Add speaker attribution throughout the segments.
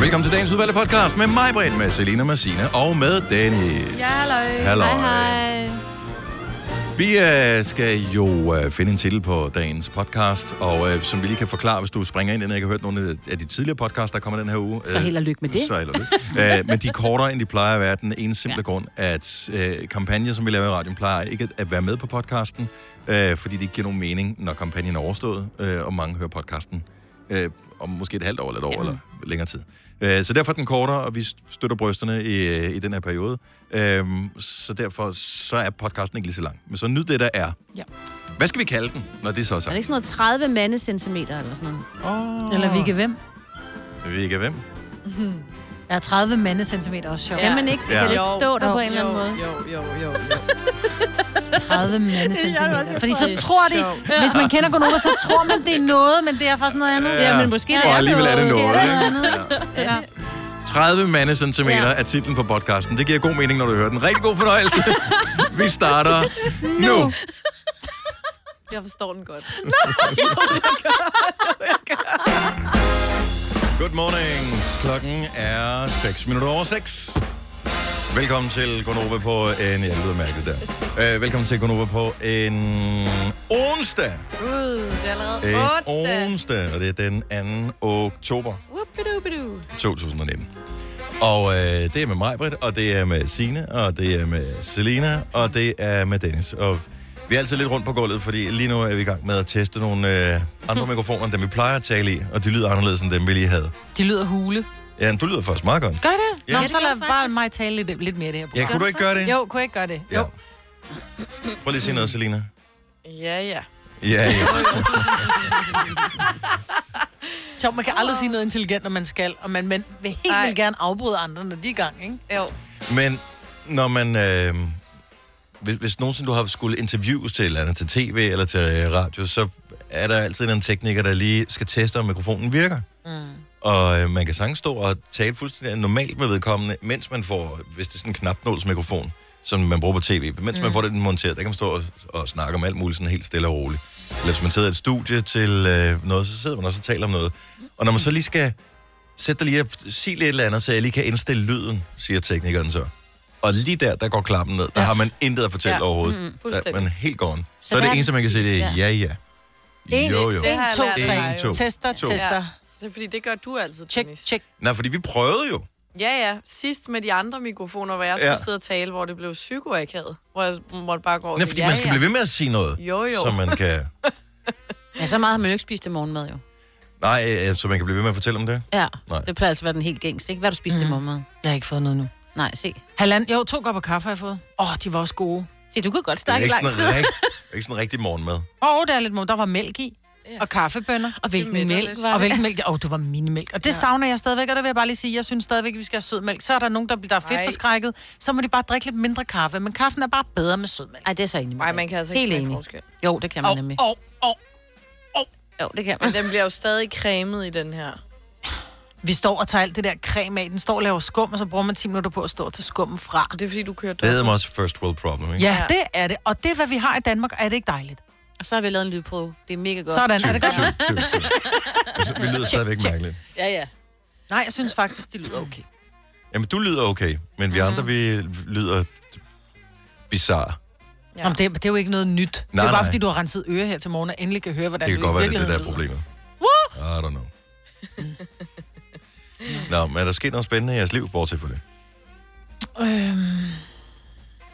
Speaker 1: Velkommen til dagens udvalgte podcast med mig, Britt, med Selina Massina og med Dennis.
Speaker 2: Ja, halløj.
Speaker 1: Halløj.
Speaker 2: Hej, hej.
Speaker 1: Vi øh, skal jo øh, finde en titel på dagens podcast, og øh, som vi lige kan forklare, hvis du springer ind, den ikke har hørt nogen af- af de tidligere podcasts, der kommer den her uge.
Speaker 3: Så held og lykke med det.
Speaker 1: Øh, Så held og lykke. øh, men de er kortere, end de plejer at være, den ene simple ja. grund, at øh, kampagner, som vi laver i radioen, plejer ikke at være med på podcasten, øh, fordi det ikke giver nogen mening, når kampagnen er overstået, øh, og mange hører podcasten øh, om måske et halvt år eller et år, ja. eller længere tid. Øh, så derfor er den kortere, og vi st- støtter brysterne i, øh, i den her periode. Øh, så derfor så er podcasten ikke lige så lang. Men så nyd det, der er.
Speaker 3: Ja.
Speaker 1: Hvad skal vi kalde den, når det så er
Speaker 3: Er det
Speaker 1: sagt?
Speaker 3: ikke sådan noget 30 mandecentimeter eller sådan noget?
Speaker 1: Oh.
Speaker 4: Eller Vigge hvem?
Speaker 1: Vi ikke er hvem?
Speaker 4: Er 30 mandecentimeter også sjovt?
Speaker 3: Ja. Er man ikke? Det kan
Speaker 1: Ja.
Speaker 3: lidt stå der
Speaker 4: Jo,
Speaker 3: på en eller anden
Speaker 2: jo,
Speaker 3: måde.
Speaker 2: Jo, jo, jo, jo.
Speaker 4: 30
Speaker 3: Jeg vil også-
Speaker 4: mandecentimeter. Fordi
Speaker 3: Det
Speaker 4: så
Speaker 3: er
Speaker 4: tror det, hvis man kender Gonova, så tror man, det er noget, men det er faktisk noget andet.
Speaker 3: Ja, men måske det
Speaker 1: Og
Speaker 3: er
Speaker 1: alligevel er det
Speaker 3: noget.
Speaker 1: noget.
Speaker 4: Måske er det
Speaker 1: ikke?
Speaker 4: Ja.
Speaker 1: 30 mandecentimeter ja. er titlen på podcasten. Det giver god mening, når du hører den. Rigtig god fornøjelse. vi starter nu. nu.
Speaker 2: Jeg forstår den godt.
Speaker 1: Good morning. Klokken er 6 minutter over 6. Velkommen til Gonova på en... Jeg lyder mærket der. Øh, velkommen til Gonova på en onsdag.
Speaker 2: Gud, det er allerede
Speaker 1: En
Speaker 2: onsdag.
Speaker 1: onsdag, og det er den 2. oktober
Speaker 2: Whoopidoo-bidoo.
Speaker 1: 2019. Og øh, det er med mig, Britt, og det er med Sine, og det er med Selina, og det er med Dennis. Og vi er altid lidt rundt på gulvet, fordi lige nu er vi i gang med at teste nogle øh,
Speaker 4: Hm.
Speaker 1: andre mikrofoner, end dem vi plejer at tale i, og de lyder anderledes end dem, vi lige havde.
Speaker 4: De lyder hule.
Speaker 1: Ja, du lyder faktisk meget godt.
Speaker 4: Gør det?
Speaker 1: Ja.
Speaker 4: Nå,
Speaker 1: Ja,
Speaker 4: men så
Speaker 3: det gør
Speaker 4: lad
Speaker 3: det
Speaker 4: bare
Speaker 3: faktisk.
Speaker 4: mig tale lidt, lidt mere i det her
Speaker 1: Ja,
Speaker 4: program.
Speaker 1: kunne du ikke gøre det?
Speaker 4: Jo, kunne jeg ikke gøre det?
Speaker 1: Ja.
Speaker 4: Jo.
Speaker 1: Prøv lige at sige noget, Selina.
Speaker 2: Ja, ja.
Speaker 1: Ja, ja.
Speaker 4: Så man kan aldrig sige noget intelligent, når man skal, og man, man vil helt
Speaker 2: Nej.
Speaker 4: vildt gerne afbryde andre, når de er i gang, ikke?
Speaker 2: Jo.
Speaker 1: Men når man... Øh, hvis, hvis nogensinde du har skulle interviews til et eller andet, til tv eller til øh, radio, så er der altid en tekniker, der lige skal teste, om mikrofonen virker. Mm. Og øh, man kan sagtens stå og tale fuldstændig normalt med vedkommende, mens man får, hvis det er sådan en knapnålsmikrofon, som man bruger på tv, mens mm. man får den monteret, der kan man stå og, og snakke om alt muligt sådan helt stille og roligt. Eller hvis man sidder i et studie til øh, noget, så sidder man også og taler om noget. Og når man så lige skal sætte dig lige og sige lidt eller andet, så jeg lige kan indstille lyden, siger teknikeren så. Og lige der, der går klappen ned. Der ja. har man intet at fortælle ja.
Speaker 2: Ja.
Speaker 1: overhovedet. Mm, der er
Speaker 2: fuldstændig.
Speaker 1: man helt gone. Så,
Speaker 3: Så
Speaker 1: så er det
Speaker 3: hvad er
Speaker 1: eneste, man kan sige, det er
Speaker 3: den
Speaker 1: ja, ja.
Speaker 4: En,
Speaker 1: Jo, jo.
Speaker 2: det
Speaker 4: en,
Speaker 2: har jeg
Speaker 4: to,
Speaker 2: lært
Speaker 4: tre.
Speaker 2: dig
Speaker 1: En,
Speaker 2: jo.
Speaker 1: to.
Speaker 4: Tester,
Speaker 1: To.
Speaker 4: tester.
Speaker 2: Det er fordi, det gør du altid,
Speaker 4: Tjek,
Speaker 2: Dennis.
Speaker 4: tjek.
Speaker 1: Nej, fordi vi prøvede jo.
Speaker 2: Ja, ja. Sidst med de andre mikrofoner, hvor jeg skulle
Speaker 1: Ja.
Speaker 2: sidde og tale, hvor det blev psykoakavet. Hvor jeg måtte bare gå over
Speaker 1: Nej,
Speaker 2: til,
Speaker 1: fordi man skal blive ved med at sige noget,
Speaker 2: Jo, jo.
Speaker 1: så man kan...
Speaker 3: Ja, så meget har man jo ikke spist til morgenmad, jo.
Speaker 1: Nej, øh, så man kan blive ved med at fortælle om det.
Speaker 3: Ja,
Speaker 1: Nej.
Speaker 3: det plejer altså at være den helt gængste, ikke? Hvad har du spist til morgenmad?
Speaker 4: Mm. Jeg har ikke fået noget nu.
Speaker 3: Nej, se.
Speaker 4: Halvand, jo, to kopper kaffe har jeg fået. Åh, oh, de var også gode.
Speaker 3: Se, du kunne godt
Speaker 1: Det er
Speaker 3: snakke
Speaker 1: ikke
Speaker 3: lang
Speaker 1: sådan,
Speaker 3: tid.
Speaker 1: en rigtig, det er ikke sådan en rigtig morgenmad.
Speaker 4: Åh, oh, der er lidt mund. Der var mælk i. Og kaffebønner.
Speaker 3: Og hvilken
Speaker 2: Det mætter
Speaker 3: mælk
Speaker 2: lidt.
Speaker 3: var
Speaker 4: Og
Speaker 3: det?
Speaker 4: hvilken mælk? Åh, oh, det var minimælk. Og det ja. savner jeg stadigvæk, og der vil jeg bare lige sige, jeg synes stadigvæk, at vi skal have sødmælk. Så er der nogen, der bliver der er fedt
Speaker 2: Ej.
Speaker 4: forskrækket, så må de bare drikke lidt mindre kaffe. Men kaffen er bare bedre med sødmælk.
Speaker 3: Ej, det er så enig. med
Speaker 2: Nej,
Speaker 3: dig.
Speaker 2: man kan altså
Speaker 3: Helt
Speaker 2: ikke smage
Speaker 3: enig.
Speaker 2: forskel.
Speaker 3: Jo, det kan man nemlig.
Speaker 4: Åh, åh, åh.
Speaker 3: Jo, det kan man.
Speaker 2: Men den bliver jo stadig cremet i den her.
Speaker 4: Vi står og tager alt det der creme af. Den står og laver skum, og så bruger man 10 minutter på at stå og tage skummen fra.
Speaker 2: Og det er fordi, du kører
Speaker 1: Det
Speaker 2: dog.
Speaker 1: hedder mig også first world problem, ikke?
Speaker 4: Ja, det er det. Og det er, hvad vi har i Danmark. Er det ikke dejligt?
Speaker 3: Og så har vi lavet en lydprøve. Det er mega godt.
Speaker 4: Sådan. Er det godt?
Speaker 1: Tyk, tyk, tyk. Altså, Vi lyder stadigvæk mærkeligt.
Speaker 3: Ja, ja.
Speaker 4: Nej, jeg synes faktisk, det lyder okay.
Speaker 1: Jamen, du lyder okay, men
Speaker 4: Mhm.
Speaker 1: vi andre, vi lyder bizarre.
Speaker 2: Ja.
Speaker 4: Ja. Jamen, det, det er jo ikke noget nyt. Nej,
Speaker 1: Nej,
Speaker 4: det er bare,
Speaker 1: nej.
Speaker 4: fordi du har renset øre her til morgen, og endelig kan høre, hvordan
Speaker 1: Det kan
Speaker 4: du
Speaker 1: godt
Speaker 4: i
Speaker 1: være, det er det,
Speaker 4: virkeligheden
Speaker 1: der er problemet. I don't know. Nå, men er der sket noget spændende i jeres liv, bortset fra det?
Speaker 2: Øhm.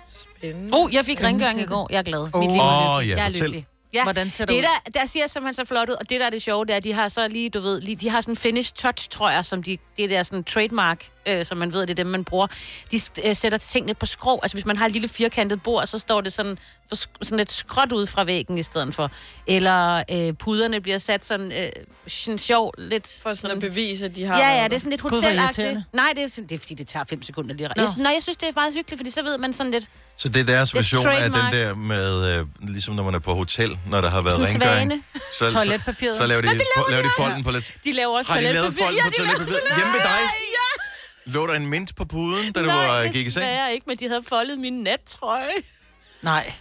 Speaker 2: Spændende.
Speaker 3: Oh, jeg fik rengøring i går. Jeg er glad. Mit liv
Speaker 1: Åh, ja,
Speaker 3: er lykkeligt. Jeg er
Speaker 1: fortæl.
Speaker 3: lykkelig. Ja,
Speaker 4: Hvordan ser det
Speaker 3: det der, der ser simpelthen så flot ud, og det der er det sjove, det er, at de har så lige, du ved, lige, de har sådan finish touch, tror jeg, som de, det der sådan trademark, øh, som man ved, det er dem, man bruger. De øh, sætter tingene på skrå, altså hvis man har et lille firkantet bord, så står det sådan, for, sk- sådan lidt skråt ud fra væggen i stedet for. Eller øh, puderne bliver sat sådan, øh, sådan sjov, lidt...
Speaker 2: For sådan at
Speaker 3: som-
Speaker 2: bevise, at de har...
Speaker 3: Ja, ja,
Speaker 2: været
Speaker 3: det er sådan lidt
Speaker 4: hvor
Speaker 3: hotelagtigt.
Speaker 4: irriterende.
Speaker 3: Nej, det er, sådan, det er fordi, det tager fem sekunder lige. at-
Speaker 4: Nå.
Speaker 3: Jeg, nej, jeg synes, det er meget hyggeligt, fordi så ved man sådan lidt,
Speaker 1: Så det er deres
Speaker 3: Det er
Speaker 1: version af den
Speaker 3: trademark.
Speaker 1: der med, øh, ligesom når man er på hotel, når der har været
Speaker 3: Sådan en
Speaker 1: rengøring. Så, så,
Speaker 4: Toiletpapiret.
Speaker 1: så laver de,
Speaker 3: Nå, det laver
Speaker 1: fo- laver
Speaker 3: de
Speaker 1: de
Speaker 3: også.
Speaker 1: folden på lidt.
Speaker 3: de laver også
Speaker 1: Har de lavet
Speaker 3: toiletpapir.
Speaker 1: folden
Speaker 3: Ja,
Speaker 1: på
Speaker 3: de laver
Speaker 1: toiletpapiret? Hjemme ved dig? Lå der en mint på puden, da du
Speaker 3: Nej,
Speaker 1: var, gik i seng?
Speaker 3: desværre ikke, men de havde foldet min nattrøje.
Speaker 4: Nej.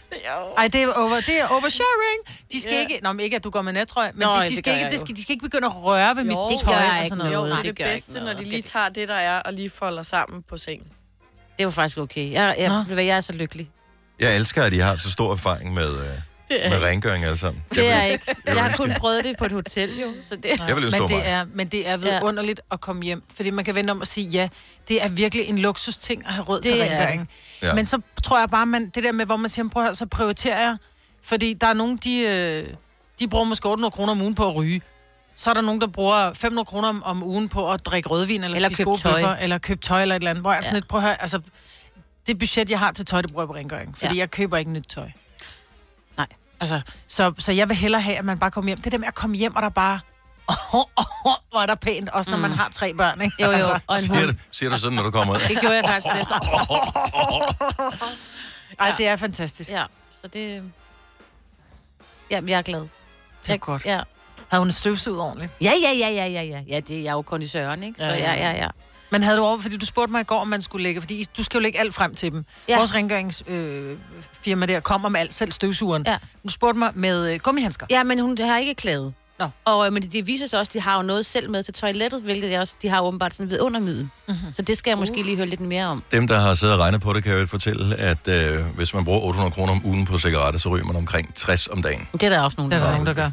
Speaker 4: Ej, det er, over, det er oversharing. De skal ikke... Nå, men ikke, at du går med nattrøj, men
Speaker 3: Nå,
Speaker 4: Nå, de,
Speaker 3: det
Speaker 4: de, skal
Speaker 3: gør
Speaker 4: ikke,
Speaker 3: jeg
Speaker 4: de,
Speaker 3: jo.
Speaker 4: skal, de skal ikke begynde at røre ved mit
Speaker 2: Jo,
Speaker 4: tøj.
Speaker 2: det
Speaker 3: gør
Speaker 4: og
Speaker 3: jeg ikke
Speaker 4: sådan
Speaker 3: noget.
Speaker 2: Jo,
Speaker 4: noget.
Speaker 2: det er det
Speaker 3: det gør ikke
Speaker 2: bedste,
Speaker 3: noget.
Speaker 2: når de lige tager det, der er, og lige folder sammen på sengen.
Speaker 3: Det var faktisk okay. Jeg, jeg,
Speaker 4: Nå.
Speaker 3: ved du hvad, jeg er så lykkelig.
Speaker 1: Jeg elsker, at I har så stor erfaring med, øh, med rengøring alle sammen. Jeg
Speaker 3: Det er
Speaker 1: vil,
Speaker 3: jeg ikke. Jeg har kun prøvet det på et hotel, jo. Så det...
Speaker 1: jeg vil
Speaker 4: men
Speaker 1: udstå
Speaker 4: det
Speaker 1: mig.
Speaker 4: er, men det er vidunderligt ja. at komme hjem, fordi man kan vende om og sige, ja, det er virkelig en luksusting at have råd til
Speaker 3: Det er
Speaker 4: rengøring.
Speaker 1: Ja.
Speaker 4: Ja. Men så tror jeg bare, man, det der med, hvor man siger, prøv at høre, så prioriterer jeg, fordi der er nogen, de, øh, de bruger måske 800 kroner om ugen på at ryge. Så er der nogen, der bruger 500 kroner om, om ugen på at drikke rødvin, eller,
Speaker 3: Eller
Speaker 4: eller spise
Speaker 3: købe
Speaker 4: gode
Speaker 3: tøj.
Speaker 4: bøffer, eller købe tøj, eller et eller andet. Hvor jeg ja. sådan
Speaker 3: Ja.
Speaker 4: lidt, prøv at høre, altså, det budget, jeg har til tøj, det bruger jeg på rengøring, fordi
Speaker 3: Ja.
Speaker 4: ja. jeg køber ikke nyt tøj.
Speaker 3: Nej.
Speaker 4: Altså, så, så jeg vil hellere have, at man bare kommer hjem. Det der med at komme hjem, og der bare... Åh, oh, oh, hvor er der pænt, også når mm. man har tre børn, ikke?
Speaker 3: Jo, jo.
Speaker 4: Altså,
Speaker 3: Og en
Speaker 1: Siger,
Speaker 3: hund.
Speaker 1: du- siger du sådan, når du kommer ud?
Speaker 3: Det gjorde jeg faktisk næsten.
Speaker 4: ej, det er fantastisk. Ja.
Speaker 3: Ja, så det... Jamen, jeg er glad.
Speaker 4: Det er godt.
Speaker 3: Ja.
Speaker 4: Havde hun støvsuget ordentligt?
Speaker 3: Ja, ja, ja, ja, ja, ja. Ja, det er jeg jo kondisøren, ikke? Så
Speaker 4: Ja,
Speaker 3: ja,
Speaker 4: ja.
Speaker 3: ja, ja.
Speaker 4: Men havde du over, fordi du spurgte mig i går, om man skulle lægge, fordi I- du skal jo lægge alt frem til dem.
Speaker 3: Ja.
Speaker 4: Ja. Vores rengøringsfirma øh, firma der kommer med alt, selv støvsugeren.
Speaker 3: Ja.
Speaker 4: Ja. Du spurgte mig med øh, gummihandsker.
Speaker 3: Ja, men hun har ikke klaget.
Speaker 4: Nå.
Speaker 3: Og, øh, men det, det viser sig også, at de har jo noget selv med til toilettet, hvilket jeg også, de har åbenbart sådan ved undermiddel.
Speaker 4: Mhm.
Speaker 3: Mm-hmm. Så det skal jeg måske
Speaker 4: Uh.
Speaker 3: lige høre lidt mere om.
Speaker 1: Dem, der har siddet og regnet på det, kan jeg vel fortælle, at øh, hvis man bruger 800 kroner om ugen på cigaretter, så ryger man omkring 60 om dagen.
Speaker 3: Det er der også nogen,
Speaker 4: Det er
Speaker 3: der
Speaker 4: der
Speaker 3: gør.
Speaker 4: nogen, der gør.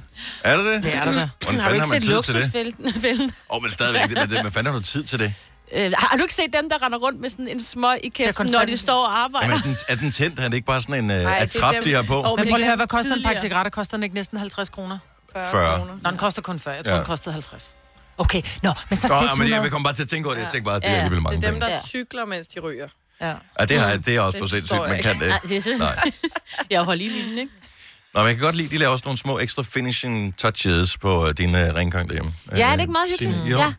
Speaker 1: Er det det?
Speaker 4: Det er der da.
Speaker 1: Hvordan
Speaker 3: Har
Speaker 1: fanden
Speaker 3: du ikke
Speaker 1: har man
Speaker 3: set
Speaker 1: tid til det?
Speaker 3: luksusfælden?
Speaker 1: Åh, oh, men stadigvæk, det, men, det, men fanden har du tid til det?
Speaker 3: Øh, har har du ikke set dem, der render rundt med sådan en smøg i kæften, når
Speaker 4: konstant-
Speaker 3: de står og arbejder?
Speaker 1: Jamen, er, den, er den tændt? Er det ikke bare sådan en øh,
Speaker 2: det er
Speaker 1: attrap,
Speaker 2: dem.
Speaker 1: de har på?
Speaker 3: Åh,
Speaker 4: Men prøv lige at høre,
Speaker 3: det
Speaker 4: hvad koster en pakke
Speaker 3: tidligere.
Speaker 4: cigaretter? Koster den ikke næsten 50 kroner?
Speaker 2: 40,
Speaker 1: 40.
Speaker 2: kroner.
Speaker 4: Nå, den koster kun 40. Jeg tror,
Speaker 1: Ja.
Speaker 4: ja. den kostede 50. Okay, nå, men så
Speaker 1: Nå,
Speaker 4: 600.
Speaker 1: men jeg vil komme bare til at tænke over det. Jeg tænker bare, at det er
Speaker 3: Ja.
Speaker 1: alligevel mange
Speaker 2: Det er dem,
Speaker 1: penge.
Speaker 2: der
Speaker 3: Ja.
Speaker 2: cykler, mens de ryger.
Speaker 4: ja.
Speaker 1: Ja, det, har, jeg- det er også for
Speaker 2: Det
Speaker 1: sindssygt,
Speaker 2: forstår jeg
Speaker 1: man kan det.
Speaker 3: Nej, det er så...
Speaker 1: Nej.
Speaker 3: Jeg holder lige linjen, ikke?
Speaker 1: Nå, men jeg kan godt lide, de laver også nogle små ekstra finishing touches på øh, din øh, rengøring derhjemme.
Speaker 3: Ja,
Speaker 1: Øh,
Speaker 3: er det ikke meget hyggeligt?
Speaker 1: Signe, Jo.
Speaker 3: Ja.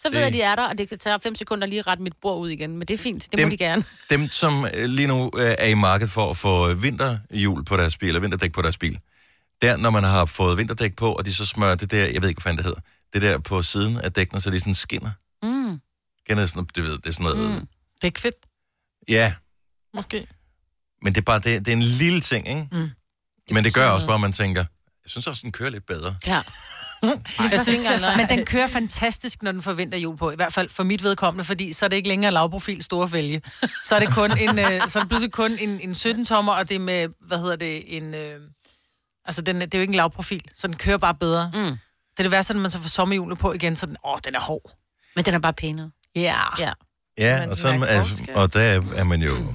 Speaker 3: Så ved
Speaker 1: Det-
Speaker 3: jeg, de er der, og det kan tage fem sekunder lige at rette mit bord ud igen. Men det er fint, det
Speaker 1: Dem-
Speaker 3: må de gerne.
Speaker 1: Dem, som øh, lige nu øh, er i markedet for at få øh, vinterhjul på deres bil, eller vinterdæk på deres bil, der, når man har fået vinterdæk på, og de så smører det der, jeg ved ikke, hvad fanden det hedder, det der på siden af dækkene, så de sådan skinner.
Speaker 3: Mm.
Speaker 1: Kender jeg sådan, det, ved, det er sådan noget... Mm.
Speaker 3: Mm.
Speaker 4: Det er kvidt,
Speaker 1: Ja,
Speaker 4: måske.
Speaker 1: men det er bare, det, det er en lille ting, ikke?
Speaker 4: Mm.
Speaker 1: Men det gør
Speaker 3: betyder
Speaker 1: også bare, at man tænker, jeg synes også, den kører lidt bedre.
Speaker 3: Ja.
Speaker 4: Jeg synes,
Speaker 3: ikke engang løgn.
Speaker 4: men den kører fantastisk, når den forventer jul på. I hvert fald for mit vedkommende, fordi så er det ikke længere lavprofil store fælge. Så er det kun en, øh, så er det pludselig kun en, en 17-tommer, og det er med, hvad hedder det, en... Øh, altså, den, det er jo ikke en lavprofil, så den kører bare bedre. Mm. Det er det værste, når man så får sommerhjulet på igen, så er den, åh, den er hård.
Speaker 3: Men den er bare pænere.
Speaker 4: Ja.
Speaker 3: Ja.
Speaker 1: Ja,
Speaker 2: Men
Speaker 1: og,
Speaker 2: den
Speaker 1: sådan,
Speaker 2: er ikke
Speaker 1: altså,
Speaker 2: forskel.
Speaker 1: og der er man jo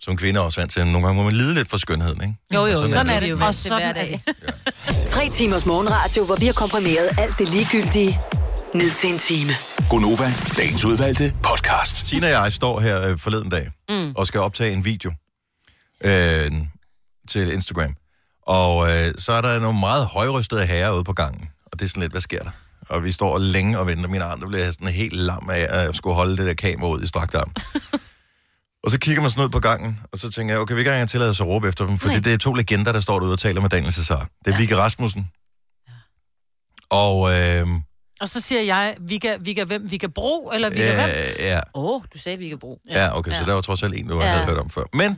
Speaker 1: som kvinde også vant til, at nogle gange må man lide lidt for skønheden, ikke?
Speaker 3: Jo, jo, jo.
Speaker 1: Sådan
Speaker 4: er
Speaker 3: Vi
Speaker 4: det.
Speaker 3: jo
Speaker 4: Og
Speaker 3: vant til
Speaker 4: sådan
Speaker 3: hver
Speaker 4: er
Speaker 3: dag.
Speaker 5: Tre timers morgenradio, hvor vi har komprimeret alt det ligegyldige ned til en time.
Speaker 6: Gonova, dagens udvalgte podcast.
Speaker 1: Tina og jeg står her øh, forleden dag mm. og skal optage en video øh, til Instagram. Og øh, så er der nogle meget højrystede herrer ude på gangen. Og det er sådan lidt, hvad sker der? Og vi står længe og venter. Min arm, der bliver jeg sådan helt lam af at jeg skulle holde det der kamera ud i strakt arm. og så kigger man sådan ud på gangen, og så tænker jeg, okay, vi kan ikke engang tillade os at råbe efter dem, fordi
Speaker 3: Nej.
Speaker 1: det er to legender, der står derude og taler med Daniel Cesar. Det er ja. Vigge Rasmussen. Og øh,
Speaker 4: Og så siger jeg, vi kan, vi kan hvem, vi kan bruge, eller vi kan hvem.
Speaker 1: øh, ja,
Speaker 3: Åh, oh, du sagde, vi kan bruge.
Speaker 1: Ja, okay, ja. så der var trods alt en, du ja.
Speaker 3: Ja.
Speaker 1: havde hørt om før. Men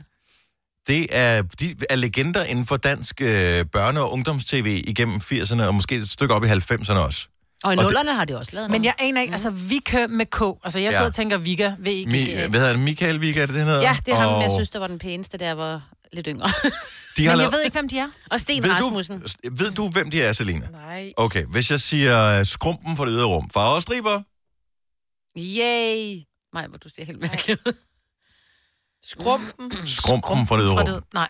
Speaker 1: det er, de er legender inden for dansk øh, børne- og ungdomstv igennem 80'erne, og måske et stykke op i 90'erne også.
Speaker 3: Og i
Speaker 1: det-
Speaker 3: nullerne har de også lavet
Speaker 4: Men
Speaker 3: noget. Mm.
Speaker 4: jeg aner ikke, altså, vi kører med K. Altså, jeg sidder
Speaker 1: Ja.
Speaker 4: og tænker, vi kan, vi ikke.
Speaker 1: Mi, øh, hvad hedder det? Michael Vika, er det det, han hedder?
Speaker 3: Ja, det er ham,
Speaker 1: og
Speaker 3: jeg synes, der var den pæneste, der var lidt yngre.
Speaker 1: De
Speaker 4: Men
Speaker 1: har
Speaker 4: jeg
Speaker 1: lavet,
Speaker 4: ved ikke, hvem de er.
Speaker 3: og Sten
Speaker 1: ved,
Speaker 3: Rasmussen.
Speaker 1: du, ved du, hvem de er, Selina?
Speaker 2: Nej.
Speaker 1: Okay, hvis jeg siger øh, skrumpen for det ydre rum, farver og striber,
Speaker 3: Yay! Nej, hvor du ser helt mærkeligt ud.
Speaker 2: Skrumpen.
Speaker 1: skrumpen, skrumpen for det ydre
Speaker 4: Fra
Speaker 1: rum.
Speaker 4: Nej.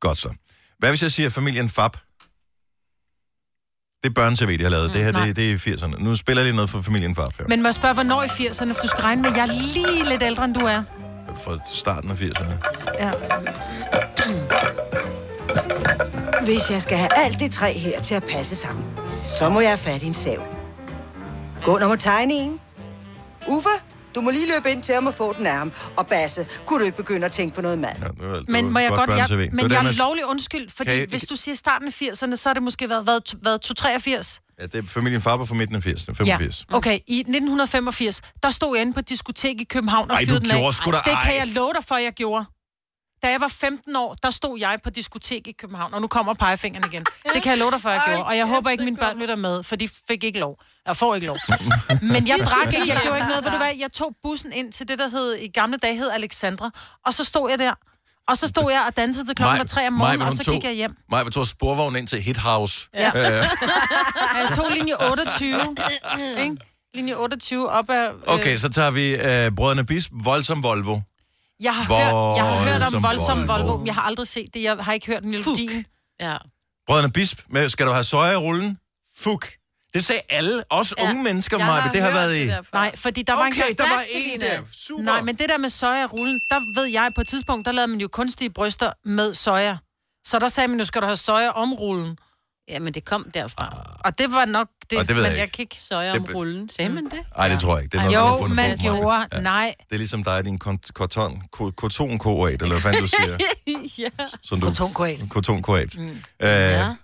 Speaker 1: Godt så. Hvad hvis jeg siger familien Fab? Det er børne-tv, de har lavet. det her,
Speaker 4: nej.
Speaker 1: det, det er 80'erne. Nu spiller jeg lige noget for familien Fab her.
Speaker 4: Men må jeg spørge, hvornår i 80'erne? For du skal regne med, at jeg er lige lidt ældre, end du er.
Speaker 1: Fra starten af 80'erne.
Speaker 7: Ja. Hvis jeg skal have alt det træ her til at passe sammen, så må jeg have fat i en sav. Gå om og tegningen. Uffe, du må lige løbe ind til ham og få den af ham. Og Basse, kunne du ikke begynde at tænke på noget mad?
Speaker 1: Ja, det var, det
Speaker 4: Men
Speaker 1: var
Speaker 4: må jeg godt,
Speaker 1: børne-tv.
Speaker 4: jeg,
Speaker 1: Det var
Speaker 4: men jeg
Speaker 1: det,
Speaker 4: er
Speaker 1: man-
Speaker 4: lovlig undskyld, fordi
Speaker 1: Kan I-
Speaker 4: hvis du siger starten af 80'erne, så har det måske været, været, været 283.
Speaker 1: Ja, det er familien Faber fra midten af 80'erne, 85. Ja.
Speaker 4: Okay, i 1985, der stod jeg inde på et diskotek i København og
Speaker 1: Ej, du
Speaker 4: fyrede den af.
Speaker 1: gjorde sgu da
Speaker 4: det
Speaker 1: ej.
Speaker 4: kan jeg love dig for, jeg gjorde. Da jeg var 15 år, der stod jeg på diskotek i København, og nu kommer pegefingeren igen. Det kan jeg love dig for, jeg gjorde. Og jeg håber ikke, mine børn lytter med, for de fik ikke lov. Jeg får ikke lov. Men jeg drak ikke, jeg gjorde ikke noget. Ved du hvad, jeg tog bussen ind til det, der hed, i gamle dage hed Alexandra, og så stod jeg der. Og så stod jeg og dansede til klokken var tre om morgenen, og så gik jeg hjem.
Speaker 1: Maja, tog sporvognen ind til Hit House.
Speaker 4: Ja.
Speaker 1: Øh,
Speaker 4: Og Jeg tog linje 28, ikke? Linje 28 op ad... øh,
Speaker 1: okay, så tager vi øh, Brødrene Bis, voldsom Volvo.
Speaker 4: Jeg har, hørt, jeg har hørt om
Speaker 1: Voldsom
Speaker 4: voldsom
Speaker 1: Volvo.
Speaker 4: Volvo, men jeg har aldrig set det. Jeg har ikke hørt melodien.
Speaker 3: Ja.
Speaker 1: Brødrene Bisp, med, skal du have soja i rullen? Fuck. Det sagde alle, også ja. unge mennesker,
Speaker 2: Jeg
Speaker 1: Maja.
Speaker 2: har
Speaker 1: Det har
Speaker 2: hørt
Speaker 1: været i...
Speaker 2: det der før.
Speaker 4: Nej, fordi der var en
Speaker 1: Okay, der var en
Speaker 3: Selina.
Speaker 1: der. Super.
Speaker 4: Nej, men det der med sojarullen, der ved jeg, på et tidspunkt, der lavede man jo kunstige bryster med soja. Så der sagde man, nu skal du have soja om rullen.
Speaker 3: ja, men det kom derfra.
Speaker 4: Og det var nok det,
Speaker 1: Og det ved
Speaker 4: men
Speaker 1: jeg ikke.
Speaker 4: kan ikke...
Speaker 3: Søjer om
Speaker 1: Det-
Speaker 3: rullen. Sagde man det?
Speaker 1: Nej, det tror jeg ikke. Det er noget, du har
Speaker 4: Jo,
Speaker 1: fundet
Speaker 4: man
Speaker 1: på, Maja.
Speaker 4: gjorde, nej.
Speaker 1: Det er ligesom dig, din kon- korton, ko- kortonkoat, eller hvad fanden du siger.
Speaker 3: ja.
Speaker 1: Som du,
Speaker 4: Kotonkoal.
Speaker 1: kortonkoat. Mm. Øh, ja.
Speaker 3: ja. det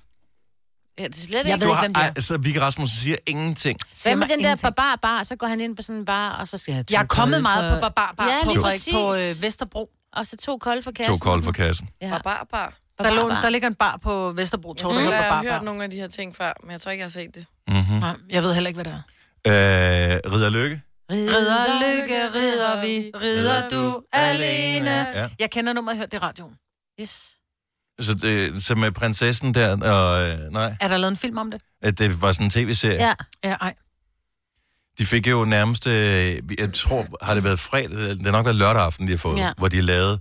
Speaker 3: er slet
Speaker 1: Jeg
Speaker 3: ikke.
Speaker 1: du har, ej, så Vigge Rasmussen siger ingenting.
Speaker 3: Hvad med den der barbar bar, så går han ind på sådan en bar, og så skal jeg have to
Speaker 4: Jeg er kommet
Speaker 3: kolde
Speaker 4: meget på
Speaker 3: for-
Speaker 4: Barbar Bar
Speaker 3: Ja,
Speaker 4: på,
Speaker 3: lige
Speaker 4: Frederik, på
Speaker 3: præcis.
Speaker 4: øh, Vesterbro.
Speaker 3: Og så to kolde for kassen.
Speaker 1: To kold for kassen.
Speaker 3: Ja.
Speaker 2: Barbar, bar.
Speaker 4: Der, lå,
Speaker 3: Barbar.
Speaker 4: der ligger en bar på Vesterbro, tror
Speaker 2: Jeg
Speaker 4: der ligger
Speaker 2: har
Speaker 4: Barbar
Speaker 2: hørt
Speaker 4: Bar.
Speaker 2: nogle af de her ting før, men jeg tror ikke, jeg har set det.
Speaker 1: Mm-hmm.
Speaker 4: Nej, Jeg ved heller ikke, hvad det er.
Speaker 1: Øh, Ridder Lykke.
Speaker 4: Ridder, lykke, ridder vi, ridder du alene.
Speaker 1: Ja.
Speaker 4: Jeg kender nummeret, jeg hørte det i radioen.
Speaker 3: Yes.
Speaker 1: Så, det, så med prinsessen der, og øh, nej,
Speaker 4: Er der lavet en film om det?
Speaker 1: at det var sådan en tv-serie.
Speaker 3: Ja.
Speaker 4: Ja, ej.
Speaker 1: De fik jo nærmest, øh, jeg tror, har det været fredag, det har nok været lørdag aften, de har fået, ja.
Speaker 3: Ja.
Speaker 1: hvor de lavede,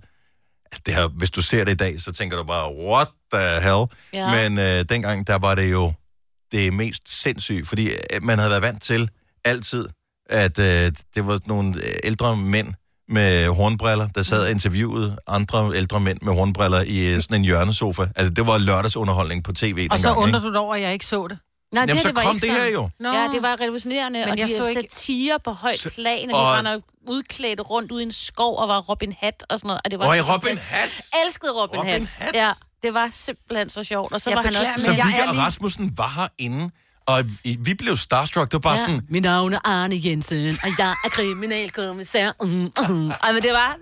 Speaker 1: altså, det her, hvis du ser det i dag, så tænker du bare, what the hell?
Speaker 3: Ja.
Speaker 1: Men øh, dengang, der var det jo det mest sindssyge, fordi øh, man havde været vant til altid, at øh, det var nogle øh, ældre mænd med hornbriller, der sad
Speaker 3: Mm.
Speaker 1: og interviewede andre ældre mænd med hornbriller i øh, sådan en hjørnesofa. Altså, det var lørdagsunderholdning på tv
Speaker 4: Og
Speaker 1: dengang,
Speaker 4: så undrer
Speaker 1: ikke?
Speaker 4: du dig over, at jeg ikke så det.
Speaker 3: Nej,
Speaker 1: Jamen,
Speaker 3: det,
Speaker 1: så
Speaker 3: det var
Speaker 1: kom
Speaker 3: ikke
Speaker 1: det her
Speaker 3: sådan.
Speaker 1: jo.
Speaker 4: Nå.
Speaker 3: Ja, det var revolutionerende,
Speaker 4: Men
Speaker 3: og
Speaker 4: jeg
Speaker 3: de
Speaker 4: så
Speaker 3: så
Speaker 4: ikke-
Speaker 3: ikke... satire på højt
Speaker 1: Så-
Speaker 3: plan, og,
Speaker 1: og-
Speaker 3: de render udklædt rundt uden skov og var Robin Hat og sådan noget. Og det var
Speaker 1: Åh, i
Speaker 3: helt
Speaker 1: Robin
Speaker 3: fantastisk.
Speaker 1: Hat!
Speaker 3: Jeg elskede Robin,
Speaker 1: Robin
Speaker 3: Robin Hat.
Speaker 1: Hat.
Speaker 3: Ja, det var simpelthen så sjovt. Og så
Speaker 4: Jeg
Speaker 3: jeg var han
Speaker 4: beklager,
Speaker 3: også
Speaker 1: Så
Speaker 4: men
Speaker 3: med.
Speaker 4: jeg
Speaker 1: Vigga
Speaker 4: er
Speaker 1: og
Speaker 4: lige-
Speaker 1: Rasmussen var herinde, og vi, vi blev starstruck. Det var bare ja. sådan,
Speaker 3: Mit navn er Arne Jensen, og jeg er kriminalkommissær. Mm, mm. Ej, men det var...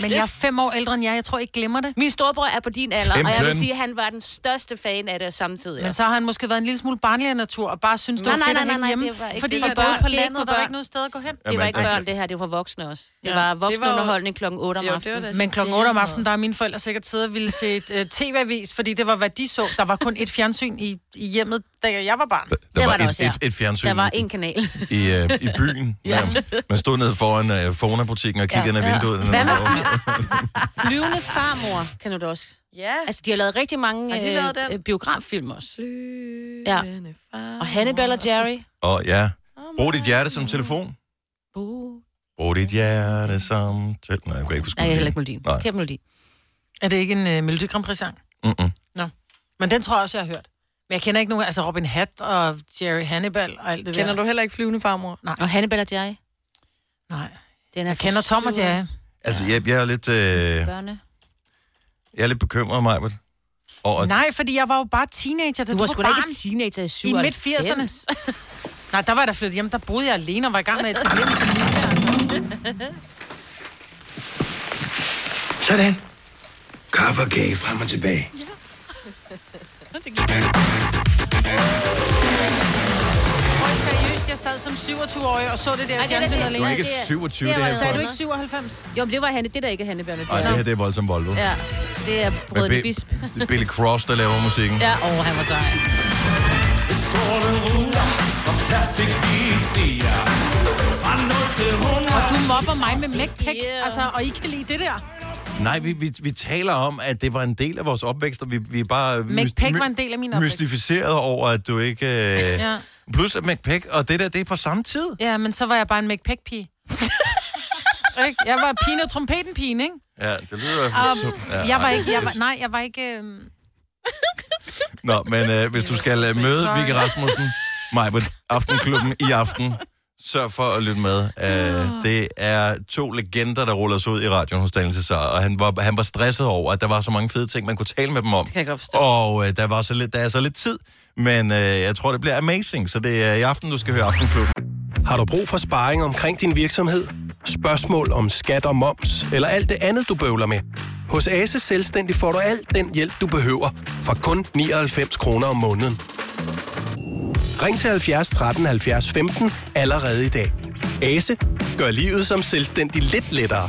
Speaker 4: Men jeg er fem år ældre end jer. Jeg tror ikke, jeg glemmer det.
Speaker 3: Min storebror er på din alder, og jeg vil
Speaker 1: Femten.
Speaker 3: sige, at han var den største fan af det samtidig.
Speaker 4: Men så har han måske været en lille smule barnlig af natur, og bare synes, det
Speaker 3: Nej,
Speaker 4: var
Speaker 3: nej,
Speaker 4: fedt at
Speaker 3: nej,
Speaker 4: hænge
Speaker 3: nej,
Speaker 4: hjemme.
Speaker 3: det var ikke-
Speaker 4: fordi
Speaker 3: det
Speaker 4: I
Speaker 3: var
Speaker 4: boede
Speaker 3: børn.
Speaker 4: på
Speaker 3: Det er ikke
Speaker 4: landet, og
Speaker 3: for
Speaker 4: der var
Speaker 3: børn.
Speaker 4: ikke noget sted at gå hen.
Speaker 3: Det var
Speaker 1: Jamen,
Speaker 3: ikke
Speaker 1: det-
Speaker 3: børn, det her. Det var voksne også. Det
Speaker 2: Ja.
Speaker 3: var
Speaker 2: Det var jo-
Speaker 3: voksenunderholdning klokken 8 om
Speaker 2: Jo, det var
Speaker 3: aftenen.
Speaker 2: det.
Speaker 4: Men klokken 8 om aftenen, der er mine forældre sikkert siddet og ville se et uh, tv-avis, fordi det var, hvad de så. Der var kun et fjernsyn i, i hjemmet, da jeg var barn.
Speaker 1: der
Speaker 3: Det
Speaker 1: var,
Speaker 3: var der
Speaker 1: et,
Speaker 3: også,
Speaker 1: et,
Speaker 3: ja.
Speaker 1: et fjernsyn
Speaker 3: Der var en kanal.
Speaker 1: i, øh, i byen. ja. Man stod nede foran øh, Fona-butikken og kiggede ja. ind ad vinduet.
Speaker 3: Hvad
Speaker 1: Ja.
Speaker 3: med Flyvende farmor, kan du da også.
Speaker 2: Ja.
Speaker 3: Altså, de har lavet rigtig mange
Speaker 2: Har de lavet den?
Speaker 3: øh, øh, biograffilm også.
Speaker 2: Ja.
Speaker 3: Og Hannibal og Jerry.
Speaker 1: Og ja, brug dit hjerte som telefon.
Speaker 3: Uh.
Speaker 1: Brug dit hjerte som telefon. Nej, jeg kan ikke huske
Speaker 3: Nej, jeg er heller ikke
Speaker 1: melodien.
Speaker 3: melodien.
Speaker 1: Nej.
Speaker 3: Kæmpe melodi.
Speaker 4: Er det ikke en uh, Melodi Grand Prix sang?
Speaker 1: Mm-mm.
Speaker 4: Nå. Men den tror jeg også, jeg har hørt. Men jeg kender ikke nogen, altså Robin Hat og Jerry Hannibal og alt det
Speaker 2: Kender
Speaker 4: der.
Speaker 2: du heller ikke flyvende farmor?
Speaker 3: Og Hannibal og Jerry.
Speaker 4: Nej.
Speaker 3: Den er
Speaker 4: Jeg kender Tom og Jerry.
Speaker 1: Altså, jeg, jeg, er lidt, øh, jeg
Speaker 3: Børne.
Speaker 1: er lidt bekymret, Majbert. Og
Speaker 4: Nej, fordi jeg var jo bare teenager, da du,
Speaker 3: Du var sgu da
Speaker 4: barn.
Speaker 3: ikke en teenager i
Speaker 4: I
Speaker 3: 97.
Speaker 4: midt 80'erne. Nej, der var jeg da flyttet hjem. Der boede jeg alene og var i gang med at etablere min familie. Altså.
Speaker 8: Sådan. Kaffe og kage frem og tilbage.
Speaker 4: Tror I seriøst, jeg sad som 27-årig og så det der
Speaker 3: Ej, det er
Speaker 4: fjernsyn
Speaker 3: det.
Speaker 1: du er
Speaker 4: alene?
Speaker 1: ikke
Speaker 3: det er-
Speaker 1: 27, det,
Speaker 3: det er
Speaker 1: her.
Speaker 3: jeg
Speaker 4: Sagde
Speaker 1: Sagde
Speaker 4: du ikke 97?
Speaker 3: Jo, men det var Hanne. Det der ikke er Hannibal og
Speaker 1: Ej,
Speaker 3: Jerry.
Speaker 1: det her det er voldsomt Volvo. Ja.
Speaker 3: Ja, det er Brødende Bisp.
Speaker 1: Billy Cross, der laver musikken.
Speaker 3: Ja, åh, han var sej.
Speaker 4: Og du mobber mig med mækpæk, yeah. altså, og I kan lide det der.
Speaker 1: Nej, vi, vi, vi taler om, at det var en del af vores opvækst, og vi, vi er bare
Speaker 4: McPack var en del af min opvækst.
Speaker 1: mystificeret over, at du ikke... Øh... ja.
Speaker 4: Ja.
Speaker 1: Plus at McPack og det der, det er fra samme tid.
Speaker 4: ja, men så var jeg bare en mækpæk-pige. Ikke? jeg var pigen og trompeten-pigen, ikke? Um,
Speaker 1: Ja, det lyder i hvert fald som... Ja,
Speaker 4: Jeg var ikke, jeg var, nej, jeg var ikke... øhm,
Speaker 1: Nå, men øh, hvis du skal øh, møde Vigge Rasmussen, mig på Aftenklubben i aften, sørg for at lytte med.
Speaker 3: Ah.
Speaker 1: Uh, det er to legender, der ruller sig ud i radioen hos Daniel Cesar, og han var, han var stresset over, at der var så mange fede ting, man kunne tale med dem om. Det
Speaker 3: kan jeg godt forstå.
Speaker 1: Og øh, der, var så lidt, der er så lidt tid, men øh, jeg tror, det bliver amazing, så det er i aften, du skal høre Aftenklubben.
Speaker 9: Har du brug for sparring omkring din virksomhed? spørgsmål om skat og moms, eller alt det andet, du bøvler med. Hos Ase Selvstændig får du alt den hjælp, du behøver, for kun 99 kroner om måneden. Ring til 70 13 70 15 allerede i dag. Ase gør livet som selvstændig lidt lettere.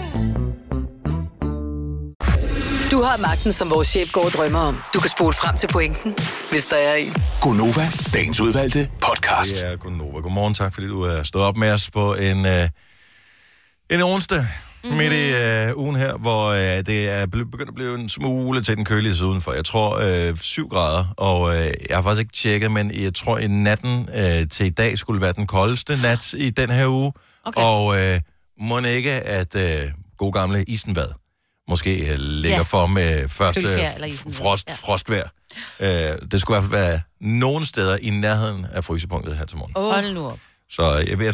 Speaker 5: Du har magten, som vores chef går og drømmer om. Du kan spole frem til pointen, hvis der er en.
Speaker 6: Gonova, dagens udvalgte podcast.
Speaker 1: Ja, Gunnova. Godmorgen, tak fordi du er stået op med os på en, øh, en onsdag
Speaker 3: Mhm.
Speaker 1: mm-hmm. midt i øh, ugen her, hvor øh, det er ble- begyndt at blive en smule til den kølige side udenfor. Jeg tror øh, 7 grader, og øh, jeg har faktisk ikke tjekket, men jeg tror i natten øh, til i dag skulle være den koldeste nat i den her uge. Okay. Og øh, må ikke, at øh, god gamle isenbad måske øh, ligger
Speaker 3: Ja.
Speaker 1: ja. for med første
Speaker 3: Kølfjær eller isenbad,
Speaker 1: frost,
Speaker 3: ja.
Speaker 1: frostvejr. Øh, det skulle i hvert fald være nogen steder i nærheden af frysepunktet her til morgen.
Speaker 3: Oh. Hold nu op.
Speaker 1: Så øh, jeg, jeg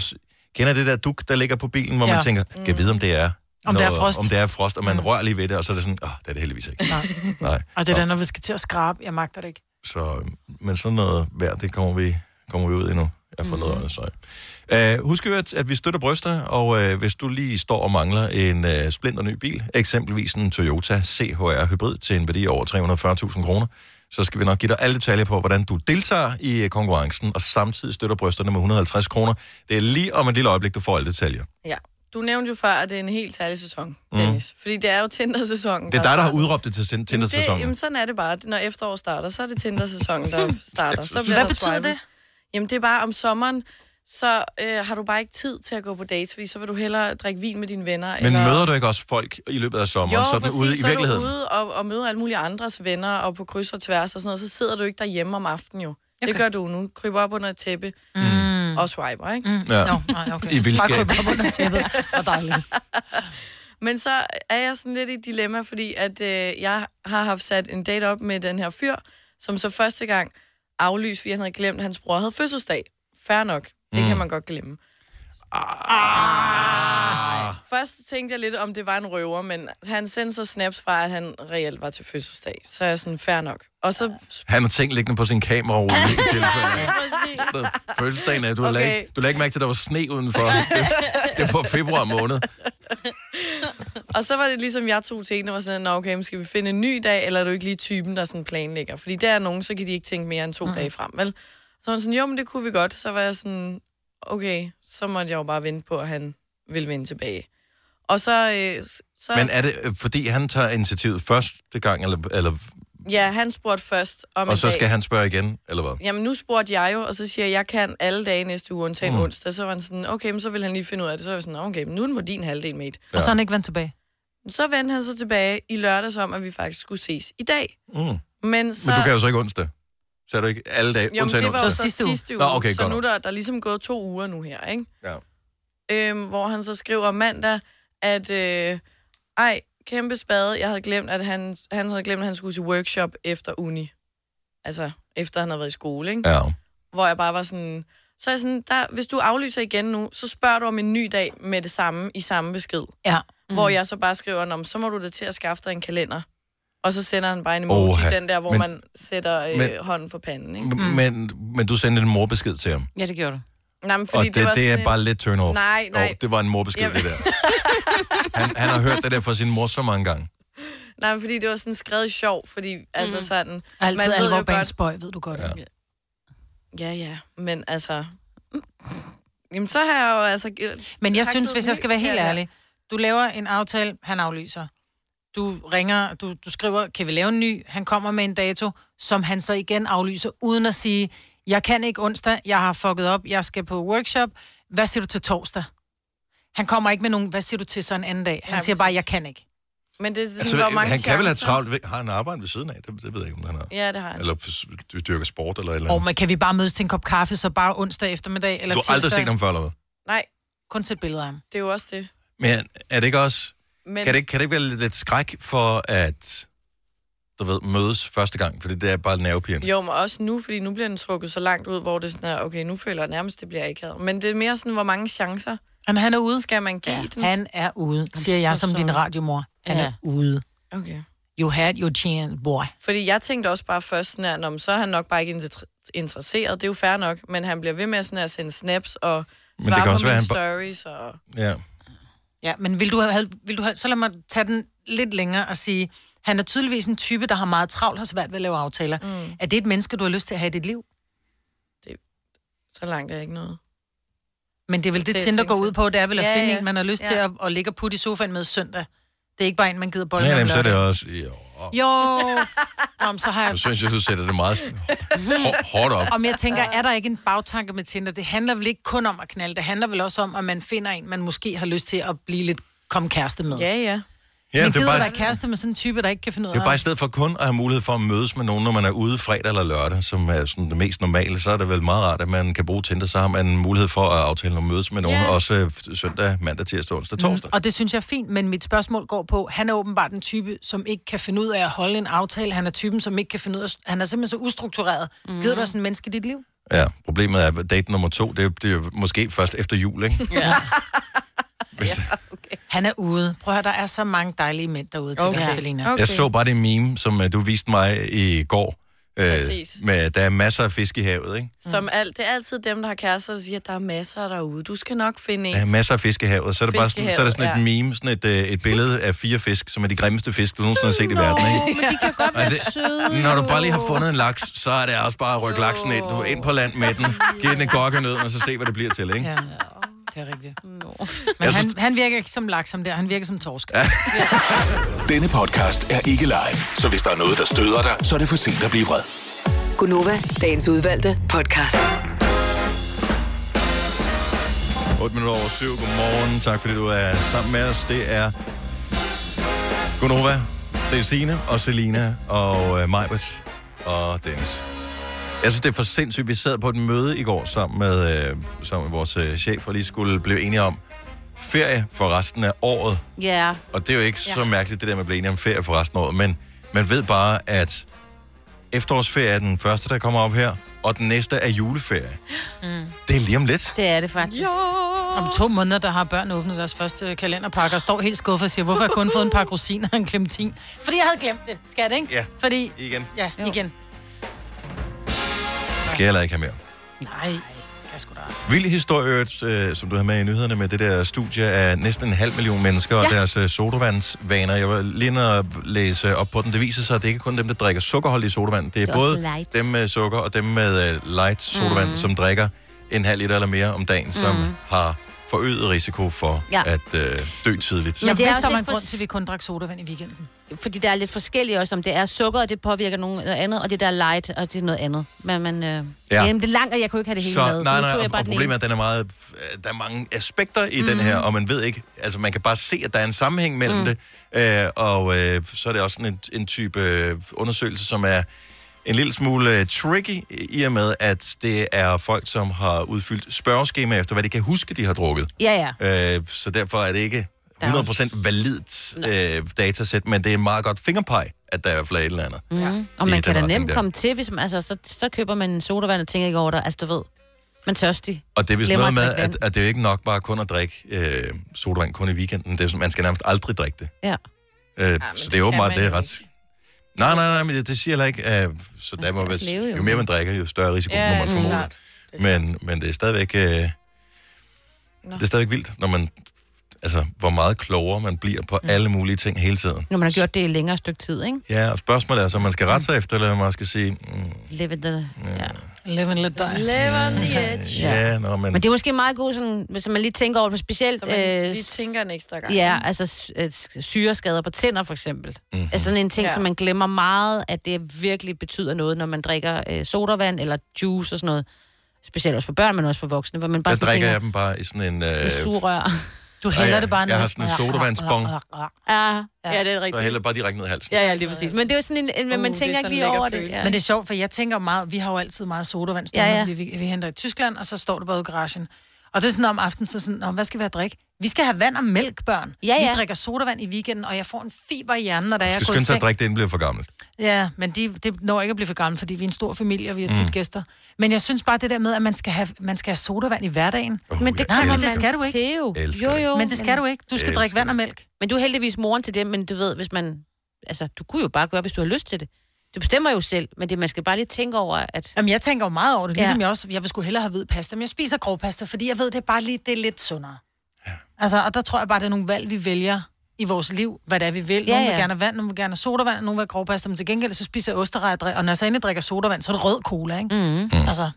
Speaker 1: kender det der duk, der ligger på bilen, hvor ja.
Speaker 4: Ja.
Speaker 1: man tænker, kan jeg vide, om det er...
Speaker 4: Om der er frost.
Speaker 1: Om det er frost, og man rører lige ved det, og så er det sådan, åh, det er det heldigvis ikke. Nej.
Speaker 4: Og det er da, når vi skal til at skrabe. Jeg magter det ikke.
Speaker 1: Så, men sådan noget vejr, det kommer vi, kommer vi ud i nu. Jeg får
Speaker 2: Mhm.
Speaker 1: noget øje, så. Uh, husk jo, at, at vi støtter bryster, og uh, hvis du lige står og mangler en uh, splinter ny bil, eksempelvis en Toyota CHR Hybrid til en værdi over 340.000 kroner, så skal vi nok give dig alle detaljer på, hvordan du deltager i øh, konkurrencen, og samtidig støtter brysterne med 150 kroner. Det er lige om et lille øjeblik, du får alle detaljer.
Speaker 2: Ja. Du nævnte jo før, at det er en helt særlig sæson, Dennis. Mm. Fordi det er jo Tinder-sæsonen.
Speaker 1: Det er dig, der har
Speaker 2: starter.
Speaker 1: udråbt det til
Speaker 2: Jamen, det-
Speaker 1: Tinder-sæsonen.
Speaker 2: Jamen, sådan er det bare. Når efteråret starter, så er det Tinder-sæsonen, der starter. Så
Speaker 4: Hvad
Speaker 2: der
Speaker 4: betyder
Speaker 2: swipet.
Speaker 4: det?
Speaker 2: Jamen, det er bare om sommeren, så øh, har du bare ikke tid til at gå på dates, fordi så vil du hellere drikke vin med dine venner.
Speaker 1: Men møder du ikke også folk i løbet af sommeren, sådan ude i
Speaker 2: så er du
Speaker 1: virkeligheden?
Speaker 2: ude og, og møder alle mulige andres venner og på kryds og tværs og sådan noget, så sidder du ikke derhjemme om aftenen jo. Okay. Det gør du nu. Kryber op under et tæppe mm. og swiper, ikke? Mm.
Speaker 1: Ja. Nå, nej, okay. I vildskab. Bare krybe
Speaker 4: op under tæppet. Hvor dejligt.
Speaker 2: Men så er jeg sådan lidt i et dilemma, fordi at øh, jeg har haft sat en date op med den her fyr, som så første gang aflyste, fordi han havde glemt, at hans bror havde fødselsdag. Fair nok. Det mm. kan
Speaker 1: Mm.
Speaker 2: man godt glemme.
Speaker 1: Ah.
Speaker 2: Først tænkte jeg lidt, om det var en røver, men han sendte så snaps fra, at han reelt var til fødselsdag. Så er jeg sådan, fair nok. Og så...
Speaker 1: Han har ting liggende på sin kamera over i tilfælde.
Speaker 2: Ja, præcis.
Speaker 1: Fødselsdagen er, du okay.
Speaker 2: Okay.
Speaker 1: lagde, ikke- du lagde ikke mærke til, at der var sne udenfor. Det, det var februar måned.
Speaker 2: Og så var det ligesom, jeg tog til en, og var sådan, Nå, okay, men skal vi finde en ny dag, eller er du ikke lige typen, der sådan planlægger? Fordi der er nogen, så kan de ikke tænke mere end to mm. dage frem, vel? Så var han sådan, jo, men det kunne vi godt. Så var jeg sådan, okay, så måtte jeg jo bare vente på, at han ville vende tilbage. Og så... Øh, så
Speaker 1: Men er det, øh, fordi han tager initiativet første gang, eller, eller,
Speaker 2: Ja, han spurgte først om en
Speaker 1: og så
Speaker 2: dag.
Speaker 1: skal han spørge igen, eller hvad?
Speaker 2: Jamen, nu spurgte jeg jo, og så siger jeg, jeg kan alle dage næste uge, undtagen mm.
Speaker 1: Mm.
Speaker 2: onsdag. Så var han sådan, okay, men så vil han lige finde ud af det. Så var jeg sådan, "Nå, okay, men nu er den på din halvdel, mate.
Speaker 4: Og så er han ikke vendt tilbage.
Speaker 2: Så vendte han så tilbage i lørdags om, at vi faktisk skulle ses i dag.
Speaker 1: Mm.
Speaker 2: Men, så...
Speaker 1: Så... Men du kan jo så ikke onsdag. Så er du ikke alle dage,
Speaker 2: Jo, men
Speaker 1: undtagen
Speaker 2: det var jo
Speaker 1: onsdag.
Speaker 2: så sidste uge. Sidste uge.
Speaker 1: Nå, okay,
Speaker 2: så
Speaker 1: godt
Speaker 2: nu
Speaker 1: nok.
Speaker 2: er der, der er ligesom gået to uger nu her, ikke?
Speaker 1: Ja.
Speaker 2: Øhm, hvor han så skriver mandag, at øh, ej, kæmpe spade, jeg havde glemt, at han, han havde glemt, at han skulle til workshop efter uni. Altså, efter han havde været i skole, ikke?
Speaker 1: Ja.
Speaker 2: Hvor jeg bare var sådan... Så er jeg sådan, der, hvis du aflyser igen nu, så spørger du om en ny dag med det samme, i samme besked.
Speaker 4: Ja.
Speaker 2: Mm. Hvor jeg så bare skriver, "Nå, men så må du da til at skaffe dig en kalender. Og så sender han bare en emoji,
Speaker 1: Oha.
Speaker 2: den der, hvor
Speaker 1: Men-
Speaker 2: man sætter øh,
Speaker 1: men- Mm.
Speaker 2: hånden for panden, ikke?
Speaker 1: M- Men, men du sendte en morbesked til ham.
Speaker 2: Mm. Ja, det gjorde du. Nej, men
Speaker 1: og
Speaker 2: fordi
Speaker 1: det, det,
Speaker 2: var
Speaker 1: det
Speaker 2: sådan
Speaker 1: er bare lidt turn off.
Speaker 2: Nej, nej.
Speaker 1: det var en morbesked,
Speaker 2: Jamen.
Speaker 1: det der. Han, han har hørt det der fra sin mor så mange gange.
Speaker 2: Nej, men fordi det var sådan skrevet i sjov, fordi mm. altså sådan...
Speaker 4: Altid
Speaker 2: man ved
Speaker 4: alvor
Speaker 2: jo
Speaker 4: bag en
Speaker 2: godt-
Speaker 4: spøj, ved du godt. Ja.
Speaker 2: Ja, ja, men altså... Jamen, så har jeg jo altså... givet-
Speaker 4: Men jeg
Speaker 2: tak
Speaker 4: synes,
Speaker 2: til
Speaker 4: hvis
Speaker 2: ny
Speaker 4: jeg skal være helt
Speaker 2: kalender.
Speaker 4: ærlig, du laver en aftale, han aflyser. Du ringer, du, du skriver, kan vi lave en ny? Han kommer med en dato, som han så igen aflyser, uden at sige, Jeg kan ikke onsdag, jeg har fucket op, jeg skal på workshop. Hvad siger du til torsdag? Han kommer ikke med nogen, hvad siger du til så en anden dag? Han
Speaker 2: Ja,
Speaker 4: siger bare, jeg kan ikke.
Speaker 2: Men det, det
Speaker 1: Altså,
Speaker 2: altså, hvor mange
Speaker 1: han kan vel have
Speaker 2: chancer?
Speaker 1: travlt. ved- Har han arbejde ved siden af? Det, det ved jeg ikke, om han har.
Speaker 2: Ja, det har han.
Speaker 1: Eller f- du dyrker sport eller et eller
Speaker 4: Og
Speaker 1: andet.
Speaker 4: man kan vi bare mødes til en kop kaffe, så bare onsdag eftermiddag eller
Speaker 1: Du har aldrig
Speaker 4: tirsdag?
Speaker 1: set ham før, eller hvad?
Speaker 2: Nej.
Speaker 4: Kun til billeder af ham.
Speaker 2: Det er jo også det.
Speaker 1: Men er det ikke også...
Speaker 2: Men-
Speaker 1: Men... Kan, det, ikke- kan det ikke være lidt skræk for at du ved, mødes første gang? Fordi det er bare nervepirrende.
Speaker 2: Jo, men også nu, fordi nu bliver den trukket så langt ud, hvor det sådan er, okay, nu føler jeg nærmest, det bliver akavet. Men det er mere sådan, hvor mange chancer
Speaker 4: Jamen, han er ude.
Speaker 2: skal man give ja, den.
Speaker 4: Han er ude, siger jeg som din radiomor. Han
Speaker 2: Ja.
Speaker 4: er ude.
Speaker 2: Okay.
Speaker 4: You had your chance, boy.
Speaker 2: Fordi jeg tænkte også bare først sådan her, "Nå, men så er han nok bare ikke inter- interesseret, det er jo fair nok, men han bliver ved med sådan her at sende snaps og
Speaker 1: Men det
Speaker 2: svare
Speaker 1: kan
Speaker 2: på
Speaker 1: også
Speaker 2: mine
Speaker 1: være, han bare-
Speaker 2: stories. Og...
Speaker 1: Ja.
Speaker 4: Ja, men vil du have, vil du have, så lad mig tage den lidt længere og sige, han er tydeligvis en type, der har meget travlt og svært ved at lave aftaler. Mm. Er det et menneske, du har lyst til at have i dit liv?
Speaker 2: Så langt er ikke noget.
Speaker 4: Men det er vel
Speaker 2: Til
Speaker 4: det,
Speaker 2: at
Speaker 4: Tinder
Speaker 2: tænke
Speaker 4: går ud
Speaker 2: sig.
Speaker 4: på, det er vel at
Speaker 2: Ja,
Speaker 4: ja, finde
Speaker 2: ja.
Speaker 4: ja. en, man har lyst
Speaker 2: Ja.
Speaker 4: ja. til at, at ligge og putte i sofaen med søndag. Det er ikke bare en, man gider bolle
Speaker 1: Nej,
Speaker 4: med om
Speaker 1: jamen, så er det
Speaker 4: lørdagen.
Speaker 1: også... Jo,
Speaker 4: Jo, om så har jeg...
Speaker 1: jeg synes, jeg, du sætter det meget sådan hår- hårdt op.
Speaker 4: Om jeg tænker, er der ikke en bagtanke med Tinder? Det handler vel ikke kun om at knalde, det handler vel også om, at man finder en, man måske har lyst til at blive lidt komme kæreste med.
Speaker 2: Ja, ja.
Speaker 1: Ja,
Speaker 4: Men
Speaker 1: det er
Speaker 4: gider bare...
Speaker 1: bare-
Speaker 4: være kæreste med sådan en type, der ikke kan finde ud
Speaker 1: Det er
Speaker 4: af...
Speaker 1: bare i stedet for kun at have mulighed for at mødes med nogen, når man er ude fredag eller lørdag, som er sådan det mest normale, så er det vel meget rart, at man kan bruge Tinder, så har man en mulighed for at aftale nogle mødes med nogen,
Speaker 4: Ja. Mhm.
Speaker 1: yeah. også øh, søndag, mandag, tirsdag, onsdag, torsdag.
Speaker 4: Mm. Og det synes jeg er fint, men mit spørgsmål går på, han er åbenbart den type, som ikke kan finde ud af at holde en aftale. Han er typen, som ikke kan finde ud af... Han er simpelthen så ustruktureret. Mm. Gider du sådan en menneske i dit liv?
Speaker 1: Ja, problemet er, at date nummer to, det er, det er jo måske først efter jul, ikke?
Speaker 4: Ja. Han er ude. Prøv at høre, der er så mange dejlige mænd derude til okay. dig, Selina.
Speaker 1: Okay. Jeg så bare det meme, som øh, du viste mig i går. Øh,
Speaker 2: Præcis. Mm.
Speaker 1: med, der er masser af fisk i havet, ikke?
Speaker 3: Mm.
Speaker 2: Som alt, det er altid dem, der har kærester, der siger, at der er masser derude. Du skal nok finde en.
Speaker 1: Der er masser af fisk i havet. Så er, det bare sådan, så er der sådan et
Speaker 2: Fiskehavet,
Speaker 1: meme, sådan et, øh, et billede af fire fisk, som er de grimmeste fisk, du nogensinde har set i verden, ikke?
Speaker 3: men de kan godt
Speaker 1: Og
Speaker 3: være
Speaker 1: det-
Speaker 3: søde.
Speaker 1: Når du bare lige har fundet en laks, så er det også bare at rykke laksen ind. Du er ind på land med den, giv den en gokkenød, og så se, hvad det bliver til, ikke?
Speaker 4: Ja,
Speaker 1: Ja.
Speaker 4: det er rigtigt.
Speaker 2: Mm.
Speaker 4: No. Men
Speaker 1: Jeg
Speaker 4: han,
Speaker 1: synes-
Speaker 4: han virker ikke som laks, ham der. Han virker som torsk. Ja.
Speaker 6: Denne podcast er ikke live, så hvis der er noget, der støder dig, så er det for sent at blive vred.
Speaker 5: Gunova, dagens udvalgte podcast.
Speaker 1: 8 minutter over 7. Godmorgen. Tak fordi du er sammen med os. Det er Gunova, det er Signe og Selina og øh, Majbert og Dennis. Jeg synes, det er for sindssygt. Vi sad på et møde i går sammen med, øh, sammen med vores øh, chef, og lige skulle blive enige om ferie for resten af året.
Speaker 3: Ja.
Speaker 1: Og det er jo ikke ja. så mærkeligt, det der med at blive enige om ferie for resten af året. Men man ved bare, at efterårsferie er den første, der kommer op her, og den næste er juleferie.
Speaker 4: Mm.
Speaker 1: Det er lige om lidt.
Speaker 3: Det er det faktisk.
Speaker 4: Jo. Om to måneder, der har børn åbnet deres første kalenderpakke og står helt skuffet og siger, hvorfor har jeg kun fået en pakke rosiner og en klementin? Fordi jeg havde glemt det, skat, ikke?
Speaker 1: Ja.
Speaker 4: Fordi...
Speaker 1: Igen.
Speaker 4: Ja, igen.
Speaker 1: Det skal jeg heller ikke have mere.
Speaker 4: Nej, skal jeg sgu da.
Speaker 1: Vild historie, i øvrigt, øh, som du havde med i nyhederne med det der studie af næsten en halv million mennesker ja. og
Speaker 10: Ja.
Speaker 1: deres øh, sodavandsvaner. Jeg var lige inde og læse op på den. Det viser sig, at det ikke er kun dem, der drikker sukkerholdig sodavand. Det er,
Speaker 10: Det er også
Speaker 1: både
Speaker 10: light.
Speaker 1: dem med sukker og dem med øh, light sodavand, mm. som drikker en halv liter eller mere om dagen, som
Speaker 4: Mhm.
Speaker 1: har forøget risiko for
Speaker 3: Ja.
Speaker 1: ja. at øh, dø tidligt.
Speaker 4: Men det er der var
Speaker 3: også
Speaker 4: en
Speaker 3: lidt for-
Speaker 4: grund til, at vi kun drak sodavand i weekenden.
Speaker 3: Fordi der er lidt forskellige også, om det er sukker, og det påvirker nogen noget andet, og det der er light, og det er noget andet. Men man, øh, ja. jamen, det er langt, og jeg kunne ikke have det hele
Speaker 1: så,
Speaker 3: med.
Speaker 1: Nej,
Speaker 3: nu
Speaker 1: nej,
Speaker 3: tog
Speaker 1: og,
Speaker 3: jeg bare
Speaker 1: og
Speaker 3: den
Speaker 1: problemet er,
Speaker 3: ene. Mhm.
Speaker 1: at den er meget, øh, der er mange aspekter i mm. den her, og man ved ikke, altså man kan bare se, at der er en sammenhæng mellem mm. det, øh, og øh, så er det også sådan en, en type øh, undersøgelse, som er en lille smule øh, tricky, i og med, at det er folk, som har udfyldt spørgeskema efter, hvad de kan huske, de har drukket.
Speaker 3: Ja, ja.
Speaker 1: Øh, så derfor er det ikke
Speaker 3: Der er jo-
Speaker 1: 100% validt øh, datasæt, men det er en meget godt fingerpege, at der er i hvert fald er et eller andet.
Speaker 3: Mm. Og
Speaker 1: I
Speaker 3: man
Speaker 1: den
Speaker 3: kan da
Speaker 1: retning
Speaker 3: nemt
Speaker 1: der.
Speaker 3: komme til, hvis man, altså, så, så køber man en sodavand og tænker ikke over det. Altså, du ved, man er tørstig.
Speaker 1: Og det er vist
Speaker 3: Glemmer
Speaker 1: noget med,
Speaker 3: drikke
Speaker 1: at,
Speaker 3: vand.
Speaker 1: at det er jo ikke nok bare kun at drikke øh, sodavand kun i weekenden. Det er, sådan, man skal nærmest aldrig drikke det.
Speaker 3: Ja.
Speaker 1: Øh, ja, så det er åbenbart, det er ret... Nej, nej, nej, men det, det siger heller ikke. Øh, så der må
Speaker 2: også
Speaker 1: vist,
Speaker 2: leve,
Speaker 1: jo.
Speaker 2: jo.
Speaker 1: mere man drikker, jo større risiko
Speaker 2: Ja,
Speaker 1: ja, må
Speaker 2: det
Speaker 1: man
Speaker 2: er
Speaker 1: formode.
Speaker 2: klart.
Speaker 1: Men, men det er stadigvæk... Øh, det er stadigvæk vildt, når man... Altså, hvor meget klogere man bliver på alle mulige ting hele tiden.
Speaker 3: Når man har gjort det i længere stykke tid, ikke?
Speaker 1: Ja, og spørgsmålet er, så om man skal rette sig efter, eller om man skal sige, mm,
Speaker 3: Live it the... Ja.
Speaker 4: Live and let die.
Speaker 2: Live on the edge.
Speaker 1: Ja, nå, men...
Speaker 3: Men det er måske meget godt, sådan, hvis man lige tænker over det, specielt...
Speaker 2: Så man lige
Speaker 3: øh,
Speaker 2: tænker en ekstra gang.
Speaker 3: Ja, altså s- øh, s- syreskader på tænder for eksempel.
Speaker 2: Mhm.
Speaker 3: Mm-hmm. Altså sådan en ting,
Speaker 2: Ja.
Speaker 3: ja. som man glemmer meget, at det virkelig betyder noget, når man drikker øh, sodavand eller juice og sådan noget. Specielt også for børn, men også for voksne, hvor man bare
Speaker 1: Der
Speaker 3: sådan
Speaker 1: drikker jeg
Speaker 3: tænker,
Speaker 1: dem bare i sådan en...
Speaker 3: "Det er surrør.
Speaker 4: Du
Speaker 1: hælder jeg- det bare jeg ned. har sådan en sodavandsbong.
Speaker 3: Ja, ja, det er rigtigt.
Speaker 1: så hælder bare direkte ned i halsen.
Speaker 3: Ja, ja, lige præcis. Men det er jo sådan en, en men man
Speaker 4: Uh,
Speaker 3: tænker
Speaker 4: det er
Speaker 3: ikke
Speaker 4: sådan en
Speaker 3: lige
Speaker 4: lækker
Speaker 3: over det.
Speaker 4: følelse.
Speaker 3: Ja.
Speaker 4: Men det er sjovt, for jeg tænker meget, vi har jo altid meget sodavand stående, ja,
Speaker 3: Ja,
Speaker 4: ja.
Speaker 3: ja.
Speaker 4: fordi vi, vi henter i Tyskland, og så står det bare ude i garagen. Og det er sådan om aftenen, så sådan, "Nå, hvad skal vi have at drikke? Vi skal have vand og mælk, børn.
Speaker 3: Ja, ja.
Speaker 4: Vi drikker sodavand i weekenden, og jeg får en fiber i hjernen, når der er
Speaker 1: Du skal
Speaker 4: gået i
Speaker 1: skynde sig at
Speaker 4: seng.
Speaker 1: drikke det, inden det bliver for gammelt.
Speaker 4: Ja, men de, det når ikke at blive for gammel, fordi vi er en stor familie, og vi har tit
Speaker 1: Mm.
Speaker 4: gæster. Men jeg synes bare det der med, at man skal have, man skal have sodavand i hverdagen.
Speaker 1: Oh,
Speaker 3: Men det
Speaker 4: Nej,
Speaker 3: kommer
Speaker 4: men det
Speaker 3: man
Speaker 4: skal du ikke.
Speaker 3: til jo.
Speaker 1: Elsker
Speaker 3: Jo, jo.
Speaker 4: Men det skal du ikke. Du skal
Speaker 1: Elsker
Speaker 4: drikke vand og mælk.
Speaker 3: Men du er heldigvis moren til det, men du ved, hvis man... Altså, du kunne jo bare gøre, hvis du har lyst til det. Du bestemmer jo selv, men det, man skal bare lige tænke over, at...
Speaker 4: Jamen, jeg tænker jo meget over det,
Speaker 3: Ja.
Speaker 4: ligesom jeg også, jeg vil sgu hellere have hvid pasta, men jeg spiser grov pasta, fordi jeg ved, det er bare lige, det er lidt sundere. Ja. Altså, og der tror jeg bare, det er nogle valg, vi vælger i vores liv, hvad det er, vi vil. Nogle
Speaker 3: Ja,
Speaker 4: vil
Speaker 3: ja.
Speaker 4: gerne have vand, nogle vil gerne have sodavand, nogle vil have grov pasta, men til gengæld, så spiser jeg osterrej, og drik- og når jeg så endelig drikker sodavand, så er det rød cola, ikke? Mm. Altså,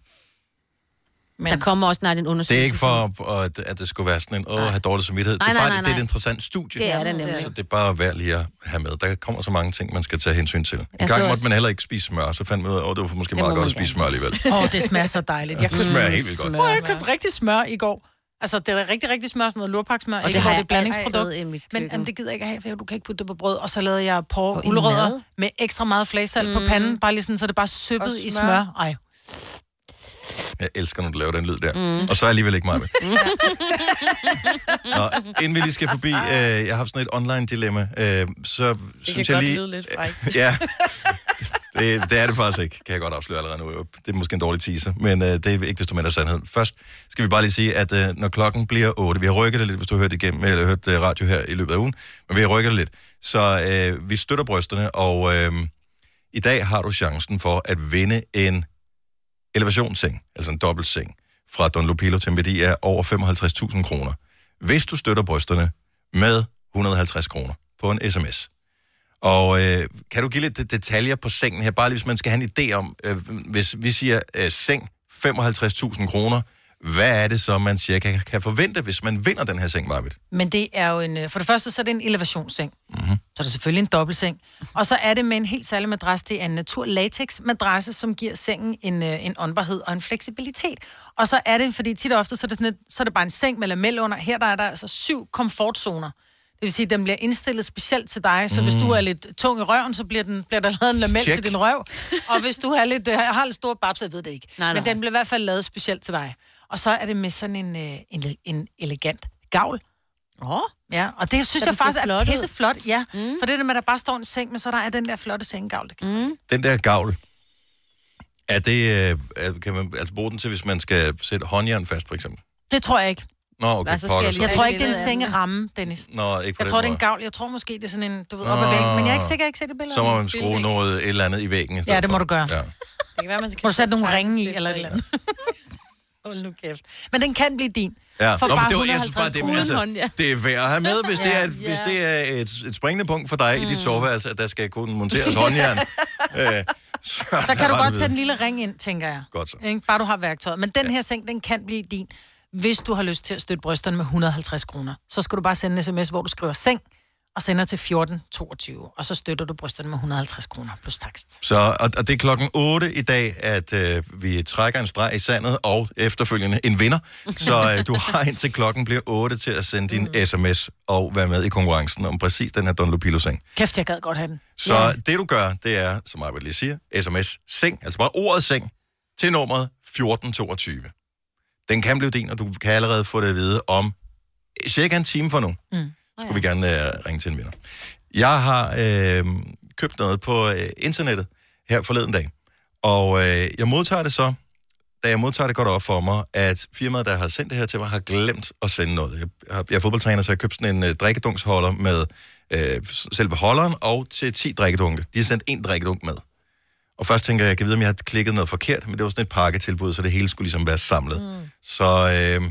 Speaker 4: men...
Speaker 3: Der kommer også snart en undersøgelse.
Speaker 1: Det er ikke for, for at, at det skulle være sådan en, åh, have dårlig samvittighed.
Speaker 3: Nej,
Speaker 1: det er
Speaker 3: nej,
Speaker 1: bare
Speaker 3: nej,
Speaker 1: det, det er et
Speaker 3: nej.
Speaker 1: interessant studie.
Speaker 3: Det er det nemlig.
Speaker 1: Så det er bare værd lige at have med. Der kommer så mange ting, man skal tage hensyn til. En
Speaker 4: Jeg
Speaker 1: gang
Speaker 4: så
Speaker 1: måtte
Speaker 4: også-
Speaker 1: man heller ikke spise smør, så fandt man ud af, åh, det var måske meget
Speaker 4: må
Speaker 1: godt at
Speaker 4: man
Speaker 1: spise smør alligevel.
Speaker 4: Åh, oh, det smager så dejligt.
Speaker 1: Ja, det smager helt vildt godt.
Speaker 4: Prøv, jeg købte rigtig smør i går. Altså, det er rigtig, rigtig smør, sådan noget lurpaksmør.
Speaker 3: Og det
Speaker 4: ikke,
Speaker 3: har
Speaker 4: hvor
Speaker 3: jeg
Speaker 4: er et blandingsprodukt.
Speaker 3: altid i mit
Speaker 4: Men
Speaker 3: køkken.
Speaker 4: jamen, det gider jeg ikke have, for du kan ikke putte det på brød. Og så lavede jeg
Speaker 3: Og
Speaker 4: på
Speaker 3: i
Speaker 4: ulerødder
Speaker 3: mad?
Speaker 4: med ekstra meget flagsalt mm. på
Speaker 3: Mm.
Speaker 4: panden. Bare lige sådan, så det bare søppet
Speaker 3: Og
Speaker 4: i
Speaker 3: smør.
Speaker 4: smør. Ej.
Speaker 1: Jeg elsker, når du laver den lyd der.
Speaker 4: Mm.
Speaker 1: Og så er jeg alligevel ikke mig med. Nå, inden vi lige skal forbi, øh, jeg har sådan et online dilemma, øh, så
Speaker 2: Det
Speaker 1: synes
Speaker 2: kan
Speaker 1: jeg
Speaker 2: godt
Speaker 1: lige...
Speaker 2: lyde lidt frækt.
Speaker 1: ja. Det, det er det faktisk ikke, kan jeg godt afsløre allerede nu. Det er måske en dårlig teaser, men øh, det er ikke desto mindre sandhed. Først skal vi bare lige sige, at øh, når klokken bliver 8, vi har rykket det lidt, hvis du har hørt, igennem, eller hørt øh, radio her i løbet af ugen, men vi har rykket det lidt, så øh, vi støtter brysterne, og øh, i dag har du chancen for at vinde en elevationsseng, altså en dobbeltseng, fra Don Lopilo til en værdi af over 55.000 kroner, hvis du støtter brysterne med 150 kroner på en sms. Og øh, kan du give lidt det- detaljer på sengen her, bare lige hvis man skal have en idé om, øh, hvis vi siger øh, seng 55.000 kroner, hvad er det så, man cirka kan forvente, hvis man vinder den her seng, Marvitt?
Speaker 4: Men det er jo en... øh, For det første, så er det en elevationsseng.
Speaker 10: Mhm.
Speaker 4: Mm-hmm. Så er det selvfølgelig en dobbeltseng. Og så er det med en helt særlig madras. Det er en naturlatex-madrasse, som giver sengen en, øh, en åndbarhed og en fleksibilitet. Og så er det, fordi tit og ofte, så er det, sådan et, så er det bare en seng med lamel under. Her der er der altså syv komfortzoner. Det vil sige, at den bliver indstillet specielt til dig. Så mm. hvis
Speaker 10: Mm.
Speaker 4: du er lidt tung i røven, så bliver, den, bliver der lavet en lamel
Speaker 10: Check.
Speaker 4: til din røv. Og hvis du er lidt, øh, har lidt store babser, jeg ved det ikke. Nej, Men
Speaker 10: nej.
Speaker 4: den bliver i hvert fald lavet specielt til dig. Og så er det med sådan en, øh, en, en elegant gavl.
Speaker 3: Åh.
Speaker 4: Ja, og det synes
Speaker 3: Så den
Speaker 4: jeg
Speaker 3: ser
Speaker 4: faktisk
Speaker 3: flot
Speaker 4: er
Speaker 3: ud.
Speaker 4: pisseflot, ja. Mm. For det der med, at der bare står en seng, men så der er den der flotte senggavl. Det kan
Speaker 3: mm.
Speaker 1: Den der gavl, er det, øh, er- kan man altså bruge den til, hvis man skal sætte håndjern fast, for eksempel?
Speaker 4: Det tror jeg ikke.
Speaker 1: Nå, okay, pokker, så.
Speaker 4: jeg tror ikke, det er en sengeramme, Dennis.
Speaker 1: Nå, ikke på
Speaker 4: Jeg
Speaker 1: den
Speaker 4: tror, det er
Speaker 1: måde.
Speaker 4: en gavl. Jeg tror måske, det er sådan en, du ved,
Speaker 1: Nå.
Speaker 4: op ad væggen. Men jeg er ikke sikker, jeg har ikke set det billede.
Speaker 1: Så
Speaker 4: af
Speaker 1: må
Speaker 4: den.
Speaker 1: man skrue noget et eller andet i væggen. i
Speaker 4: Ja,
Speaker 1: stedet
Speaker 4: det må
Speaker 1: for.
Speaker 4: du gøre.
Speaker 1: Ja.
Speaker 2: Det kan være, man skal
Speaker 4: Må du sætte nogle ringe i, eller et eller andet. Hold nu kæft. Men den kan blive din.
Speaker 1: Ja.
Speaker 4: For
Speaker 1: Nå, men
Speaker 4: bare
Speaker 1: det var, jeg synes bare,
Speaker 4: 150
Speaker 1: det,
Speaker 4: kroner.
Speaker 1: er- altså, det er værd at have med, hvis, det, er,
Speaker 4: Ja.
Speaker 1: et, hvis det er et, et springende punkt for dig mm. i dit soveværelse, at der skal kunne monteres håndjern. Øh, så,
Speaker 4: Så kan du
Speaker 1: bare
Speaker 4: godt
Speaker 1: vide.
Speaker 4: sætte en lille ring ind, tænker jeg.
Speaker 1: Godt så.
Speaker 4: Ikke? Bare du har værktøjet. Men den her seng, den kan blive din, hvis du har lyst til at støtte brysterne med 150 kroner. Så skal du bare sende en sms, hvor du skriver seng, og sender til 1422, og så støtter du brysterne med 150 kroner plus takst.
Speaker 1: Så, og, og det er klokken 8 i dag, at øh, vi trækker en streg i sandet, og efterfølgende en vinder. Så øh, du har indtil klokken bliver 8 til at sende din mm. sms og være med i konkurrencen om præcis den her Don Lupilo-seng.
Speaker 4: Kæft, jeg gad godt have den.
Speaker 1: Så det du gør, det er, som jeg lige siger, sms seng, altså bare ordet seng, til nummeret 1422. Den kan blive din, og du kan allerede få det at vide om cirka en time fra nu. Mm. Skulle vi gerne øh, ringe til en vinder. Jeg har øh, købt noget på øh, internettet her forleden dag, og øh, jeg modtager det så, da jeg modtager det godt op for mig, at firmaet, der har sendt det her til mig, har glemt at sende noget. Jeg, har, jeg er fodboldtræner, så jeg købte sådan en øh, drikkedunksholder med øh, s- selve holderen og til 10 drikkedunke. De har sendt en drikkedunk med. Og først tænker jeg, jeg kan vide, om jeg har klikket noget forkert, men det var sådan et pakketilbud, så det hele skulle ligesom være samlet. Mm. Så, øh,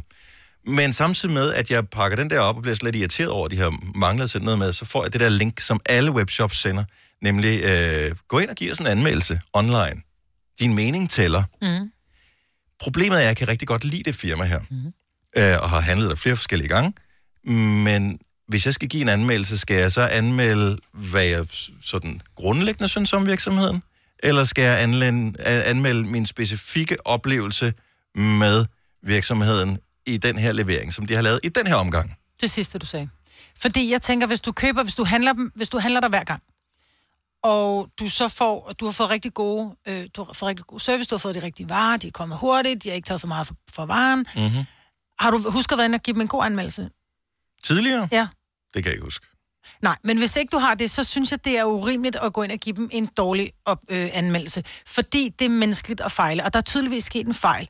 Speaker 1: men samtidig med, at jeg pakker den der op og bliver slet irriteret over, at de har manglet at sende noget med, så får jeg det der link, som alle webshops sender, nemlig øh, gå ind og giv os en anmeldelse online. Din mening tæller.
Speaker 4: Mm.
Speaker 1: Problemet er, at jeg kan rigtig godt lide det firma her, mm-hmm. øh, og har handlet der flere forskellige gange, men hvis jeg skal give en anmeldelse, skal jeg så anmelde, hvad jeg s- sådan grundlæggende synes om virksomheden, eller skal jeg anlende, a- anmelde min specifikke oplevelse med virksomheden i den her levering, som de har lavet i den her omgang?
Speaker 4: Det sidste, du sagde. Fordi jeg tænker, hvis du køber, hvis du handler, dem- hvis du handler der hver gang, og du så får, du har fået rigtig gode, øh, du har fået rigtig god service, du har fået de rigtige varer, de er kommet hurtigt, de har ikke taget for meget for, for varen.
Speaker 1: Mm-hmm.
Speaker 4: Har du husket at være inde og give dem en god anmeldelse?
Speaker 1: Tidligere?
Speaker 4: Ja.
Speaker 1: Det kan jeg ikke huske.
Speaker 4: Nej, men hvis ikke du har det, så synes jeg, det er urimeligt at gå ind og give dem en dårlig op, øh, anmeldelse. Fordi det er menneskeligt at fejle, og der er tydeligvis sket en fejl.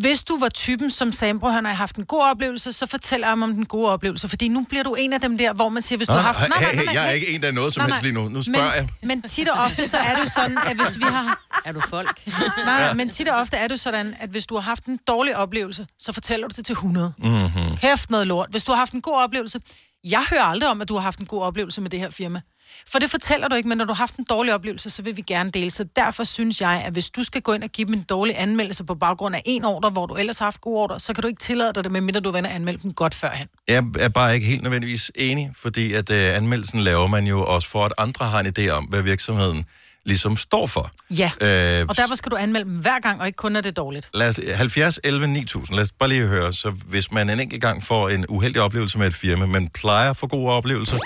Speaker 4: Hvis du var typen, som sagde, "Bror, han har haft en god oplevelse, så fortæl ham om den gode oplevelse. Fordi nu bliver du en af dem der, hvor man siger, hvis du har haft...
Speaker 1: hey, hey, jeg er ikke en, der er noget som
Speaker 4: Nej, nej.
Speaker 1: helst lige nu. Nu spørger
Speaker 4: men,
Speaker 1: jeg.
Speaker 4: Men tit og ofte, så er det jo sådan, at hvis vi har... Er du folk? Nej,
Speaker 1: Ja.
Speaker 4: ja. men tit og ofte er det jo sådan, at hvis du har haft en dårlig oplevelse, så fortæller du det til 100.
Speaker 1: Mm-hmm.
Speaker 4: Kæft noget lort. Hvis du har haft en god oplevelse... Jeg hører aldrig om, at du har haft en god oplevelse med det her firma. For det fortæller du ikke, men når du har haft en dårlig oplevelse, så vil vi gerne dele. Så derfor synes jeg, at hvis du skal gå ind og give dem en dårlig anmeldelse på baggrund af en ordre, hvor du ellers har haft gode ordre, så kan du ikke tillade dig det, medmindre du vender anmelde dem godt førhen.
Speaker 1: Jeg er bare ikke helt nødvendigvis enig, fordi at øh, anmeldelsen laver man jo også for, at andre har en idé om, hvad virksomheden ligesom står for.
Speaker 4: Ja,
Speaker 1: Øh,
Speaker 4: og derfor skal du anmelde dem hver gang, og ikke kun, når det er dårligt.
Speaker 1: Lad os, 70, 11, 9000. Lad os bare lige høre. Så hvis man en enkelt gang får en uheldig oplevelse med et firma, men plejer at få gode oplevelser.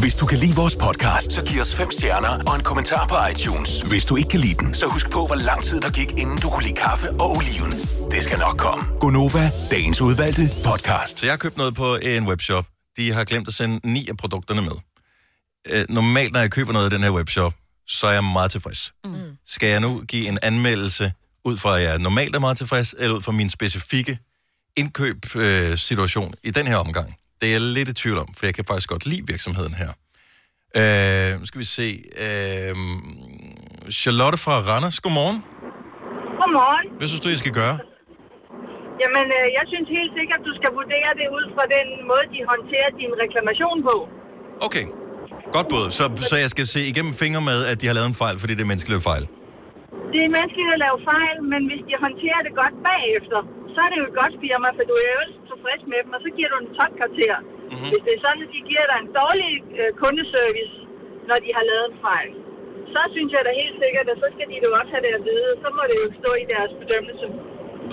Speaker 6: Hvis du kan lide vores podcast, så giv os fem stjerner og en kommentar på iTunes. Hvis du ikke kan lide den, så husk på, hvor lang tid der gik, inden du kunne lide kaffe og oliven. Det skal nok komme.
Speaker 1: Gonova, dagens udvalgte podcast. Så jeg har købt noget på en webshop. De har glemt at sende ni af produkterne med. Øh, normalt, når jeg køber noget i den her webshop, så er jeg meget tilfreds.
Speaker 10: Mm.
Speaker 1: Skal jeg nu give en anmeldelse ud fra, at jeg normalt er meget tilfreds, eller ud fra min specifikke indkøbssituation øh, i den her omgang? Det er jeg lidt i tvivl om, for jeg kan faktisk godt lide virksomheden her. Øh, nu skal vi se. Øh, Charlotte fra Randers, godmorgen.
Speaker 11: Godmorgen.
Speaker 1: Hvad synes du, jeg skal gøre?
Speaker 11: Jamen, øh, jeg synes helt sikkert, du skal vurdere det ud fra den måde, de håndterer din reklamation på.
Speaker 1: Okay, godt både. Så, så jeg skal se igennem fingre med, at de har lavet en fejl, fordi det er menneskelige fejl.
Speaker 11: Det er menneskeligt at lave fejl, men hvis de håndterer det godt bagefter, så er det jo et godt firma, for du er jo ellers tilfreds med dem, og så giver du en topkarakter. Mm-hmm. Hvis det er sådan, at de giver dig en dårlig øh, kundeservice, når de har lavet en fejl, så synes jeg da helt sikkert, at så skal de jo også have det at vide. Så må det jo stå i deres bedømmelse.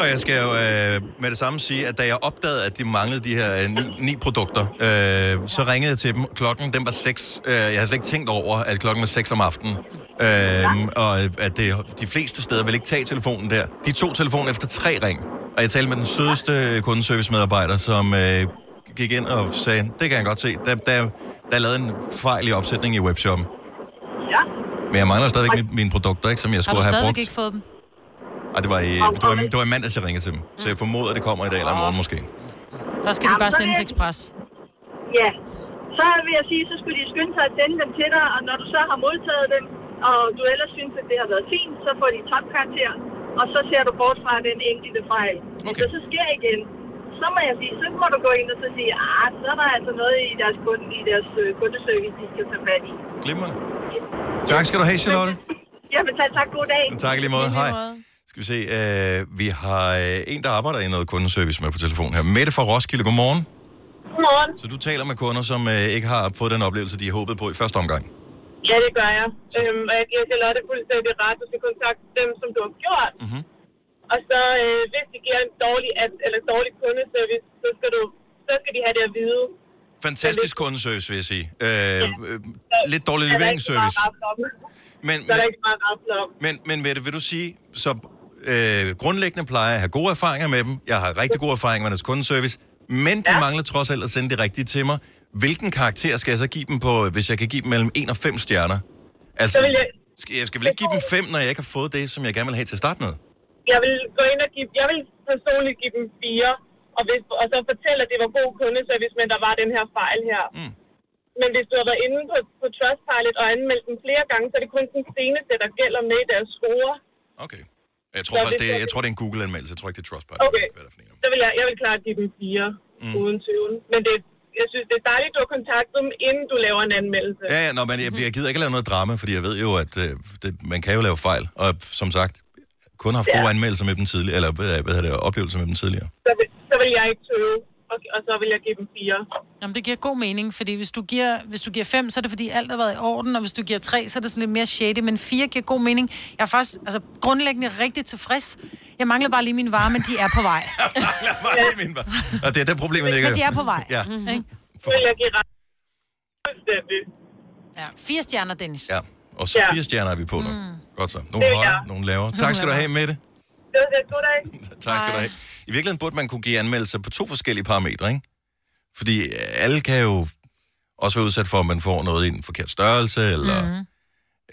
Speaker 1: Og jeg skal jo øh, med det samme sige, at da jeg opdagede, at de manglede de her øh, ni, ni produkter, øh, så ringede jeg til dem. Klokken, den var seks. Øh, jeg havde slet ikke tænkt over, at klokken var seks om aftenen. Øh, og at det, de fleste steder vil ikke tage telefonen der. De tog telefonen efter tre ring. Og jeg talte med den sødeste kundeservice-medarbejder, som øh, gik ind og sagde, det kan jeg godt se, der, der, der er lavet en fejl i opsætningen i webshoppen.
Speaker 11: Ja.
Speaker 1: Men jeg mangler stadigvæk mine, mine produkter, ikke, som jeg
Speaker 4: Har
Speaker 1: skulle
Speaker 4: du
Speaker 1: have
Speaker 4: stadigvæk
Speaker 1: brugt.
Speaker 4: ikke fået dem?
Speaker 1: Og det var, i, det, var, det var i mandags, jeg ringede til dem. Så
Speaker 4: Mm.
Speaker 1: jeg formoder, at det kommer i dag eller i morgen måske.
Speaker 4: Der skal Jamen,
Speaker 11: Jamen,
Speaker 4: de bare
Speaker 11: så
Speaker 4: sendes
Speaker 11: vil jeg-
Speaker 4: ekspres.
Speaker 11: Ja, så vil jeg sige, så skulle de skynde sig at sende dem til dig, og når du så har modtaget dem, og du ellers synes, at det har været fint, så får de topkarakter, og så ser du bort fra den enkelte fejl. Okay. Hvis det så sker igen, så må jeg sige, så må du gå ind og så sige, ah, så er der altså noget i deres, kunde, i deres øh, kundeservice, de skal tage fat i.
Speaker 1: Glimrende. Tak skal du have, Charlotte.
Speaker 11: Jamen, tak, tak, god dag.
Speaker 1: Tak i lige måde. Hej. Skal vi se, øh, vi har øh, en, der arbejder i noget kundeservice med på telefonen her. Mette fra Roskilde, godmorgen.
Speaker 11: Godmorgen.
Speaker 1: Så du taler med kunder, som øh, ikke har fået den oplevelse, de håbede på i første omgang.
Speaker 11: Ja, det gør jeg. Øhm, og jeg giver Charlotte fuldstændig ret. Du skal kontakte dem, som du har gjort.
Speaker 1: Mhm.
Speaker 11: Og så, øh, hvis de giver en dårlig, ad- eller dårlig kundeservice, så skal, du, så skal de have det at vide.
Speaker 1: Fantastisk kundeservice, vil jeg sige. Øh, øh, lidt dårlig
Speaker 11: Så er der ikke så meget
Speaker 1: leveringsservice.
Speaker 11: at rafle om.
Speaker 1: Men,
Speaker 11: Så er der ikke så meget at rafle om.
Speaker 1: Men, men Mette, vil du sige, så øh, grundlæggende plejer jeg at have gode erfaringer med dem. Jeg har rigtig gode erfaringer med deres kundeservice. Men de ja. mangler trods alt at sende det rigtige til mig. Hvilken karakter skal jeg så give dem på, hvis jeg kan give dem mellem 1 og 5 stjerner? Altså,
Speaker 11: Så vil jeg-
Speaker 1: skal, jeg skal vel ikke give dem 5, når jeg ikke har fået det, som jeg gerne vil have til at starte med?
Speaker 11: Jeg vil gå ind og give, jeg vil personligt give dem fire, og, hvis, og så fortælle, at det var god kundeservice, men der var den her fejl her.
Speaker 1: Mm.
Speaker 11: Men hvis du har været inde på, på Trustpilot og anmeldt dem flere gange, så er det kun den seneste, der gælder med i deres score.
Speaker 1: Jeg
Speaker 11: Så
Speaker 1: tror faktisk,
Speaker 11: hvis
Speaker 1: det er,
Speaker 11: jeg-
Speaker 1: jeg tror, det er en Google-anmeldelse. Jeg tror ikke, det er Trustpilot.
Speaker 11: Okay, så vil jeg, jeg vil klart give dem fire,
Speaker 1: Mm.
Speaker 11: mm. uden tvivl. Men det, jeg synes, det er dejligt, du har kontaktet dem, inden du laver en anmeldelse.
Speaker 1: Ja, ja, nå, men jeg, jeg gider ikke at lave noget drama, fordi jeg ved jo, at øh, det, man kan jo lave fejl. Og som sagt, kun haft
Speaker 11: Ja.
Speaker 1: gode anmeldelser med dem tidligere, eller øh, hvad hvad hedder det, oplevelser med dem tidligere.
Speaker 11: Så vil, så vil jeg ikke tøve, og, og så vil jeg give dem fire.
Speaker 4: Jamen, det giver god mening, fordi hvis du giver, hvis du giver fem, så er det fordi alt har været i orden, og hvis du giver tre, så er det sådan lidt mere shady, men fire giver god mening. Jeg er faktisk altså, grundlæggende rigtig tilfreds. Jeg mangler bare lige mine varer, men de er på vej.
Speaker 1: Ja. Min, var- og det er der problemet ligger.
Speaker 4: men de
Speaker 1: jo.
Speaker 4: er på vej. Mm.
Speaker 1: Ja.
Speaker 4: Ikke?
Speaker 11: Så vil jeg give ret. Fuldstændig.
Speaker 4: Ja. Fire stjerner, Dennis.
Speaker 1: ja. Og så fire stjerner er vi på nu.
Speaker 4: Mm.
Speaker 1: Godt så. Nogle
Speaker 11: Det er
Speaker 1: højere,
Speaker 11: jeg.
Speaker 1: nogle lavere. Tak skal du have, Mette.
Speaker 11: Det var det. Goddag.
Speaker 1: Tak skal du have. I virkeligheden burde man kunne give anmeldelser på to forskellige parametre, ikke? Fordi øh, alle kan jo også være udsat for, at man får noget i en forkert størrelse, eller,
Speaker 4: Mm-hmm.
Speaker 1: mm.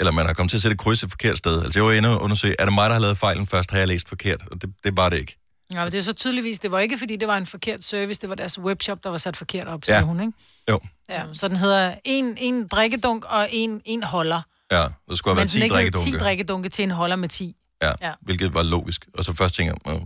Speaker 1: eller man har kommet til at sætte kryds et forkert sted. Altså jeg var inde og undersøge, er det mig, der har lavet fejlen først? Har jeg læst forkert? Og det, det var det ikke.
Speaker 4: Ja, men det er så tydeligvis, det var ikke fordi, det var en forkert service, det var deres webshop, der var sat forkert op,
Speaker 1: Ja.
Speaker 4: siger hun, ikke?
Speaker 1: Jo.
Speaker 4: Ja, så den hedder en, en drikkedunk og en, en holder.
Speaker 1: Ja, der skulle have
Speaker 4: men
Speaker 1: været 10
Speaker 4: den ikke hed 10
Speaker 1: drikkedunke.
Speaker 4: drikkedunke til en holder med 10.
Speaker 1: Ja,
Speaker 4: Ja.
Speaker 1: ja, hvilket var logisk. Og så først tænkte jeg, "Nå,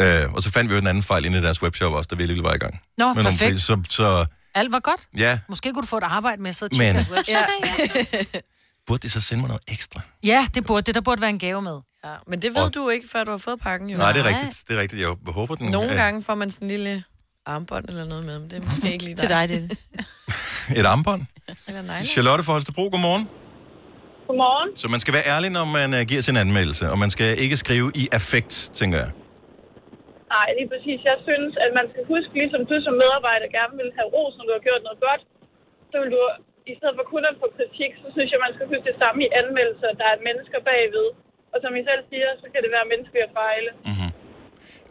Speaker 1: what?" øh, og så fandt vi jo en anden fejl inde i deres webshop også, der vi alligevel var i gang.
Speaker 4: Nå,
Speaker 1: Med nogle
Speaker 4: perfekt.
Speaker 1: priser, Så, så
Speaker 4: Alt var godt.
Speaker 1: ja,
Speaker 4: Måske kunne du få et arbejde med at sidde og
Speaker 1: Men-
Speaker 4: tjekke deres webshop.
Speaker 1: burde de så sende mig noget ekstra?
Speaker 4: Ja, det burde, det der burde være en gave med.
Speaker 2: Ja, men det ved du ikke, før du har fået pakken, jo.
Speaker 1: Nej, det er rigtigt. Det er rigtigt. Jeg håber, den...
Speaker 2: Nogle
Speaker 1: øh,
Speaker 2: gange får man sådan en lille armbånd eller noget med, men det er måske ikke lige dig.
Speaker 3: Til dig, Dennis.
Speaker 1: Et armbånd.
Speaker 2: Eller nej.
Speaker 1: Charlotte fra Holstebro, godmorgen.
Speaker 11: Godmorgen.
Speaker 1: Så man skal være ærlig, når man øh, giver sin anmeldelse, og man skal ikke skrive i affekt, tænker jeg.
Speaker 11: Nej, lige præcis. Jeg synes, at man skal huske, ligesom du som medarbejder gerne vil have ros, når du har gjort noget godt, så vil du, i stedet for kun at få kritik, så synes jeg, man skal huske det samme i anmeldelser. Der er mennesker bagved. Og som I selv siger, så kan det være mennesker at fejle.
Speaker 1: Mhm.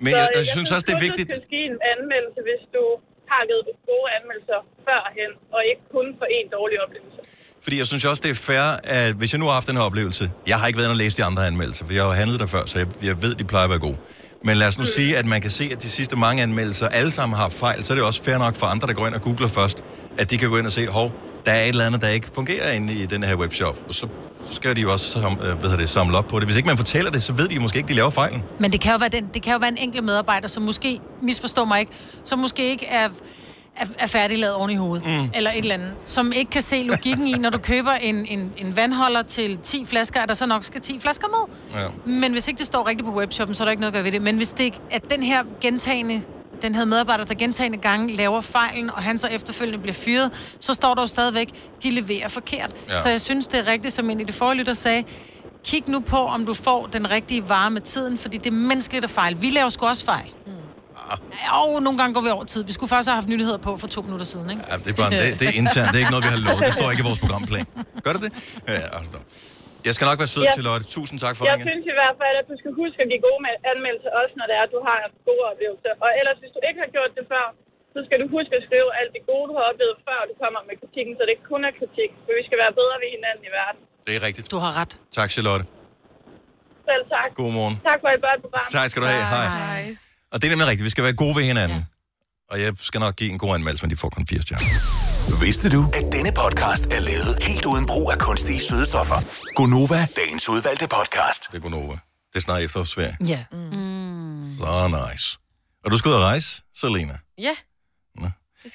Speaker 1: Men
Speaker 11: så,
Speaker 1: jeg,
Speaker 11: øh,
Speaker 1: jeg synes også, det er
Speaker 11: kun,
Speaker 1: vigtigt...
Speaker 11: Du skal give en anmeldelse, hvis du har givet gode anmeldelser førhen, og ikke kun for en dårlig oplevelse.
Speaker 1: Fordi jeg synes også, det er fair, at hvis jeg nu har haft den her oplevelse, jeg har ikke været inde og læst de andre anmeldelser, for jeg har jo handlet der før, så jeg, jeg ved, de plejer at være gode. Men lad os nu sige, at man kan se, at de sidste mange anmeldelser alle sammen har haft fejl, så er det jo også fair nok for andre, der går ind og googler først, at de kan gå ind og se, hov, der er et eller andet, der ikke fungerer inde i den her webshop. Og så skal de jo også sam, øh, hvad hedder det, samle op på det. Hvis ikke man fortæller det, så ved de måske ikke, de laver fejlen.
Speaker 4: Men det kan jo være, den, det kan jo være en enkelt medarbejder, som måske, misforstår mig ikke, som måske ikke er, er, er færdiglavet oven i hovedet, mm. eller et eller andet, som ikke kan se logikken i, når du køber en, en, en vandholder til 10 flasker, at der så nok skal 10 flasker med.
Speaker 1: Ja.
Speaker 4: Men hvis ikke det står rigtigt på webshoppen, så er der ikke noget at gøre ved det. Men hvis det ikke, at den her gentagende den her medarbejder, der gentagende gange laver fejlen, og han så efterfølgende bliver fyret, så står der jo stadigvæk, de leverer forkert. Ja.
Speaker 10: Ja.
Speaker 4: Så jeg synes, det er rigtigt, som en i det forrige lytter sagde, kig nu på, om du får den rigtige vare med tiden, fordi det er menneskeligt at fejle. Vi laver sgu også fejl. Mm. Og nogle gange går vi over tid. Vi skulle faktisk have haft nyheder på for to minutter siden, ikke?
Speaker 1: Ja, det er bare en, det, det er internt, det er ikke noget, vi har lovet. Det står ikke i vores programplan. Gør det det? Ja, altså. Jeg skal nok være sød,
Speaker 11: Ja.
Speaker 1: Charlotte. Tusind tak for
Speaker 11: Jeg
Speaker 1: ringen.
Speaker 11: synes i hvert fald, at du skal huske at give gode med- anmeldelser, også når det er, at du har haft gode oplevelser. Og ellers, hvis du ikke har gjort det før, så skal du huske at skrive alt det gode, du har oplevet, før du kommer med kritikken, så det ikke kun er kritik, for vi skal være bedre ved hinanden i verden.
Speaker 1: Det er rigtigt.
Speaker 4: Du har ret.
Speaker 1: Tak, Charlotte.
Speaker 11: Selv tak.
Speaker 1: Godmorgen.
Speaker 11: Tak for et godt program.
Speaker 1: Tak skal du have. Hej. Hej. Og det er nemlig rigtigt. Vi skal være gode ved hinanden. Ja. Og jeg skal nok give en god anmeldelse, men de får kun 4 stjerner.
Speaker 6: Vidste du, at denne podcast er lavet helt uden brug af kunstige sødestoffer?
Speaker 1: Gonova.
Speaker 6: Dagens udvalgte podcast.
Speaker 1: Det er Gonova. Det er snart efterårsferie.
Speaker 4: Ja.
Speaker 1: Så nice. Og du skal ud og rejse, Selena.
Speaker 2: Ja.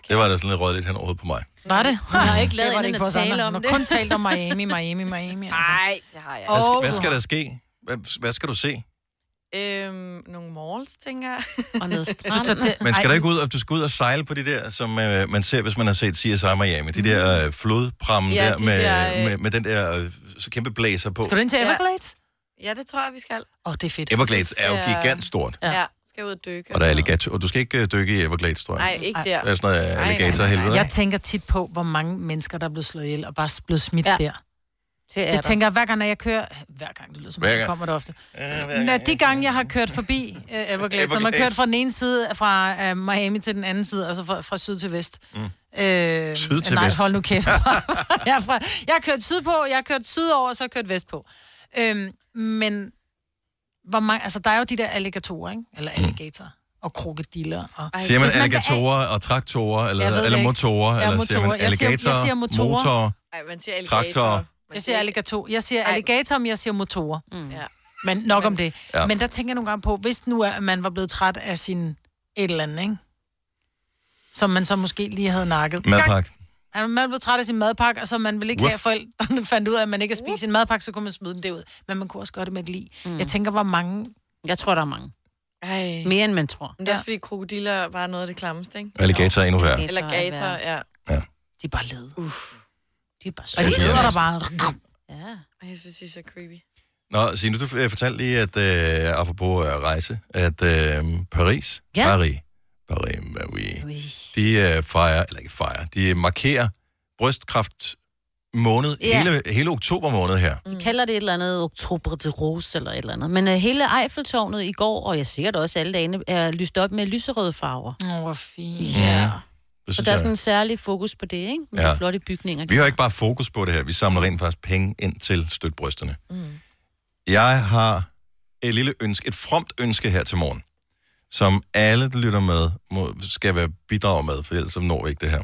Speaker 1: Det var da sådan lidt rødt lidt hen overhovedet på mig.
Speaker 4: Var det?
Speaker 3: Hun har ikke lavet
Speaker 4: Det var det ikke
Speaker 3: andet end at
Speaker 4: vores
Speaker 3: tale
Speaker 4: andre.
Speaker 3: om
Speaker 4: Hun
Speaker 3: det.
Speaker 4: har kun talt om Miami, Miami, Miami. Nej,
Speaker 3: altså. det har jeg.
Speaker 1: Hvad, skal, hvad skal der ske? Hvad, hvad skal du se?
Speaker 2: Øhm, nogle malls, tænker jeg.
Speaker 3: Og noget strand.
Speaker 4: Du tager til-
Speaker 1: Man skal da ikke ud, og du skal ud og sejle på de der, som øh, man ser, hvis man har set CSI Miami. De der øh, flodprammen
Speaker 2: Ja,
Speaker 1: der,
Speaker 2: de
Speaker 1: med,
Speaker 2: der, øh,
Speaker 1: med, med den der øh, så kæmpe blæser på.
Speaker 4: Skal du ind til Everglades?
Speaker 2: Ja, det tror jeg, vi skal.
Speaker 4: Åh, oh, det er fedt.
Speaker 1: Everglades er jo
Speaker 2: Ja.
Speaker 1: gigantstort.
Speaker 2: Ja. ja skal ud og dykke.
Speaker 1: Og der er alligator. Og du skal ikke øh, dykke i Everglades, tror jeg.
Speaker 2: Nej, ikke der.
Speaker 1: Der er sådan noget øh,
Speaker 2: Nej, nej,
Speaker 1: alligator helvede.
Speaker 4: Jeg tænker tit på, hvor mange mennesker, der er blevet slået ihjel og bare blevet smidt ja. der.
Speaker 3: Det
Speaker 4: jeg tænker, hver gang, når jeg kører... Hver gang, det lyder som,
Speaker 3: Hver
Speaker 4: det
Speaker 3: gang.
Speaker 4: kommer det ofte.
Speaker 3: hver
Speaker 4: Når de gange, jeg har kørt forbi uh, Everglades, som har
Speaker 3: Everglades.
Speaker 4: kørt fra den ene side, fra uh, Miami til den anden side, altså fra, fra syd til vest. Mm. Øh,
Speaker 3: Syd til
Speaker 4: nej,
Speaker 3: vest.
Speaker 4: hold nu kæft. jeg, er fra, jeg har kørt sydpå, jeg har kørt sydover, og så har jeg kørt vestpå. Øhm, men hvor mange, altså, der er jo de der alligatorer, ikke? Eller alligatorer. Og krokodiller. Og...
Speaker 1: Siger man
Speaker 4: Hvis vil af-
Speaker 1: alligatorer og traktorer,
Speaker 4: Jeg ved
Speaker 1: eller,
Speaker 4: det
Speaker 1: eller
Speaker 4: ikke.
Speaker 1: motorer,
Speaker 4: Ja,
Speaker 1: eller siger man
Speaker 4: motorer. Jeg siger-
Speaker 1: alligator,
Speaker 4: jeg siger motorer.
Speaker 1: motor,
Speaker 2: Ej, man siger
Speaker 1: traktorer?
Speaker 2: alligator.
Speaker 4: Jeg siger alligator. Jeg siger alligator, men jeg siger motorer.
Speaker 2: Mm. Ja.
Speaker 4: Men nok om det.
Speaker 1: Ja.
Speaker 4: Ja. Men der tænker jeg nogle gange på, hvis nu er, man var blevet træt af sin et eller andet, ikke? Som man så måske lige havde nakket.
Speaker 1: Madpakke.
Speaker 4: Han, man blev træt af sin madpakke, og så man ville ikke
Speaker 10: Wuff.
Speaker 4: have at forældrene fandt ud af, at man ikke har spist sin madpakke, så kunne man smide den derud. Men man kunne også gøre det med et lig. Mm. Jeg tænker, hvor mange...
Speaker 3: Jeg tror, der er mange.
Speaker 2: Ej.
Speaker 3: Mere end man tror.
Speaker 2: Men det er også fordi krokodiller var noget af det klammeste, ikke?
Speaker 1: Alligator er endnu værre.
Speaker 2: Eller gator, ja.
Speaker 4: De er bare lede.
Speaker 2: Uff.
Speaker 3: De er bare
Speaker 4: Og de
Speaker 1: søde.
Speaker 4: æder der bare.
Speaker 3: Ja.
Speaker 2: Og jeg synes, det er så creepy.
Speaker 1: Nå, Signe, du øh, fortalte lige, at øh, apropos øh, rejse, at øh, Paris,
Speaker 2: Ja.
Speaker 1: Paris, Paris, Paris, de øh, fejrer, eller ikke fejrer, de markerer brystkræft måned,
Speaker 3: Ja.
Speaker 1: hele, hele oktober måned her.
Speaker 3: De kalder det et eller andet oktober til rose eller et eller andet. Men uh, hele Eiffeltårnet i går, og jeg sikkert også alle dagene, er lyst op med lyserøde farver.
Speaker 4: Åh, oh, hvor fint.
Speaker 1: Ja.
Speaker 3: Så der er sådan en særlig fokus på det, ikke? Med ja.
Speaker 1: Ja.
Speaker 3: de flotte bygninger.
Speaker 1: Vi har ikke bare fokus på det her, vi samler rent faktisk penge ind til støt brysterne. Mm. Jeg har et lille ønske, et fromt ønske her til morgen, som alle, der lytter med, må, skal være bidrag med, for ellers så når vi ikke det her.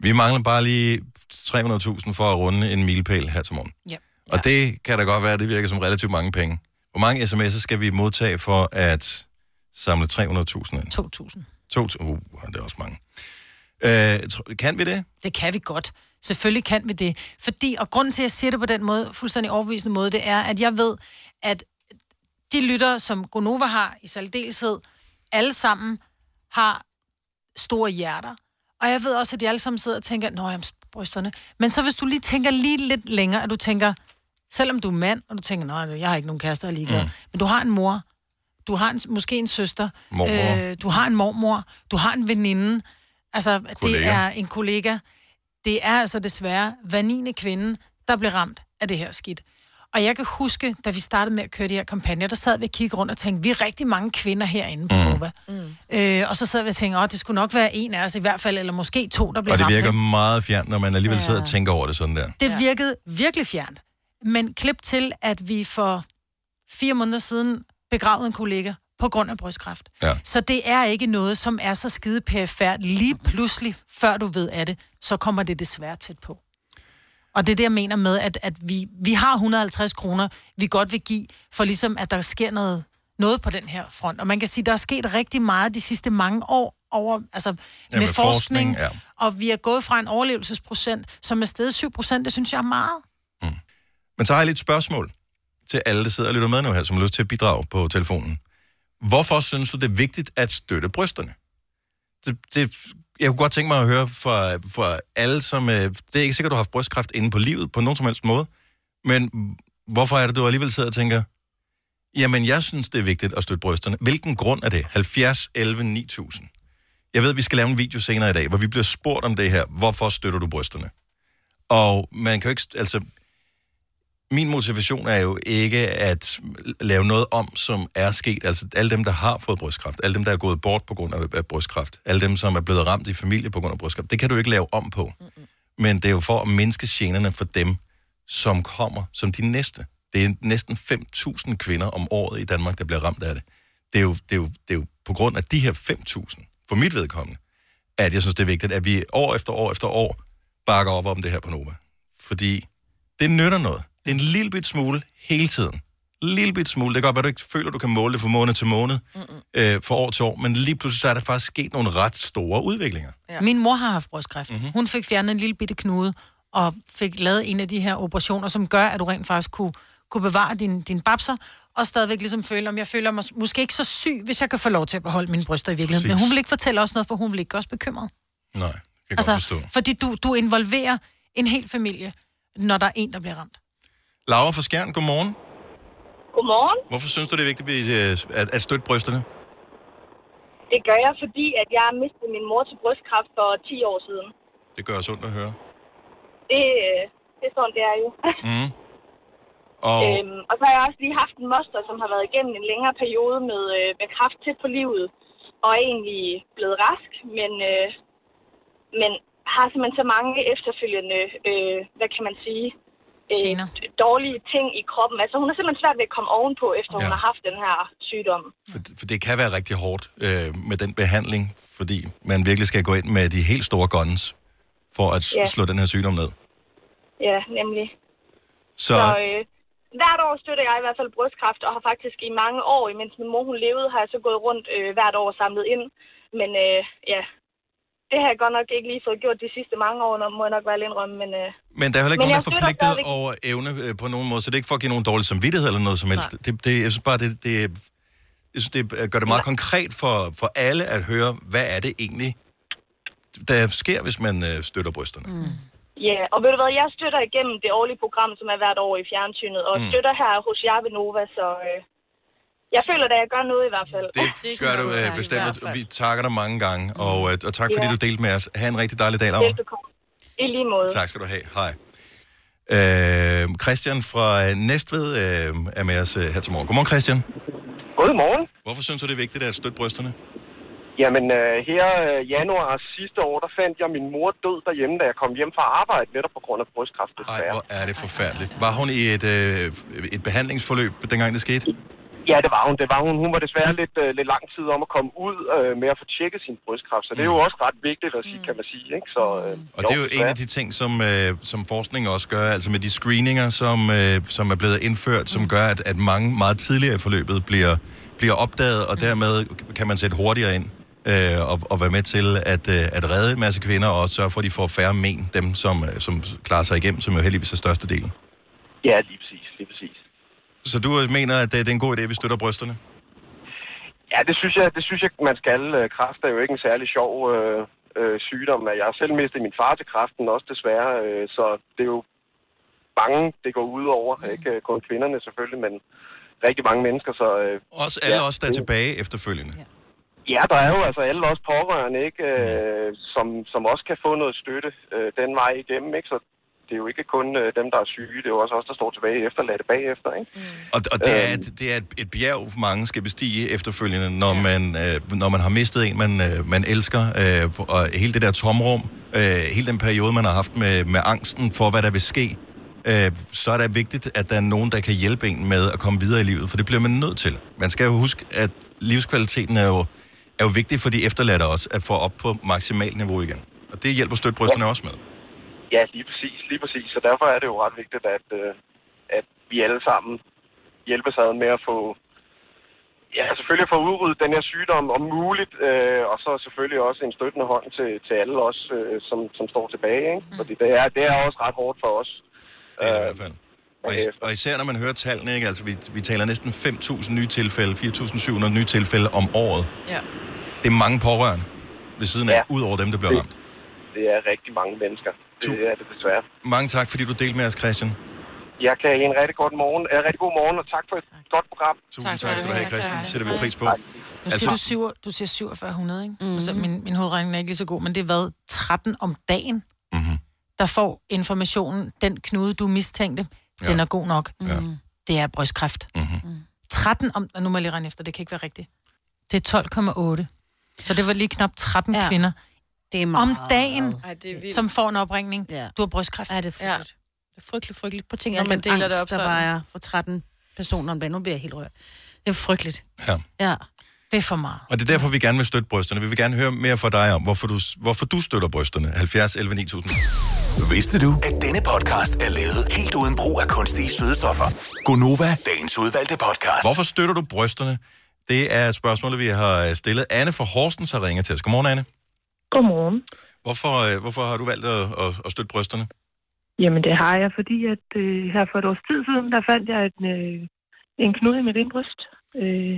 Speaker 1: Vi mangler bare lige 300.000 for at runde en milepæl her til morgen.
Speaker 4: Ja.
Speaker 1: Og det kan da godt være, det virker som relativt mange penge. Hvor mange sms'er skal vi modtage for at samle 300.000 ind?
Speaker 4: 2.000.
Speaker 1: 2.000. Uh, det er også mange. Øh, tr- kan vi det?
Speaker 4: Det kan vi godt. Selvfølgelig kan vi det. Fordi, og grunden til, at jeg siger det på den måde, fuldstændig overbevisende måde, det er, at jeg ved, at de lyttere, som Gonova har i særdeleshed, alle sammen har store hjerter. Og jeg ved også, at de alle sammen sidder og tænker, nå, jamen, brysterne. Men så hvis du lige tænker lige lidt længere, at du tænker, selvom du er mand, og du tænker, nej, jeg har ikke nogen kæreste, jeg er ligeglad. Mm.
Speaker 10: Mm.
Speaker 4: Men du har en mor, du har en, måske en søster, øh,
Speaker 10: Mormor.
Speaker 4: du har en mormor, du har en veninde, altså
Speaker 10: Kollega.
Speaker 4: det er en kollega. Det er altså desværre hver 9. kvinde, der blev ramt af det her skidt. Og jeg kan huske, da vi startede med at køre de her kampagner, der sad vi og kiggede rundt og tænkte, vi er rigtig mange kvinder herinde på
Speaker 1: Mm.
Speaker 4: Nova. Mm. Øh, og så sad vi og tænkte, åh, det skulle nok være en af os i hvert fald, eller måske to, der blev
Speaker 1: Og det
Speaker 4: ramt.
Speaker 1: virker
Speaker 4: ikke?
Speaker 1: meget fjernt, når man alligevel sidder og tænker over det sådan der.
Speaker 4: Det virkede virkelig fjernt. Men klip til, at vi for fire måneder siden begravede en kollega på grund af brystkræft.
Speaker 1: Ja.
Speaker 4: Så det er ikke noget, som er så skide perifært. Lige pludselig, før du ved af det, så kommer det desværre tæt på. Og det er det, jeg mener med, at, at vi, vi har 150 kroner, vi godt vil give, for ligesom, at der sker noget, noget på den her front. Og man kan sige, der er sket rigtig meget de sidste mange år over, altså, ja, med,
Speaker 1: med
Speaker 4: med forskning,
Speaker 1: forskning,
Speaker 4: forskning ja. og vi er gået fra en overlevelsesprocent, som er steget 7 procent, det synes jeg er meget.
Speaker 1: Men så har jeg lidt spørgsmål til alle, der sidder og lytter med nu her, som har lyst til at bidrage på telefonen. Hvorfor synes du, det er vigtigt at støtte brysterne? Det, det, jeg kunne godt tænke mig at høre fra, fra alle, som... øh, Det er ikke sikkert, du har haft brystkræft inde på livet på nogen som helst måde, men hvorfor er det, du alligevel sidder og tænker, jamen, jeg synes, det er vigtigt at støtte brysterne. Hvilken grund er det? 70, 11, 9000. Jeg ved, at vi skal lave en video senere i dag, hvor vi bliver spurgt om det her. Hvorfor støtter du brysterne? Og man kan jo ikke... Altså, min motivation er jo ikke at lave noget om, som er sket. Altså alle dem, der har fået brystkræft, alle dem, der er gået bort på grund af, af brystkræft, alle dem, som er blevet ramt i familie på grund af brystkræft, det kan du ikke lave om på. Mm-mm. Men det er jo for at mindske generne for dem, som kommer som de næste. Det er næsten 5.000 kvinder om året i Danmark, der bliver ramt af det. Det er jo, det er jo, det er jo på grund af de her 5.000, for mit vedkommende, at jeg synes, det er vigtigt, at vi år efter år efter år bakker op om det her på Nova. Fordi det nytter noget. Det er en lille bit smule hele tiden. Lille bit smule. Det kan godt være, du ikke føler, du kan måle det fra måned til måned, øh, fra år til år, men lige pludselig så er der faktisk sket nogle ret store udviklinger.
Speaker 4: Ja. Min mor har haft brystkræft. Mm-hmm. Hun fik fjernet en lille bitte knude, og fik lavet en af de her operationer, som gør, at du rent faktisk kunne, kunne bevare din, din babser, og stadigvæk ligesom føle, om jeg føler mig måske ikke så syg, hvis jeg kan få lov til at beholde mine bryster i virkeligheden. Præcis. Men
Speaker 1: Præcis.
Speaker 4: hun vil ikke fortælle os noget, for hun vil ikke gøre os bekymret.
Speaker 1: Nej, det kan jeg godt forstå.
Speaker 4: fordi du, du involverer en hel familie, når der er en, der bliver ramt.
Speaker 1: Laura fra Skjern, godmorgen.
Speaker 11: Godmorgen.
Speaker 1: Hvorfor synes du, det er vigtigt at vi, øh, at, at støtte brysterne?
Speaker 11: Det gør jeg, fordi at jeg mistede min mor til brystkræft for 10 år siden.
Speaker 1: Det gør os ondt at høre.
Speaker 11: Det, øh, det er sådan, det er jo.
Speaker 1: Mm. Og
Speaker 11: Øhm, og så har jeg også lige haft en moster, som har været igennem en længere periode med, øh, med kraft tæt på livet, og er egentlig blevet rask, men, øh, men har simpelthen så mange efterfølgende, øh, hvad kan man sige, øh, dårlige ting i kroppen. Altså hun har simpelthen svært ved at komme ovenpå, efter ja. hun har haft den her sygdom.
Speaker 1: for det kan være rigtig hårdt øh, med den behandling, fordi man virkelig skal gå ind med de helt store guns for at
Speaker 11: Ja.
Speaker 1: yeah. slå den her sygdom ned.
Speaker 11: Ja, nemlig.
Speaker 1: Så,
Speaker 11: Så
Speaker 1: så
Speaker 11: øh, hvert år støtter jeg i hvert fald brystkræft, og har faktisk i mange år, imens min mor hun levede, har jeg så gået rundt øh, hvert år og samlet ind. Men øh, ja, det har jeg godt nok ikke lige fået gjort de sidste mange år, når må jeg nok være lidt rømme, men... Øh,
Speaker 1: Men der er heller ikke
Speaker 11: Men
Speaker 1: nogen,
Speaker 11: jeg
Speaker 1: der er
Speaker 11: støtter
Speaker 1: forpligtet
Speaker 11: stadigvæk-
Speaker 1: over evne øh, på nogen måde, så det er ikke for at give nogen dårlig samvittighed eller noget som helst.
Speaker 11: Nej.
Speaker 1: Det, det, jeg synes bare, det, det, jeg synes, det gør det meget konkret for, for alle at høre, hvad er det egentlig, der sker, hvis man øh, støtter brysterne. Mm.
Speaker 11: Ja, og ved du hvad, jeg støtter igennem det årlige program, som er hvert år i fjernsynet, og
Speaker 1: Mm.
Speaker 11: støtter her hos jer ved Nova, så øh, jeg føler, at jeg gør noget i hvert fald.
Speaker 1: Det, det gør du øh, bestemt, og vi takker dig mange gange, og, øh, og tak fordi
Speaker 11: Ja.
Speaker 1: du delte med os. Ha' en rigtig dejlig dag, Laura.
Speaker 11: Velbekomme. I lige måde.
Speaker 1: Tak skal du have. Hej. Øh, Christian fra Næstved øh, er med os øh, her til morgen. Godmorgen, Christian.
Speaker 10: Godmorgen.
Speaker 1: Hvorfor synes du, det er vigtigt at støtte brysterne?
Speaker 10: Jamen, øh, her øh, januar sidste år, der fandt jeg min mor død derhjemme, da jeg kom hjem fra arbejde, netop på grund af brystkræft.
Speaker 1: Ej, hvor er det forfærdeligt. Var hun i et, øh, et behandlingsforløb, dengang det skete?
Speaker 10: Ja, det var hun. Det var hun. Hun var desværre lidt, øh, lidt lang tid om at komme ud øh, med at få tjekket sin brystkræft, så det
Speaker 1: Mm.
Speaker 10: er jo også ret vigtigt at sige, kan man sige. Ikke? Så, øh,
Speaker 1: Og det er jo en af de ting, som, øh, som forskning også gør, altså med de screeninger, som, øh, som er blevet indført, som gør, at, at mange meget tidligere i forløbet bliver, bliver opdaget, og dermed kan man sætte hurtigere ind øh, og, og være med til at, øh, at redde en masse kvinder, og også sørge for, at de får færre men, dem som, øh, som klarer sig igennem, som jo heldigvis er størstedelen.
Speaker 10: Ja, lige præcis. Lige præcis.
Speaker 1: Så du øh, mener, at det, det er en god idé, at vi støtter brysterne?
Speaker 10: Ja, det synes jeg, det synes jeg man skal. Øh, Kræft er jo ikke en særlig sjov øh, øh, sygdom. Jeg har selv mistet min far til kræften også desværre, øh, så det er jo mange, det går ud over. Ikke øh, kun kvinderne selvfølgelig, men rigtig mange mennesker. Så, øh,
Speaker 1: Også alle ja, os, der er tilbage efterfølgende. Ja.
Speaker 10: Ja, der er jo altså alle også pårørende, ikke? Øh, som, som også kan få noget støtte øh, den vej igennem, ikke? Så det er jo ikke kun øh, dem, der er syge, det er jo også os, der står tilbage efterladte bagefter, ikke?
Speaker 1: Og, og det er, et, det er et, et bjerg, mange skal bestige efterfølgende, når, man, øh, når man har mistet en, man, øh, man elsker. Øh, og hele det der tomrum, øh, hele den periode, man har haft med, med angsten for, hvad der vil ske, øh, så er det vigtigt, at der er nogen, der kan hjælpe en med at komme videre i livet, for det bliver man nødt til. Man skal jo huske, at livskvaliteten er jo, er jo vigtig for de efterladte også, at få op på maksimalt niveau igen. Og det hjælper støtbrysterne også med.
Speaker 10: Ja, lige præcis, lige præcis. Så derfor er det jo ret vigtigt, at, øh, at vi alle sammen hjælper sig ad med at få... Ja, selvfølgelig at få udryddet den her sygdom om muligt, øh, og så selvfølgelig også en støttende hånd til, til alle os, øh, som, som står tilbage,
Speaker 4: Mm.
Speaker 10: ikke? Fordi det er, det er også ret hårdt for os.
Speaker 1: Det er det i hvert fald. Og, is- og især når man hører tallene, ikke? Altså, vi, vi taler næsten 5.000 nye tilfælde, 4.700 nye tilfælde om året.
Speaker 2: Ja.
Speaker 1: Det er mange pårørende ved siden af, ja. ud over dem, der bliver ramt.
Speaker 10: Det er rigtig mange mennesker. Det er det desværre.
Speaker 1: Mange tak, fordi du delte med os, Christian.
Speaker 10: Jeg kan have en rigtig, godt morgen, øh, rigtig god morgen, og tak for et godt program.
Speaker 1: Tusind tak, skal du have, Christian. Altså, Det sætter vi pris på.
Speaker 4: Nu siger du, syv, du siger 4700, ikke? Mm-hmm. Så min, min hovedregning er ikke lige så god, men det er hvad? 13 om dagen, mm-hmm. der får informationen, den knude, du mistænkte, ja. den er god nok. Mm-hmm. Det er brystkræft.
Speaker 1: Mm-hmm.
Speaker 3: Mm.
Speaker 4: 13 om... og Nu må jeg lige regne efter, det kan ikke være rigtigt. Det er 12,8. Så det var lige knap 13 ja. kvinder
Speaker 3: det er
Speaker 4: om
Speaker 3: meget.
Speaker 4: dagen,
Speaker 2: Ej, det er vildt.
Speaker 4: som får en opringning.
Speaker 3: Ja.
Speaker 4: Du har brystkræft.
Speaker 3: Ja, det er frygteligt. Ja. Det er frygteligt, frygteligt. På ting,
Speaker 4: Når
Speaker 3: at
Speaker 4: man
Speaker 3: man
Speaker 4: deler
Speaker 3: deler
Speaker 4: det
Speaker 3: angst,
Speaker 4: op
Speaker 3: op, der
Speaker 4: sådan.
Speaker 3: vejer for 13 personer om dagen. Nu bliver jeg helt rørt. Det er frygteligt.
Speaker 1: Ja.
Speaker 3: Ja.
Speaker 4: Det er for meget.
Speaker 1: Og det er derfor, vi gerne vil støtte brysterne. Vi vil gerne høre mere fra dig om, hvorfor du, hvorfor du støtter brysterne. 70 11 9000.
Speaker 6: Vidste du, at denne podcast er lavet helt uden brug af kunstige sødestoffer?
Speaker 1: Gunova.
Speaker 6: Dagens udvalgte podcast.
Speaker 1: Hvorfor støtter du brysterne? Det er spørgsmålet, vi har øh, stillet. Anne fra Horsens har ringet til os. Godmorgen, Anne.
Speaker 12: Godmorgen.
Speaker 1: Hvorfor, øh, hvorfor har du valgt at, at, at støtte brysterne?
Speaker 12: Jamen, det har jeg, fordi at øh, her for et års tid siden, der fandt jeg en, øh, en knude i mit ene bryst. Øh,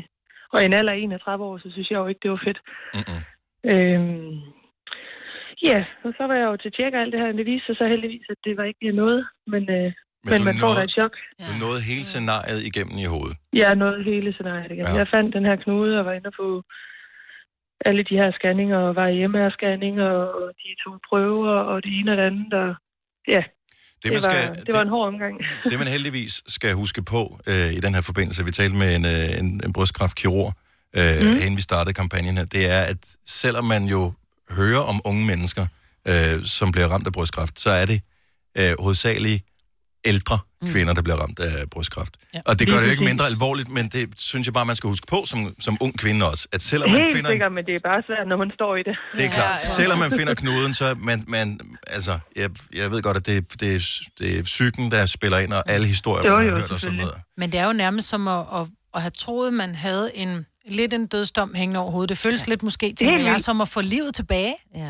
Speaker 12: og i en alder af 31 år, så synes jeg jo ikke, det var fedt. Mm-mm. Øh, ja, og så var jeg jo til tjek og alt det her, men det viste sig så heldigvis, at det var ikke noget. Men, øh, men, men
Speaker 1: du
Speaker 12: man får da
Speaker 1: nåede-
Speaker 12: et chok.
Speaker 1: Du nåede hele scenariet igennem i hovedet.
Speaker 12: Jeg nåede hele scenariet igen.
Speaker 1: Ja.
Speaker 12: Ja. Jeg fandt den her knude og var inde og få alle de her scanninger, og var hjemme scanninger, og de to prøver, og det ene og det andet, og ja, det, det,
Speaker 1: man
Speaker 12: var,
Speaker 1: skal-
Speaker 12: det, det var en hård omgang.
Speaker 1: Det man heldigvis skal huske på øh, i den her forbindelse, vi talte med en, øh, en, en brystkræftkirurg, øh, mm. inden vi startede kampagnen her, det er, at selvom man jo hører om unge mennesker, øh, som bliver ramt af brystkræft, så er det øh, hovedsageligt ældre kvinder, der bliver ramt af brystkræft. Ja. Og det gør det jo ikke mindre alvorligt, men det synes jeg bare, man skal huske på som, som ung kvinde også, at selvom man
Speaker 12: Helt
Speaker 1: finder en
Speaker 12: sikkert, men det er bare svært, når man står i det.
Speaker 1: Det er klart. Selvom man finder knuden, så man, man altså, jeg, jeg ved godt, at det, det, er- det er psyken, der spiller ind, og alle historier,
Speaker 12: Jo,
Speaker 1: man
Speaker 12: jo,
Speaker 1: har hørt og sådan noget.
Speaker 4: Men det er jo nærmest som at, at, at have troet, man havde en lidt en dødsdom hængende over hovedet. Det føles ja. lidt måske til
Speaker 12: Helt
Speaker 4: jer
Speaker 12: vildt.
Speaker 4: som at få livet tilbage.
Speaker 3: Ja.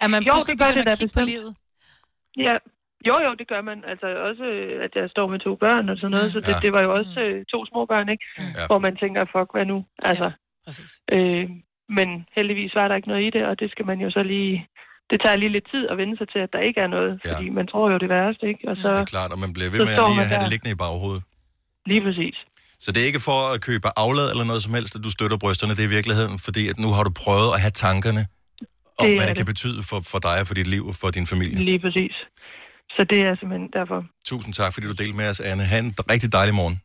Speaker 4: Er man
Speaker 12: jo,
Speaker 4: pludselig
Speaker 12: det gør
Speaker 4: begyndt
Speaker 12: det
Speaker 4: at
Speaker 12: da
Speaker 4: kigge på
Speaker 12: bestemt.
Speaker 4: livet?
Speaker 12: Ja, jo jo, det gør man. Altså også, øh, at jeg står med to børn og sådan noget, så det,
Speaker 4: Ja.
Speaker 12: det var jo også øh, to små børn, ikke?
Speaker 1: Ja.
Speaker 12: Hvor man tænker, fuck, hvad nu? Altså,
Speaker 4: Præcis.
Speaker 12: øh, men heldigvis var der ikke noget i det, og det skal man jo så lige... Det tager lige lidt tid at vende sig til, at der ikke er noget,
Speaker 1: Ja.
Speaker 12: fordi man tror jo det værste, ikke? Og så,
Speaker 1: Det er klart, og man bliver ved
Speaker 12: så
Speaker 1: med at
Speaker 12: står
Speaker 1: lige
Speaker 12: man
Speaker 1: at have
Speaker 12: der.
Speaker 1: det liggende i baghovedet.
Speaker 12: Lige præcis.
Speaker 1: Så det er ikke for at købe aflad eller noget som helst, at du støtter brysterne. Det er i virkeligheden, fordi at nu har du prøvet at have tankerne om,
Speaker 12: Det er
Speaker 1: hvad det
Speaker 12: det.
Speaker 1: kan betyde for, for dig og for dit liv og for din familie.
Speaker 12: lige præcis. Så det er simpelthen derfor.
Speaker 1: Tusind tak, fordi du delte med os, Anne. Ha' en rigtig dejlig morgen.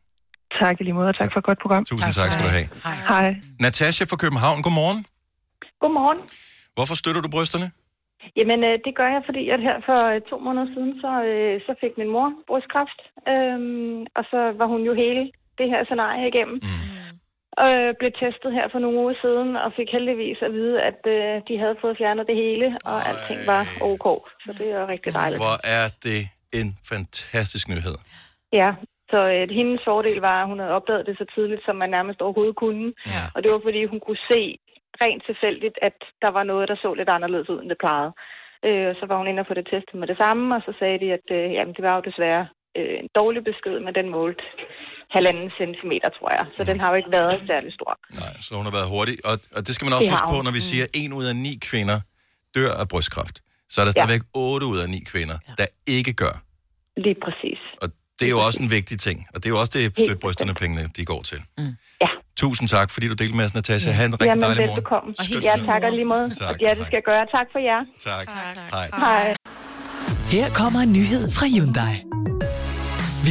Speaker 12: Tak i lige måde, og tak for et godt program.
Speaker 1: Tusind tak, tak skal du have.
Speaker 12: Hej. Hej.
Speaker 1: Natasha fra København, godmorgen.
Speaker 13: Godmorgen.
Speaker 1: Hvorfor støtter du brysterne?
Speaker 13: Jamen, øh, det gør jeg, fordi at her for øh, to måneder siden, så, øh, så fik min mor brystkræft. Øhm, og så var hun jo hele det her scenarie igennem. Mm. Og øh, blev testet her for nogle uger siden, og fik heldigvis at vide, at øh, de havde fået fjernet det hele, og Ej. alting var ok. Så det er jo rigtig dejligt.
Speaker 1: Hvor er det en fantastisk nyhed.
Speaker 13: Ja, så øh, hendes fordel var, at hun havde opdaget det så tidligt, som man nærmest overhovedet kunne.
Speaker 1: Ja.
Speaker 13: Og det var, fordi hun kunne se rent tilfældigt, at der var noget, der så lidt anderledes ud, end det plejede. Øh, og så var hun inde og få det testet med det samme, og så sagde de, at øh, jamen, det var jo desværre øh, en dårlig besked, men den målte halvanden centimeter, tror jeg. Så den har jo ikke været særlig stor.
Speaker 1: Nej, så hun har været hurtig. Og, og det skal man også
Speaker 13: Det har
Speaker 1: huske på,
Speaker 13: hun. Mm.
Speaker 1: når vi siger, at en ud af ni kvinder dør af brystkræft. Så er der stadigvæk otte ud af ni kvinder, der ikke gør.
Speaker 13: Lige præcis.
Speaker 1: Det er jo også en vigtig ting. Og det er jo også det, støt brysterne pengene, de går til. Mm. Ja. Tusind tak, fordi du delte med os, Natasha. Ha' en rigtig
Speaker 13: Jamen,
Speaker 1: dejlig morgen.
Speaker 13: velbekomme.
Speaker 1: Skønt.
Speaker 13: Ja, tak og lige måde.
Speaker 1: Tak,
Speaker 13: ja, det skal jeg gøre. Tak for jer.
Speaker 1: Tak. tak. Hej.
Speaker 13: Hej.
Speaker 14: Her kommer en nyhed fra Hyundai. Vi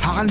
Speaker 15: Harald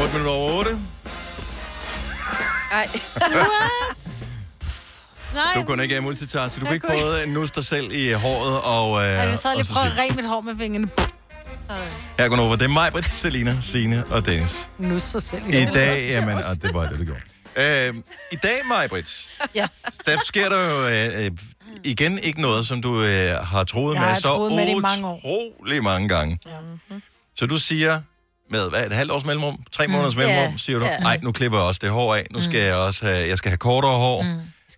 Speaker 1: 8 minutter over 8.
Speaker 2: Ej.
Speaker 3: What? Nej,
Speaker 1: Du kunne ikke multitaske.
Speaker 4: Jeg
Speaker 1: Du kan ikke
Speaker 4: kunne
Speaker 1: både nusse dig selv i håret og... Øh,
Speaker 4: Ja, jeg sad
Speaker 1: og
Speaker 4: lige
Speaker 1: så
Speaker 4: og prøvede at
Speaker 1: sige-
Speaker 4: ræbe mit hår med vingerne.
Speaker 1: Her går over. Det er mig, Britt, Selina, Signe og Dennis.
Speaker 4: Nu sig selv.
Speaker 1: I dag, jamen, og det var det, du gjorde. Øh, I dag, mig, Britt,
Speaker 4: Ja.
Speaker 1: der sker der jo øh, øh, igen ikke noget, som du øh, har troet
Speaker 4: Jeg
Speaker 1: med
Speaker 4: har
Speaker 1: så
Speaker 4: troet med det i mange Mhm. år.
Speaker 1: utrolig mange gange. Ja. Så du siger, med hvad, et halvt års mellemrum, tre måneders
Speaker 4: Mm. Ja.
Speaker 1: mellemrum, siger du,
Speaker 4: Ja. Mm.
Speaker 1: nej, nu klipper jeg også det hår af, nu skal jeg også have, jeg skal have kortere hår,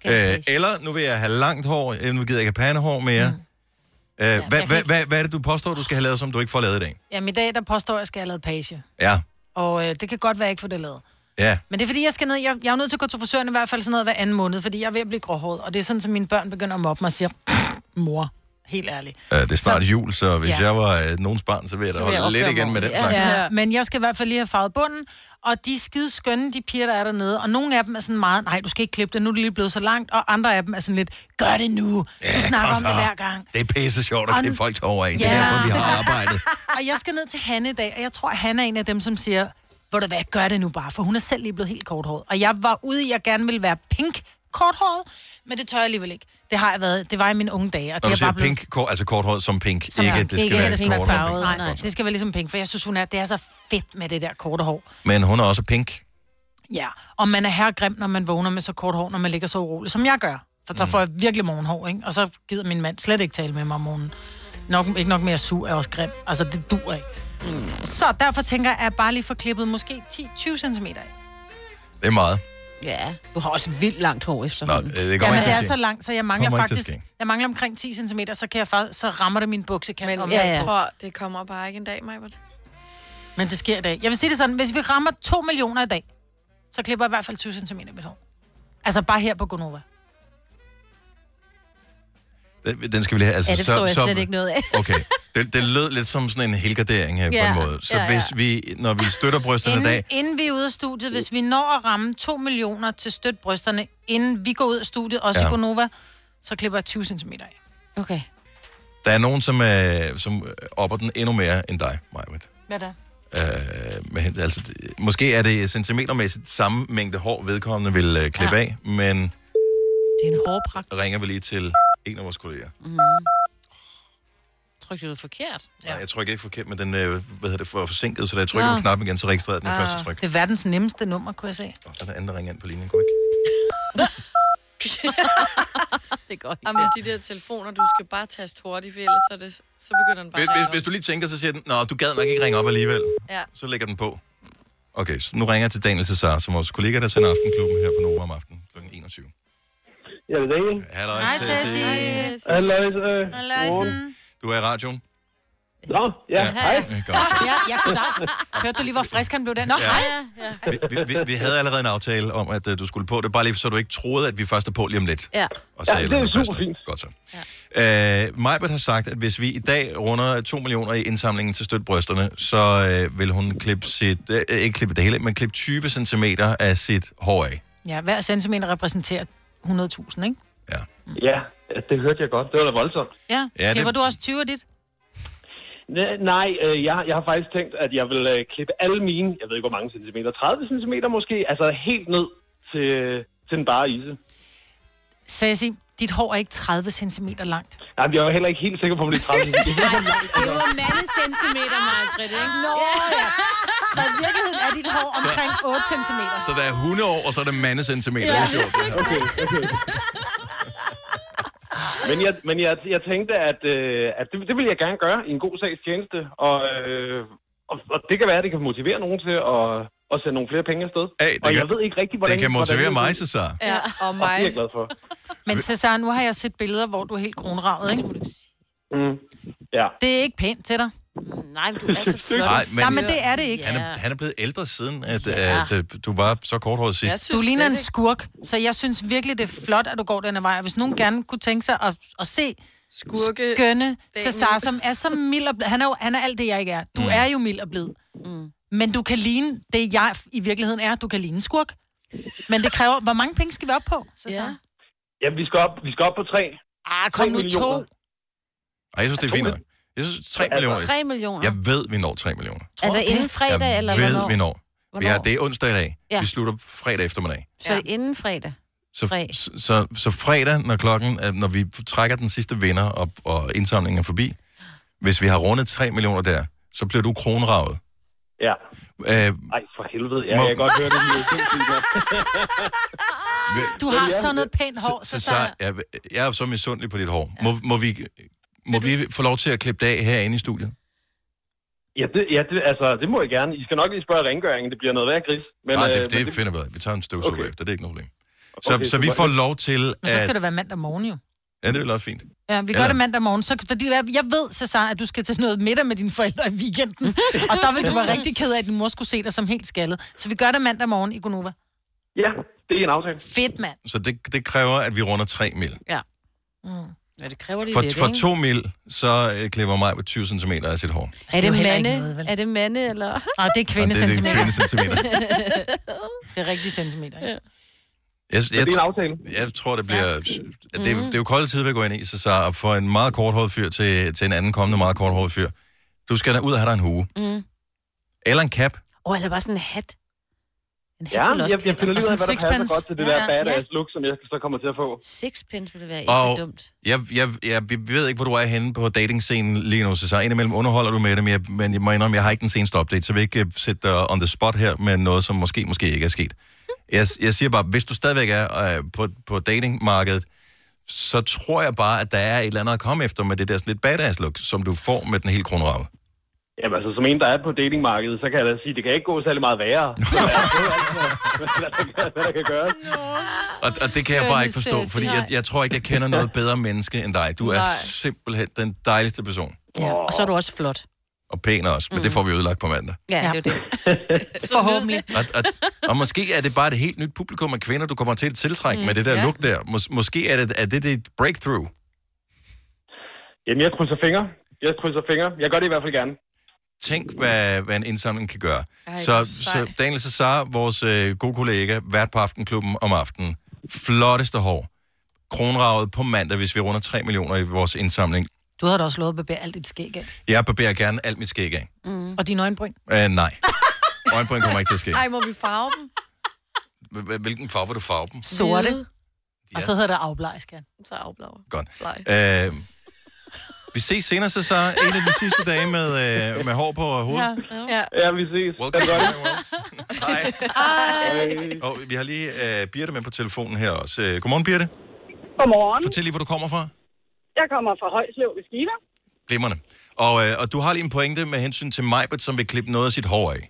Speaker 1: øh, eller nu vil jeg have langt hår, øh, nu gider jeg ikke have pandehår mere.
Speaker 4: Mm.
Speaker 1: Øh, hvad, hvad, hvad, hvad er det, du påstår, du skal have lavet, som du ikke får lavet i dag?
Speaker 4: Jamen i dag, der påstår jeg, at jeg skal have lavet page.
Speaker 1: Ja,
Speaker 4: Og øh, det kan godt være, at jeg ikke får det lavet.
Speaker 1: ja.
Speaker 4: Men det er fordi, jeg skal ned. Jeg, jeg er jo nødt til at gå til frisøren i hvert fald sådan noget hver anden måned, fordi jeg er ved at blive gråhåret. Og det er sådan, at mine børn begynder at mobbe mig og siger, mor, helt ærligt.
Speaker 1: Øh, det er snart så, jul, så hvis ja.
Speaker 4: Ja.
Speaker 1: jeg var øh, nogens barn, så ville jeg da
Speaker 4: Så vil jeg
Speaker 1: holde lidt
Speaker 4: opføre
Speaker 1: igen
Speaker 4: mig
Speaker 1: med den
Speaker 4: ordentligt.
Speaker 1: slags.
Speaker 4: Ja, ja. Men jeg skal i hvert fald lige have farvet bunden, og de er skide skønne, de piger, der er dernede. Og nogle af dem er sådan meget, nej, du skal ikke klippe det, nu er det lige blevet så langt. Og andre af dem er sådan lidt, gør det nu, du
Speaker 1: Ja,
Speaker 4: snakker
Speaker 1: kom
Speaker 4: om det
Speaker 1: så.
Speaker 4: hver gang.
Speaker 1: Det er pisse sjovt at
Speaker 4: Og-
Speaker 1: klippe folk over af. Ja. Det
Speaker 4: Ja.
Speaker 1: er derfor, vi har arbejdet.
Speaker 4: Og jeg skal ned til Hanne i dag, og jeg tror, at Hanne er en af dem, som siger, hvor du hvad, gør det nu bare, for hun er selv lige blevet helt korthåret. Og jeg var ude i, at jeg gerne ville være pink korthåret, men det tør jeg alligevel ikke. Det har jeg været, det var i mine unge dage, og
Speaker 1: Når
Speaker 4: det
Speaker 1: du
Speaker 4: er
Speaker 1: siger
Speaker 4: bare blevet...
Speaker 1: pink, kor, altså korthåret som pink,
Speaker 4: Som
Speaker 1: ikke
Speaker 4: er-
Speaker 1: at det skal
Speaker 4: ikke,
Speaker 1: være
Speaker 4: at det skal være
Speaker 1: kortere
Speaker 4: farvet. Nej, nej,
Speaker 1: Godt.
Speaker 4: det skal være ligesom pink, for jeg synes, hun er, det er så fedt med det der korte hår.
Speaker 1: Men hun er også pink.
Speaker 4: Ja, og man er herregrim, når man vågner med så kort hår, når man ligger så urolig, som jeg gør. For så får jeg virkelig morgenhår, ikke? Og så gider min mand slet ikke tale med mig om morgenen. Nok, ikke nok mere sur er også grim. Altså, det dur ikke. Så derfor tænker jeg, at jeg bare lige får klippet måske 10-20 cm af.
Speaker 1: Det er meget.
Speaker 3: Ja, du har også vildt langt hår efter.
Speaker 1: Nå, øh, det
Speaker 4: Ja,
Speaker 1: kommer
Speaker 4: men
Speaker 1: ikke til
Speaker 4: det er
Speaker 1: at ske.
Speaker 4: så langt, så jeg mangler
Speaker 1: Kommer ikke til at
Speaker 4: faktisk... Jeg mangler omkring 10 cm, så, kan jeg, fa- så rammer det min buksekant. Men,
Speaker 2: Jeg tror, det kommer bare ikke en dag, Majbert.
Speaker 4: Men det sker i dag. Jeg vil sige det sådan, hvis vi rammer 2 millioner i dag, så klipper jeg i hvert fald 20 cm i mit hår. Altså bare her på Gonova.
Speaker 1: Den- Den skal vi lige have. Altså,
Speaker 4: Ja, det forstår jeg
Speaker 1: så,
Speaker 4: slet ikke noget af.
Speaker 1: okay, det, det lød lidt som sådan en helgardering her
Speaker 4: Ja,
Speaker 1: på en måde. Så
Speaker 4: ja, ja.
Speaker 1: hvis vi, når vi støtter brysterne i
Speaker 4: Inden,
Speaker 1: dag,
Speaker 4: inden vi er ude af studiet, hvis vi når at ramme 2 millioner til støt brysterne, inden vi går ud af studiet, også ja.
Speaker 1: Ja.
Speaker 4: i Gonova, så klipper jeg 20 cm af.
Speaker 3: Okay.
Speaker 1: der er nogen, som, øh, som øh, opper den endnu mere end dig, Majbert.
Speaker 4: Hvad da?
Speaker 1: Øh, men, altså, det- måske er det centimetermæssigt samme mængde hår, vedkommende vil øh, klippe
Speaker 3: Ja.
Speaker 1: ja. af, men
Speaker 3: Det er en hårpragt.
Speaker 1: ringer vi lige til en af vores kolleger.
Speaker 3: Mm. Tryk, det er forkert.
Speaker 1: Ja. Nej, jeg trykker ikke forkert, men den øh, hvad hedder det, for forsinket, så da jeg trykker
Speaker 4: Nå.
Speaker 1: på knappen igen, så registrerer den ah. første tryk.
Speaker 4: Det er verdens nemmeste nummer, kunne jeg se.
Speaker 1: Og så er der anden, der ringer ind på linjen. Kom ikke.
Speaker 3: det går ikke.
Speaker 2: Jamen, de der telefoner, du skal bare taste hurtigt, for ellers så, er det, så begynder den bare
Speaker 1: Hvis,
Speaker 2: at
Speaker 1: hvis,
Speaker 2: ringe
Speaker 1: hvis du lige tænker, så siger den, Nå, du gad nok ikke ringe op alligevel.
Speaker 2: op. Ja.
Speaker 1: Så lægger den på. Okay, så nu ringer jeg til Daniel Cesar, som vores kollega, der sender Aftenklubben her på Nova om aftenen kl. 21.
Speaker 16: Ja, det er Daniel.
Speaker 1: Hallo,
Speaker 4: Hej, Ceci.
Speaker 16: Hallo,
Speaker 4: Halløjsen.
Speaker 1: Du er i radioen.
Speaker 16: Nå, ja, hej.
Speaker 4: Ah, Ja, ja, goddag. Hørte du lige, hvor frisk han blev Ah, der? Nå,
Speaker 1: Ja.
Speaker 4: hej.
Speaker 1: Vi, vi- vi, vi havde allerede en aftale om, at øh, du skulle på. Det er bare lige, så du ikke troede, at vi først er på lige om lidt.
Speaker 3: Ja.
Speaker 1: Og så
Speaker 16: Ja, det er super
Speaker 1: fint. Godt så. Ja. Øh, Majbert har sagt, at hvis vi i dag runder 2 millioner i indsamlingen til støtbrysterne, så øh, vil hun klippe sit, øh, ikke klippe det hele, men klippe 20 cm af sit hår af.
Speaker 4: Ja, hver centimeter repræsenterer 100.000, ikke?
Speaker 16: Ja, det hørte jeg godt. Det var da voldsomt.
Speaker 4: Ja,
Speaker 16: Ja,
Speaker 4: ja
Speaker 16: det-
Speaker 4: klipper det... du også 20 af dit?
Speaker 16: Ne- Nej, øh, jeg, jeg har faktisk tænkt, at jeg vil øh, klippe alle mine, jeg ved ikke hvor mange centimeter, 30 centimeter måske, altså helt ned til, til den bare ise.
Speaker 4: Sassy, dit hår er ikke 30 cm langt.
Speaker 16: Jamen, jeg var heller ikke helt sikker på, om det er 30 centimeter.
Speaker 3: Det er jo mandecentimeter, Margrit, ikke?
Speaker 4: Nå, ja. Så i virkeligheden er dit hår omkring 8 cm.
Speaker 1: Så der er hundeår, og så er der mandecentimeter.
Speaker 16: Ja,
Speaker 1: Det er sjovt.
Speaker 16: okay, okay. Men jeg, men jeg, jeg tænkte, at, øh, at det, det vil jeg gerne gøre i en god sags tjeneste, og, øh, og, og det kan være, at det kan motivere nogen til at, at sende nogle flere penge afsted.
Speaker 1: Hey,
Speaker 16: og
Speaker 1: kan-
Speaker 16: jeg ved ikke rigtig, hvordan...
Speaker 1: det kan motivere mig, Cesar.
Speaker 4: Ja, og
Speaker 16: Og det er
Speaker 4: mig.
Speaker 16: jeg glad for.
Speaker 4: Men Cesar, nu har jeg set billeder, hvor du er helt kronravet, ikke?
Speaker 16: Mm. Ja.
Speaker 4: Det er ikke pænt til dig.
Speaker 3: Mm, Nej, men du er så flot.
Speaker 1: Nej, øh,
Speaker 4: men... Nej, men det er det ikke.
Speaker 1: Han er, han er blevet ældre siden, at, ja. at, at du var så korthåret sidst.
Speaker 4: du ligner en skurk, så jeg synes virkelig, det er flot, at du går denne vej. Og hvis nogen gerne kunne tænke sig at, at se
Speaker 2: Skurke-
Speaker 4: skønne
Speaker 2: Damen.
Speaker 4: Cesar, som er så mild og blid. Han er, jo, han er alt det, jeg ikke er. Du mm. er jo mild og blid. Mm. Men du kan ligne det, jeg i virkeligheden er. Du kan ligne en skurk. Men det kræver... Hvor mange penge skal vi op på, Cesar? Ja.
Speaker 16: Ja, vi skal op, vi skal op på tre.
Speaker 4: Ah, kom nu to.
Speaker 1: Ej, jeg synes, det er fint. nok. Jeg synes, 3 millioner.
Speaker 3: 3 millioner.
Speaker 1: Jeg ved, vi når 3 millioner.
Speaker 3: Altså inden fredag,
Speaker 1: jeg
Speaker 3: eller
Speaker 1: ved,
Speaker 3: hvornår?
Speaker 1: vi når. Vi er,
Speaker 3: Hvornår?
Speaker 1: det er onsdag i dag.
Speaker 3: Ja.
Speaker 1: Ja. Vi slutter fredag eftermiddag.
Speaker 3: Så inden fredag.
Speaker 1: Så,
Speaker 3: Fredag.
Speaker 1: så, så, så fredag, når klokken, er- når vi trækker den sidste vinder op, og indsamlingen er forbi, hvis vi har rundet 3 millioner der, så bliver du kronravet.
Speaker 16: Ja.
Speaker 1: Øh,
Speaker 16: Ej, for helvede. Ja,
Speaker 1: Må-
Speaker 16: jeg kan godt høre det. det er sindssygt godt.
Speaker 4: Du
Speaker 16: Men
Speaker 4: Ah, har
Speaker 16: ja,
Speaker 4: sådan noget pænt hår,
Speaker 1: så, så
Speaker 4: Cesar.
Speaker 1: jeg, jeg er så misundelig på dit hår. Må, må, vi, må vi få lov til at klippe det af herinde i studiet?
Speaker 16: Ja, det, ja det, altså, det må jeg gerne. I skal nok lige spørge rengøringen. Det bliver noget værd, gris.
Speaker 1: Men, Nej, det,
Speaker 16: øh,
Speaker 1: det, det finder vi ud af. Vi tager en støvsuger okay. efter, det er ikke noget problem. Så,
Speaker 16: Okay,
Speaker 1: okay, så vi
Speaker 16: super.
Speaker 1: får lov til
Speaker 4: Men så
Speaker 1: at...
Speaker 4: skal det være mandag morgen jo.
Speaker 1: Ja, det er vel også fint.
Speaker 4: Ja, vi gør
Speaker 1: Eller-
Speaker 4: det mandag morgen, så, fordi jeg jeg ved, Cesar, at du skal til noget middag med dine forældre i weekenden. og der vil du være rigtig ked af, at din mor skulle se dig som helt skaldet. Så vi gør det mandag morgen i Gonova.
Speaker 16: Ja, det er en aftale.
Speaker 4: Fedt, mand.
Speaker 1: Så det, det kræver, at vi runder 3 mil.
Speaker 3: Ja. Mm. Ja, det kræver lige
Speaker 1: For,
Speaker 3: lidt,
Speaker 1: for
Speaker 3: ikke?
Speaker 1: 2 mil, så øh, klipper mig på 20 cm af sit hår.
Speaker 3: Er det,
Speaker 4: jo heller
Speaker 3: mande?
Speaker 4: ikke
Speaker 3: er det mande, eller?
Speaker 4: Nej, det er kvindecentimeter.
Speaker 1: Ja, det er kvindecentimeter.
Speaker 4: det er rigtig centimeter, ikke?
Speaker 1: Jeg,
Speaker 16: det er en aftale.
Speaker 1: Jeg tror, det bliver... Ja. Det, er-
Speaker 3: Mm-hmm.
Speaker 1: det er jo kolde tid, vi går ind i, så, så for en meget korthåret fyr til, til en anden kommende meget korthåret fyr, du skal da ud og have dig en hue.
Speaker 3: Mm.
Speaker 1: Eller en cap.
Speaker 3: Åh, oh, eller bare sådan en hat. En hat
Speaker 16: Ja,
Speaker 3: vil også
Speaker 16: jeg, jeg finder
Speaker 3: klæde dig.
Speaker 16: lige ud af, hvad der
Speaker 3: Og sådan
Speaker 16: passer
Speaker 3: sixpence.
Speaker 16: godt til det der
Speaker 3: Ja, ja.
Speaker 16: badass look, som jeg så kommer til at få.
Speaker 3: Sixpence vil det være ikke
Speaker 1: Og
Speaker 3: dumt.
Speaker 1: jeg, jeg, jeg, vi ved ikke, hvor du er henne på datingscenen lige nu, så, så indimellem underholder du med det, men jeg, men jeg må indrømme, jeg har ikke den seneste update, så jeg vil ikke øh, sætte dig on the spot her med noget, som måske, måske ikke er sket. Jeg, jeg siger bare, hvis du stadigvæk er øh, på, på datingmarkedet, så tror jeg bare, at der er et eller andet at komme efter med det der sådan lidt badass look, som du får med den hele kronramme.
Speaker 16: Jamen altså, som en, der er på datingmarkedet, så kan jeg da sige, det kan ikke gå særlig meget værre. hvad, der kan, hvad der kan gøres.
Speaker 1: Og, og det kan jeg bare ikke forstå,
Speaker 16: Skønne
Speaker 1: fordi
Speaker 16: Ceci,
Speaker 1: jeg, jeg tror ikke, jeg kender noget bedre menneske end dig. Du er
Speaker 3: Nej.
Speaker 1: simpelthen den dejligste person.
Speaker 3: Ja, og så er du også flot. Mm.
Speaker 1: Og pæn også, men det får vi ødelagt på mandag.
Speaker 3: Ja, ja. det er jo det. Forhåbentlig.
Speaker 1: Og, og, og måske er det bare et helt nyt publikum af kvinder, du kommer til at tiltrække
Speaker 3: Mm,
Speaker 1: mm, med det der
Speaker 3: ja.
Speaker 1: ja. look der. Mås- måske er det, er det dit breakthrough.
Speaker 16: Jamen, jeg krydser fingre. Jeg krydser fingre. Jeg gør det i hvert fald gerne.
Speaker 1: Tænk, hvad, hvad en indsamling kan gøre. Ej, så, så Daniel Cesar, vores øh, gode kollega, vært på Aftenklubben om aftenen. Flotteste hår. Kronravet på mandag, hvis vi runder 3 millioner i vores indsamling.
Speaker 4: Du havde da også lovet at barbere alt dit skæg af.
Speaker 1: Jeg barberer gerne alt mit skæg af.
Speaker 4: Mm. Og dine øjenbryn.
Speaker 1: Uh, nej. Øjenbryn kommer ikke til at ske.
Speaker 2: Ej, må vi farve dem?
Speaker 1: H- h- Hvilken farve vil du farve dem?
Speaker 4: Sorte. Og så
Speaker 1: Ja.
Speaker 4: hedder det afblejskan.
Speaker 2: Så afblager.
Speaker 1: Godt.
Speaker 2: Nej.
Speaker 1: Øh, vi ses senere, så, så en af de sidste dage med, øh, med hår på hovedet. Ja.
Speaker 2: ja.
Speaker 16: Ja, vi ses.
Speaker 1: Welcome
Speaker 16: Jeg gør det.
Speaker 1: Og vi har lige øh, Birte med på telefonen her også. Øh, Godmorgen, Birte.
Speaker 17: Godmorgen.
Speaker 1: Fortæl lige, hvor du kommer fra.
Speaker 17: Jeg kommer fra Højslev ved Skiva.
Speaker 1: Glimrende. Og, øh, og du har lige en pointe med hensyn til Majbert, som vil klippe noget af sit hår af.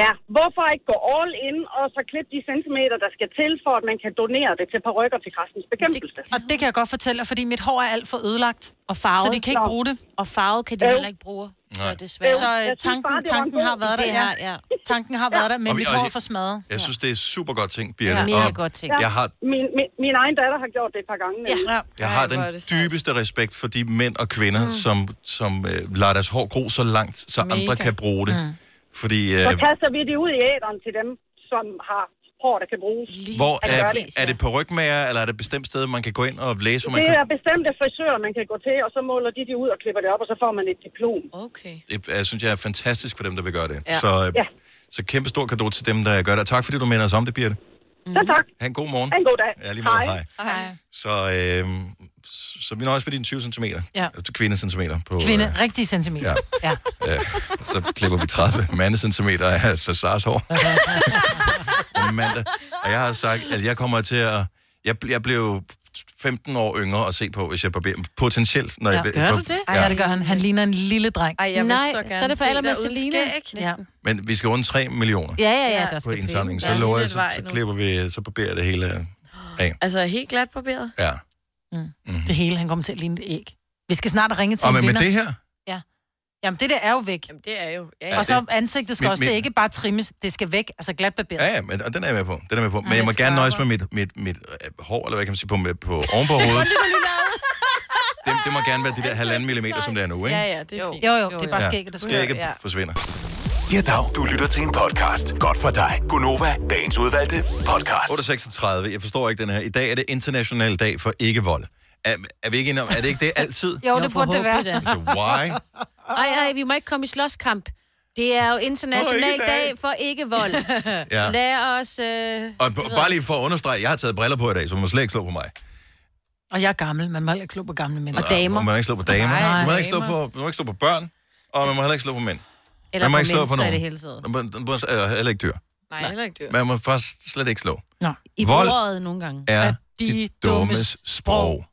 Speaker 17: Ja, hvorfor ikke gå all in og så klippe de centimeter, der skal til, for at man kan donere det til parrykker til kræftens bekæmpelse?
Speaker 4: Og det kan jeg godt fortælle dig, fordi mit hår er alt for ødelagt. Og farvet. Så de kan ikke
Speaker 17: Nå.
Speaker 4: bruge det.
Speaker 3: Og farvet kan
Speaker 17: de heller
Speaker 3: ikke bruge.
Speaker 1: Nej.
Speaker 4: Desværre. Så
Speaker 17: Jeg
Speaker 4: øh,
Speaker 17: synes
Speaker 4: tanken,
Speaker 17: bare, det var en
Speaker 4: tanken
Speaker 17: god
Speaker 4: har været der,
Speaker 17: idé.
Speaker 4: ja. ja. Tanken har været der, men
Speaker 1: Og vi-
Speaker 4: mit
Speaker 1: og
Speaker 4: hår er
Speaker 1: jeg-
Speaker 4: for smadret.
Speaker 1: Jeg synes, det er super godt ting, Birte.
Speaker 17: Ja, mega
Speaker 1: og
Speaker 17: godt
Speaker 1: ting. Jeg har,
Speaker 17: Min, min, min egen datter har gjort det et par gange. Ja.
Speaker 1: jeg har den dybeste respekt for de mænd og kvinder,
Speaker 17: Mm.
Speaker 1: mm. som, som øh, lader deres hår gro så langt, så Mega. andre
Speaker 17: Mega.
Speaker 1: kan bruge det.
Speaker 17: Mm.
Speaker 1: Mm. Fordi,
Speaker 17: Så
Speaker 1: øh,
Speaker 17: kaster vi det ud i æderen til dem, som har hår, der kan bruges.
Speaker 1: hvor
Speaker 17: at
Speaker 1: er,
Speaker 17: gøre det.
Speaker 1: er det på rygmager, eller er det et bestemt sted, man kan gå ind og læse, hvor man
Speaker 17: Det
Speaker 1: kan...
Speaker 17: er bestemte frisører, man kan gå til, og så måler de det ud og klipper det op, og så får man et diplom.
Speaker 2: Okay.
Speaker 1: Det er- jeg synes, jeg er fantastisk for dem, der vil gøre det.
Speaker 17: Ja.
Speaker 1: Ja. Så, øh,
Speaker 17: Ja.
Speaker 1: ja. så kæmpe stor gave til dem, der gør det. Og tak fordi du minder os om det, Birte.
Speaker 17: Så tak.
Speaker 1: Ha' en god morgen.
Speaker 17: Ha' en god dag.
Speaker 1: Mm. Ja, lige måde. Hej.
Speaker 4: Hej.
Speaker 1: Så, øh, så, så vi nøjes med dine 20 cm.
Speaker 4: Ja.
Speaker 1: Altså kvindecentimeter. På, øh,
Speaker 4: Kvinde, rigtige centimeter.
Speaker 1: Ja.
Speaker 4: ja.
Speaker 1: Øh, øh, så klipper vi 30 mandecentimeter af Cesars hår. Om mandag. Og jeg har sagt, at jeg kommer til at... Jeg, bl- jeg blev 15 år yngre at se på, hvis jeg barberer. Potentielt, når jeg...
Speaker 4: Gør
Speaker 1: for-
Speaker 4: du det? Ej, ja, det gør han. Han ligner en lille dreng. Ej,
Speaker 2: jeg vil så gerne
Speaker 4: så er det på
Speaker 2: se
Speaker 4: alder med
Speaker 2: dig uden
Speaker 4: Selina.
Speaker 2: skæg.
Speaker 4: Ja.
Speaker 1: Men vi skal runde 3 millioner.
Speaker 4: Ja, ja, ja, der
Speaker 1: på
Speaker 4: skal
Speaker 1: indsamlingen.
Speaker 2: penge.
Speaker 1: Så
Speaker 2: Ja,
Speaker 1: lover
Speaker 2: lidt
Speaker 1: jeg, så,
Speaker 2: vej
Speaker 1: så
Speaker 2: nu.
Speaker 1: klipper vi, så barberer jeg det hele af.
Speaker 2: Altså helt glat barberet?
Speaker 1: Ja.
Speaker 4: Det hele, han kommer til at ligne et æg. Vi skal snart ringe til
Speaker 1: Og
Speaker 4: en
Speaker 1: men
Speaker 4: vinder.
Speaker 1: med det her?
Speaker 4: Ja. Jamen, det der er jo væk. Jamen,
Speaker 2: det er jo... Ja,
Speaker 1: ja.
Speaker 4: Og så
Speaker 1: Det-
Speaker 4: ansigtet skal
Speaker 1: Men-
Speaker 4: også, det er
Speaker 1: men-
Speaker 4: ikke bare trimmes, det skal væk, altså glat barberet.
Speaker 1: Ja, ja, men, og den er jeg med på. Den er jeg med på. Men
Speaker 4: Ja,
Speaker 1: jeg må
Speaker 4: det
Speaker 1: gerne nøjes med
Speaker 4: skraber.
Speaker 1: mit, mit, mit øh, hår, eller hvad kan man sige, på, med, på oven på hovedet. Det, det må gerne være det der halvanden millimeter, som det er nu, ikke?
Speaker 2: Ja, ja, det er fint.
Speaker 4: Jo, jo, det er bare skægget, der skal
Speaker 1: skægget
Speaker 4: Ja.
Speaker 1: forsvinder.
Speaker 6: Ja, dag. Du lytter til en podcast. Godt for dig. Gunova, dagens udvalgte podcast.
Speaker 1: 8.36, jeg forstår ikke den her. I dag er det international dag for ikke-vold. Er, er vi ikke enige om, er det ikke det altid?
Speaker 3: Jo, det burde det være.
Speaker 1: Så why?
Speaker 3: Ej, ej, vi må ikke komme i slåskamp. Det er jo
Speaker 1: Nå,
Speaker 3: international
Speaker 1: ikke i dag.
Speaker 3: dag for ikke-vold.
Speaker 1: Ja.
Speaker 3: Lad os... Øh...
Speaker 1: Og b- bare lige for at understrege, jeg har taget briller på i dag, så man må slet ikke slå på mig.
Speaker 4: Og jeg er gammel, man må heller ikke slå på gamle mænd.
Speaker 1: Man må ikke slå på damer.
Speaker 4: Nej,
Speaker 1: man, må ikke slå
Speaker 4: damer.
Speaker 1: på, man må ikke slå på børn, og man må heller ikke slå på mænd.
Speaker 3: Eller
Speaker 1: man må
Speaker 3: på
Speaker 1: ikke slå på
Speaker 3: mennesker i
Speaker 1: nogen.
Speaker 3: det hele taget.
Speaker 1: Man må, man må, øh, heller ikke dyr.
Speaker 2: Nej, heller ikke dyr.
Speaker 1: Man må faktisk slet ikke slå.
Speaker 4: Nå.
Speaker 3: I
Speaker 1: Vold
Speaker 3: bordet nogle gange.
Speaker 1: er de dummes sprog.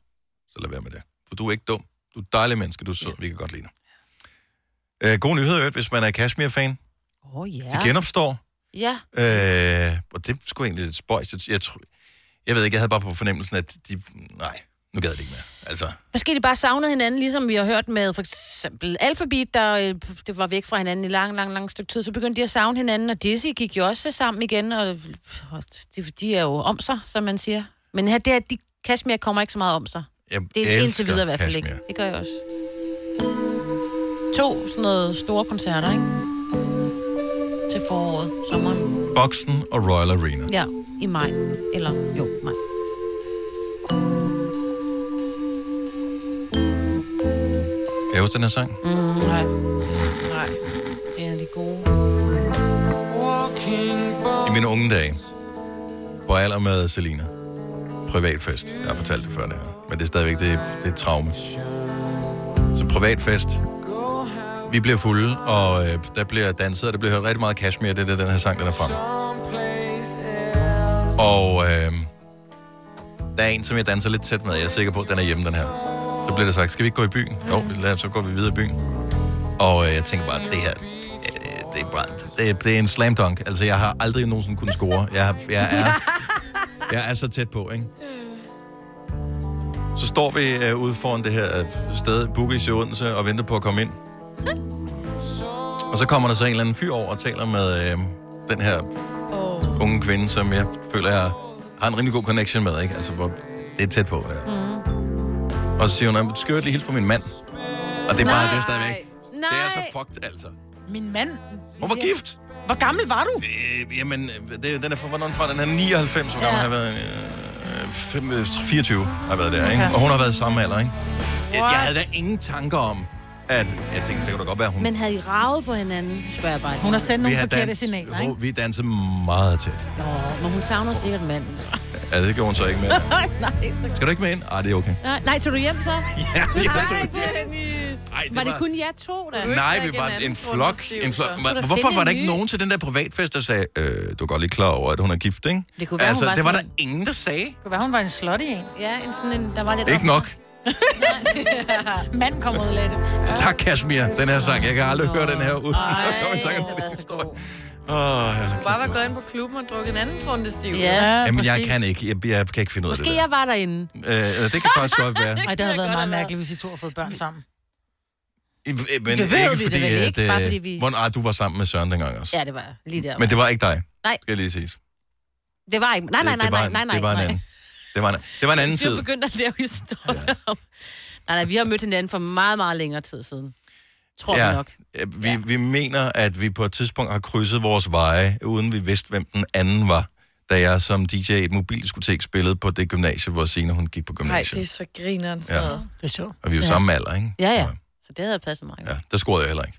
Speaker 1: Så lad være med det. For du er ikke dum. Du er et dejlig menneske. Du er sød. Vi kan godt lide dig. Øh, god nyhed, i øvrigt, hvis man er Kashmir-fan.
Speaker 3: Åh, oh, ja.
Speaker 1: Ja. De genopstår.
Speaker 3: Ja.
Speaker 1: Øh, og det skulle egentlig lidt spøjst. Jeg, jeg, tror- jeg ved ikke, jeg havde bare på fornemmelsen, at de... Nej, nu gad det ikke mere. Altså,
Speaker 3: Måske de bare savnede hinanden, ligesom vi har hørt med for eksempel Alphabet, der øh, det var væk fra hinanden i lang, lang, lang stykke tid. Så begyndte de at savne hinanden, og Dizzy gik jo også sammen igen, og, og de, de er jo om sig, som man siger. Men her, det er, de Kashmir kommer ikke så meget om sig.
Speaker 1: jeg
Speaker 3: Det er indtil
Speaker 1: elsker
Speaker 3: videre i hvert fald ikke.
Speaker 1: Kashmir.
Speaker 3: Det gør jeg også. To sådan noget store koncerter, ikke? Til foråret, sommeren.
Speaker 1: Boxen og Royal Arena.
Speaker 3: Ja, i maj. Eller jo, maj.
Speaker 1: Kan jeg huske den her sang?
Speaker 3: Mm, nej. Nej. Det er de gode.
Speaker 1: I mine unge dage, på alder med Selina, privatfest. Jeg har fortalt det før det her, men det er stadigvæk det, det er et traume. Så privatfest. Vi bliver fulde, og øh, der bliver danset, og der bliver hørt rigtig meget Kashmir, det er det, den her sang, den er frem. Og øh, der er en, som jeg danser lidt tæt med, jeg er sikker på, at den er hjemme, den her. Så bliver det sagt, skal vi ikke gå i byen? Jo, lad os så går vi videre i byen. Og øh, jeg tænker bare, det her, øh, det, er bare det, det er en slam dunk. Altså, jeg har aldrig nogensinde kunnet score. Jeg, jeg, er, jeg er så tæt på, ikke? Så står vi øh, ude foran det her øh, sted, Bugis i Odense, og venter på at komme ind. Og så kommer der så en eller anden fyr over og taler med øh, den her oh. unge kvinde, som jeg føler, jeg har en rimelig god connection med, ikke? Altså, hvor det er tæt på, der.
Speaker 3: Mm.
Speaker 1: Og så siger hun, "Jamen, skal jeg lige hilse på min mand? Og det er bare, det er stadigvæk.
Speaker 4: Nej.
Speaker 1: Det er så fucked, altså.
Speaker 4: Min mand.
Speaker 1: Hun var gift.
Speaker 4: Hvor gammel var du?
Speaker 1: Øh, jamen, øh, det, den er fra, hvornår er den fra? Den er 99, hvor gammel har jeg været? Øh, fem- øh, 24 har jeg været der, ikke?
Speaker 3: Okay.
Speaker 1: Og hun har været samme alder, ikke? Jeg, jeg havde da ingen tanker om, at... Jeg tænkte, det kunne da godt være, hun...
Speaker 3: Men havde I ravet på hinanden, spørger jeg bare.
Speaker 4: Hun har sendt nogle
Speaker 1: Vi har
Speaker 4: forkerte
Speaker 1: dans-
Speaker 4: signaler,
Speaker 1: Ho-
Speaker 4: ikke?
Speaker 1: Vi dansede meget tæt.
Speaker 3: Nå, men hun savner sikkert manden.
Speaker 1: Ja, det gjorde hun så ikke med.
Speaker 3: nej, så...
Speaker 1: Skal du ikke med ind? Ej, det er okay.
Speaker 3: nej, nej, tog du hjem så?
Speaker 1: Ja, jeg
Speaker 3: Nej,
Speaker 1: tog
Speaker 3: Dennis.
Speaker 1: Ej,
Speaker 3: var, det kun jer to, da?
Speaker 1: Nej, vi var en flok. En flok.
Speaker 3: Kunne der
Speaker 1: Hvorfor
Speaker 3: finde
Speaker 1: var
Speaker 3: en
Speaker 1: der ikke
Speaker 3: ny?
Speaker 1: nogen til den der privatfest, der sagde, øh, du er godt lige klar over, at hun er gift, ikke?
Speaker 4: Det kunne være,
Speaker 1: altså,
Speaker 4: hun var
Speaker 1: det var der
Speaker 4: sådan
Speaker 1: ingen, der sagde.
Speaker 4: Det kunne være, hun var en slutty en.
Speaker 3: Ja, en sådan en, der var lidt...
Speaker 1: Ikke nok.
Speaker 4: Mand kom ud af det.
Speaker 1: Så tak, Kashmir, den her sang. Jeg kan aldrig høre den her ud.
Speaker 2: Ej,
Speaker 1: tak om
Speaker 2: den er så god.
Speaker 1: Åh, ja.
Speaker 2: Du bare var gået ind på klubben og drukket en anden trundestiv.
Speaker 1: Jamen, jeg kan ikke. Jeg, jeg kan ikke finde ud af
Speaker 2: Måske
Speaker 1: det
Speaker 3: Jeg var derinde.
Speaker 1: der. Øh, øh, det kan faktisk godt være.
Speaker 4: Ej, det havde været meget mærkeligt, hvis I to har fået børn sammen.
Speaker 1: I- øh, Men
Speaker 4: Det ved vi da
Speaker 1: ikke fordi,
Speaker 4: vel
Speaker 1: at...
Speaker 4: ikke, bare fordi
Speaker 1: Øh,
Speaker 4: vi-
Speaker 1: hvor, ah, du var sammen med Søren dengang også.
Speaker 3: Ja, det var jeg. lige der.
Speaker 1: Men det var ikke dig,
Speaker 3: Nej,
Speaker 1: skal jeg lige sige.
Speaker 3: det var ikke... Nej, nej,
Speaker 1: Det-
Speaker 3: nej,
Speaker 1: det var
Speaker 3: nej,
Speaker 1: en-
Speaker 3: nej, nej.
Speaker 1: Det var en
Speaker 3: nej.
Speaker 1: anden. Det var en, det var en anden
Speaker 3: Vi er
Speaker 1: tid.
Speaker 3: jo begyndt at lave historier om... Nej, nej, vi har mødt hinanden for meget, meget længere tid siden. Tror vi nok.
Speaker 1: øh, Vi, ja. vi mener, at vi på et tidspunkt har krydset vores veje, uden vi vidste, hvem den anden var, da jeg som DJ i et mobildiskotek spillede på det gymnasie, hvor Signe hun gik på
Speaker 2: Nej,
Speaker 1: gymnasiet.
Speaker 2: det er så grineren
Speaker 1: Ja.
Speaker 2: sådan noget.
Speaker 4: Det er sjovt.
Speaker 1: Og vi er jo
Speaker 3: Ja.
Speaker 1: samme alder, ikke?
Speaker 3: Ja, ja. Så det havde passet mig. Ja.
Speaker 1: Der scorede jeg heller ikke.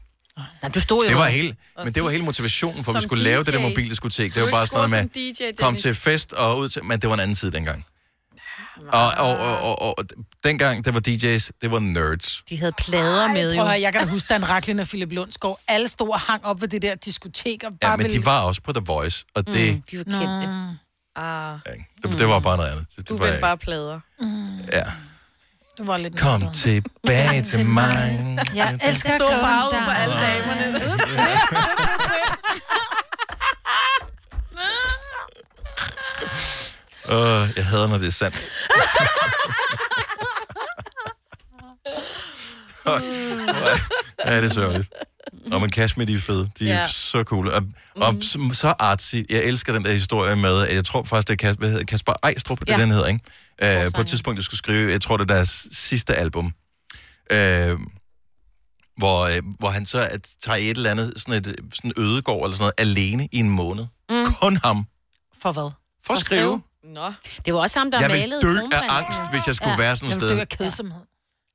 Speaker 3: Nej, du stod jo...
Speaker 1: Det var
Speaker 3: og-
Speaker 1: hele, men det var hele motivationen for, at vi
Speaker 3: Som
Speaker 1: skulle lave det der
Speaker 3: DJ.
Speaker 1: mobildiskotek.
Speaker 3: Du
Speaker 1: Det var
Speaker 3: ikke
Speaker 1: bare sådan
Speaker 3: score
Speaker 1: noget
Speaker 3: som DJ,
Speaker 1: med,
Speaker 3: Dennis.
Speaker 1: kom til fest og ud til... Men det var en anden tid dengang. Og, og, og, og, og, og dengang, der var DJ's, det var nerds.
Speaker 3: De havde plader
Speaker 4: Ej, prøv
Speaker 3: med, jo.
Speaker 4: at høre, jeg kan da huske, da en raklen af Philip Lundsgaard, alle stod og hang op ved det der diskotek. Og bare
Speaker 1: Ja, men
Speaker 4: ville-
Speaker 1: de var også på The Voice, og det, mm.
Speaker 3: Vi var kendte.
Speaker 2: Ah,
Speaker 1: det, det var bare noget andet. Det,
Speaker 2: du
Speaker 1: det var,
Speaker 2: vil bare plader.
Speaker 3: Mm.
Speaker 1: Ja.
Speaker 4: Du var lidt...
Speaker 1: Kom tilbage til mig.
Speaker 4: Jeg elsker at
Speaker 2: Stå
Speaker 4: komme
Speaker 2: bare ude
Speaker 4: der.
Speaker 2: på alle damerne.
Speaker 1: Uh, jeg hader, når det er sandt. Øj, hvor er- ja, det er sørgeligt. Og man Kashmir, de er fede. De er
Speaker 9: Ja.
Speaker 1: ja. så cool. Og, og mm. så artsy. Jeg elsker den der historie med, at jeg tror faktisk, det er Kas- hvad hedder Kasper Ejstrup, ja. det
Speaker 9: Ja.
Speaker 1: er den hedder, ikke? Øh, på et tidspunkt, jeg skulle skrive, jeg tror, det er deres sidste album. Øh, hvor, øh, hvor han så at, tager i et eller andet sådan et sådan ødegård eller sådan noget, alene i en måned. Mm. Kun ham.
Speaker 4: For hvad?
Speaker 1: For at skrive.
Speaker 2: Nå.
Speaker 3: Det var også ham, der
Speaker 1: Jeg vil
Speaker 3: malede
Speaker 1: dø af
Speaker 3: kronprinsen.
Speaker 1: angst, hvis jeg skulle være sådan et
Speaker 4: Jamen,
Speaker 1: sted.
Speaker 4: Det var kedsomhed.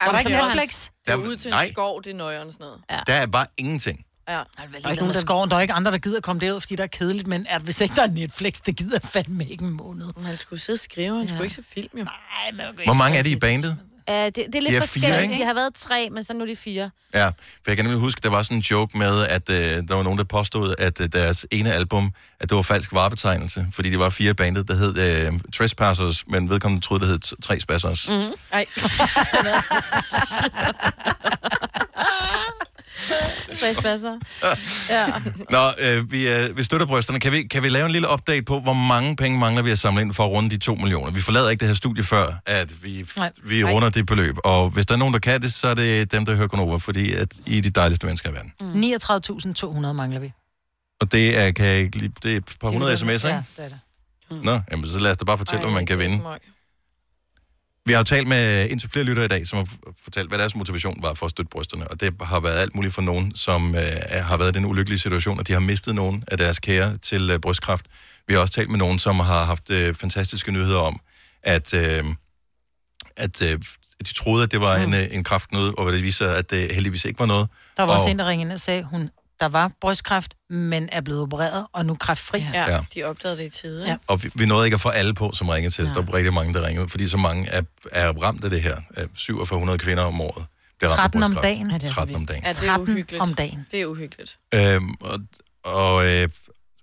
Speaker 2: Ej,
Speaker 4: Var der
Speaker 2: men
Speaker 4: ikke
Speaker 2: så var han-
Speaker 4: Netflix?
Speaker 2: Det er
Speaker 1: Der-
Speaker 2: ud til
Speaker 1: nej.
Speaker 2: en skov, det er nøjeren og sådan noget.
Speaker 1: Der er bare ingenting.
Speaker 2: Ja.
Speaker 4: Der er ikke nogen, der skoven. Der er ikke andre, der gider at komme derud, fordi der er kedeligt, men at hvis ikke der er Netflix, det gider jeg fandme ikke en måned.
Speaker 2: Han skulle sidde og skrive, han skulle ikke se film, jo.
Speaker 4: Nej, men okay.
Speaker 1: Hvor mange er de i bandet?
Speaker 3: Ja, det, det er
Speaker 1: De
Speaker 3: lidt
Speaker 1: er fire,
Speaker 3: forskelligt.
Speaker 1: ikke?
Speaker 3: De har været tre, men så nu er de fire.
Speaker 1: Ja, for jeg kan nemlig huske, der var sådan en joke med, at øh, der var nogen, der påstod, at øh, deres ene album, at det var falsk varebetegnelse, fordi det var fire bander, der hed øh, Trespassers, men vedkommende troede, det hed t- Tre Spassers. Mm.
Speaker 3: Mm-hmm.
Speaker 2: Mm. Ej.
Speaker 3: Tre spasser. Ja.
Speaker 1: Nå, øh, vi, øh, vi støtter brysterne. Kan vi, kan vi lave en lille update på, hvor mange penge mangler vi at samle ind for at runde de 2 millioner? Vi forlader ikke det her studie før, at vi,
Speaker 4: Nej.
Speaker 1: vi runder det beløb. Og hvis der er nogen, der kan det, så er det dem, der hører Konover, fordi at I er de dejligste mennesker i verden.
Speaker 4: 39.200 Mm. mangler vi.
Speaker 1: Og det er, kan jeg ikke lige, det er et par
Speaker 4: Det er
Speaker 1: hundrede
Speaker 4: det,
Speaker 1: sms'er, ikke?
Speaker 4: Ja, det er det.
Speaker 1: Nå, jamen, så lad os da bare fortælle, Ej, hvad man kan vinde. Vi har jo talt med indtil flere lyttere i dag, som har f- fortalt, hvad deres motivation var for at støtte brysterne. Og det har været alt muligt for nogen, som øh, har været i den ulykkelige situation, at de har mistet nogen af deres kære til øh, brystkræft. Vi har også talt med nogen, som har haft øh, fantastiske nyheder om, at, øh, at øh, de troede, at det var en, øh, en kræftnød, og det viser, at det heldigvis ikke var noget.
Speaker 4: Mm. Der var
Speaker 1: og,
Speaker 4: også en, der ringede ind og sagde, hun der var brystkræft, men er blevet opereret, og nu kræftfri.
Speaker 1: Ja, Ja.
Speaker 2: de opdagede det i tide.
Speaker 4: Ja.
Speaker 1: Og vi, vi nåede ikke at få alle på, som ringede til os. Der var rigtig mange, der ringede, fordi så mange er, er ramt af det her. Øh, 4700 kvinder om året. bliver ramt af
Speaker 4: 13 om
Speaker 1: brystkræft.
Speaker 4: dagen.
Speaker 1: 13 om dagen.
Speaker 2: Ja, det er
Speaker 4: 13
Speaker 2: uhyggeligt.
Speaker 4: om dagen.
Speaker 2: Det er uhyggeligt.
Speaker 1: Øhm, og, og, øh,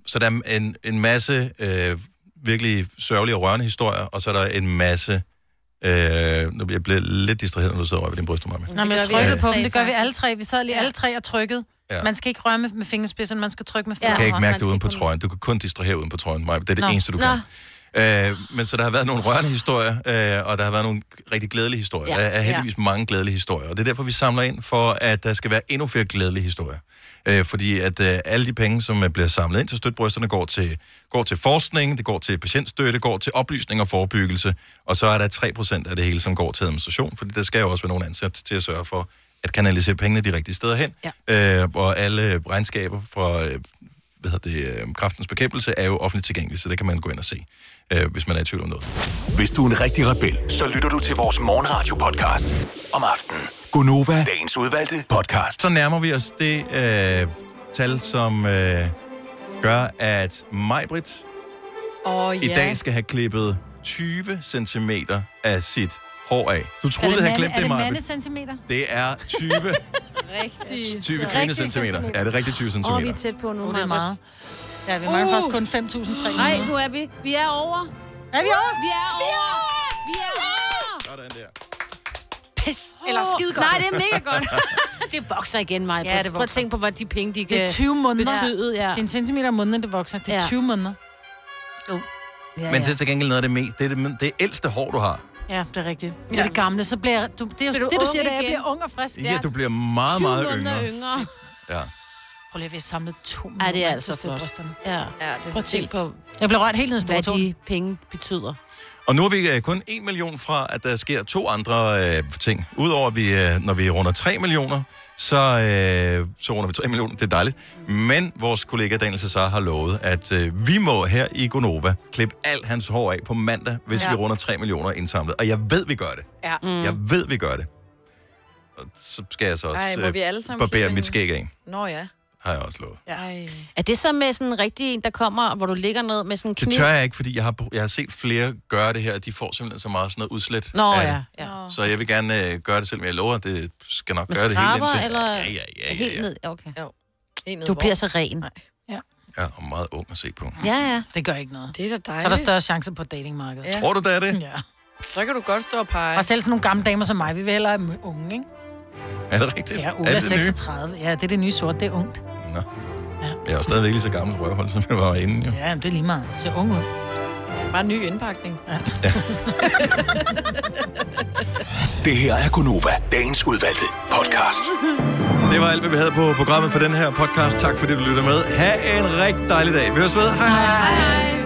Speaker 1: så der er en, en masse øh, virkelig sørgelige og rørende historier, og så er der en masse Øh, nu bliver jeg bliver lidt distraheret, når du sidder og rører ved din bryst, Maja.
Speaker 4: Nej, men jeg trykkede på dem. Det gør vi alle tre. Vi sad lige alle tre og trykkede.
Speaker 1: Ja.
Speaker 4: Man skal ikke røre med, med fingerspidserne, man skal trykke med
Speaker 1: Du
Speaker 4: fingeren.
Speaker 1: kan ikke mærke det uden på trøjen. Du kan kun distrahere uden på trøjen, Maja. Det er det
Speaker 4: Nå.
Speaker 1: eneste, du
Speaker 4: Nå.
Speaker 1: kan. Øh, men så der har været nogle rørende historier, øh, og der har været nogle rigtig glædelige historier.
Speaker 18: Ja.
Speaker 1: Ja. Der er heldigvis ja. mange glædelige historier, og det er derfor, vi samler ind, for at der skal være endnu flere glædelige historier. Øh, fordi at øh, alle de penge, som øh, bliver samlet ind til støtbrysterne, går til, går til forskning, det går til patientstøtte, går til oplysning og forebyggelse, og så er der 3% af det hele, som går til administration, fordi der skal jo også være nogle ansat til at sørge for at kanalisere pengene de rigtige steder hen. Ja. Øh, og alle regnskaber fra øh, hvad hedder det, øh, kraftens bekæmpelse er jo offentligt tilgængeligt, så det kan man gå ind og se, øh, hvis man er i tvivl om noget.
Speaker 6: Hvis du er en rigtig rebel, så lytter du til vores morgenradio-podcast om aftenen.
Speaker 1: Gunova,
Speaker 6: Dagens udvalgte
Speaker 1: podcast. Så nærmer vi os det øh, tal, som øh, gør, at Majbrit
Speaker 2: Åh,
Speaker 1: i dag skal have klippet 20 cm af sit hår af. Du
Speaker 4: Er
Speaker 1: troede, at havde
Speaker 4: mande-
Speaker 1: glemt
Speaker 4: Er
Speaker 1: det,
Speaker 4: det
Speaker 1: Majbrit.
Speaker 4: mandecentimeter?
Speaker 1: Det er 20,
Speaker 4: Rigtig.
Speaker 1: 20 kvindecentimeter. Ja, det er rigtigt 20 cm.
Speaker 3: Åh, vi er tæt på nu,
Speaker 4: Uh, det er
Speaker 3: Marcus.
Speaker 4: meget. Ja, vi mangler faktisk
Speaker 2: Uh.
Speaker 4: kun 5.300.
Speaker 3: Nej, nu er vi. Vi er over.
Speaker 4: Er vi over?
Speaker 3: Vi er over. Vi er over.
Speaker 1: Sådan der.
Speaker 4: Pis. Eller skide godt.
Speaker 3: Nej, det er mega godt. det vokser igen, Maja.
Speaker 4: Ja, det
Speaker 3: Prøv at
Speaker 4: vokser.
Speaker 3: tænke på, hvad de penge,
Speaker 2: uh.
Speaker 3: de kan
Speaker 4: Det er 20 måneder.
Speaker 3: Betyde, ja.
Speaker 4: Det er en centimeter om måneden, det vokser. Det er
Speaker 3: Ja.
Speaker 4: 20 måneder. Jo. Ja,
Speaker 1: Men det er til gengæld noget af det mest. Det er det, det ældste hår, du har.
Speaker 4: Ja, det er rigtigt. Ja. Det er det gamle, så bliver jeg- du, det, er, jo-
Speaker 3: Bliver du
Speaker 4: det, du
Speaker 3: ung
Speaker 4: siger, det er, at jeg
Speaker 3: igen?
Speaker 4: bliver ung og frisk.
Speaker 1: Ja, du bliver meget,
Speaker 4: 20
Speaker 1: meget
Speaker 4: måneder
Speaker 1: yngre.
Speaker 4: yngre.
Speaker 1: Ja.
Speaker 4: Prøv lige at vi har samlet to
Speaker 3: Ja, det er
Speaker 4: millioner
Speaker 3: altså
Speaker 4: til
Speaker 3: flot.
Speaker 4: støvbrysterne.
Speaker 3: Ja. ja
Speaker 4: er
Speaker 3: Prøv at tænke
Speaker 4: vildt.
Speaker 3: på,
Speaker 4: Jeg blev rørt helt ned i
Speaker 3: hvad
Speaker 4: stortåen.
Speaker 3: de penge betyder.
Speaker 1: Og nu er vi øh, kun 1 million fra, at der sker to andre øh, ting. Udover at vi, øh, når vi runder 3 millioner, så, øh, så runder vi 3 millioner. Det er dejligt. Men vores kollega Daniel Cesar har lovet, at øh, vi må her i Gonova klippe alt hans hår af på mandag, hvis
Speaker 19: Ja.
Speaker 1: ja. vi runder 3 millioner indsamlet. Og jeg ved, vi gør det.
Speaker 19: Ja.
Speaker 1: Mm. Jeg ved, vi gør det. Og så skal jeg så også øh,
Speaker 2: Ej, må vi alle sammen
Speaker 1: barbere
Speaker 2: klippe
Speaker 1: mit
Speaker 2: en-
Speaker 1: skæg af.
Speaker 2: Nå ja.
Speaker 1: Har jeg også lovet.
Speaker 2: Ej.
Speaker 3: Er det så med sådan en rigtig en, der kommer, hvor du ligger ned med sådan en kniv?
Speaker 1: Det tør jeg ikke, fordi jeg har, jeg har set flere gøre det her, og de får simpelthen så meget sådan noget udslet
Speaker 3: Nå,
Speaker 1: af
Speaker 3: ja.
Speaker 1: det.
Speaker 3: ja.
Speaker 1: Så jeg vil gerne øh, gøre det, selvom jeg lover, at det skal nok
Speaker 3: Med
Speaker 1: gøre det helt
Speaker 3: skraber,
Speaker 1: indtil...
Speaker 3: eller
Speaker 1: Ja, ja, ja, ja,
Speaker 3: helt
Speaker 1: ja.
Speaker 3: ned? Okay.
Speaker 2: Jo.
Speaker 3: Du bliver så ren. Nej.
Speaker 1: ja og meget ung at se på.
Speaker 3: Ja, ja.
Speaker 4: Det gør ikke noget.
Speaker 2: Det er så
Speaker 4: Så er der
Speaker 2: dejligt.
Speaker 4: større chance på datingmarkedet.
Speaker 2: Ja. Tror
Speaker 1: du, der er det?
Speaker 4: Ja.
Speaker 2: Så kan du godt stå og pege.
Speaker 4: Og selv sådan nogle gamle damer som mig, vi vil hellere have unge, ikke?
Speaker 1: Er det rigtigt?
Speaker 4: Ja,
Speaker 1: er
Speaker 4: Ulla
Speaker 1: det det nye?
Speaker 4: 36. Ja, det er det nye sort, det er ungt.
Speaker 1: Jeg er jo stadigvæk lige så gammel røvhold, som jeg var inden, jo.
Speaker 4: Ja, men det er lige meget. Så ung ud.
Speaker 2: Bare en ny indpakning.
Speaker 4: Ja.
Speaker 6: Det her er Gunova, dagens udvalgte podcast.
Speaker 1: Det var alt, hvad vi havde på programmet for den her podcast. Tak fordi du lytter med. Ha' en rigtig dejlig dag. Vi høres ved. Hej hej.
Speaker 6: Hej.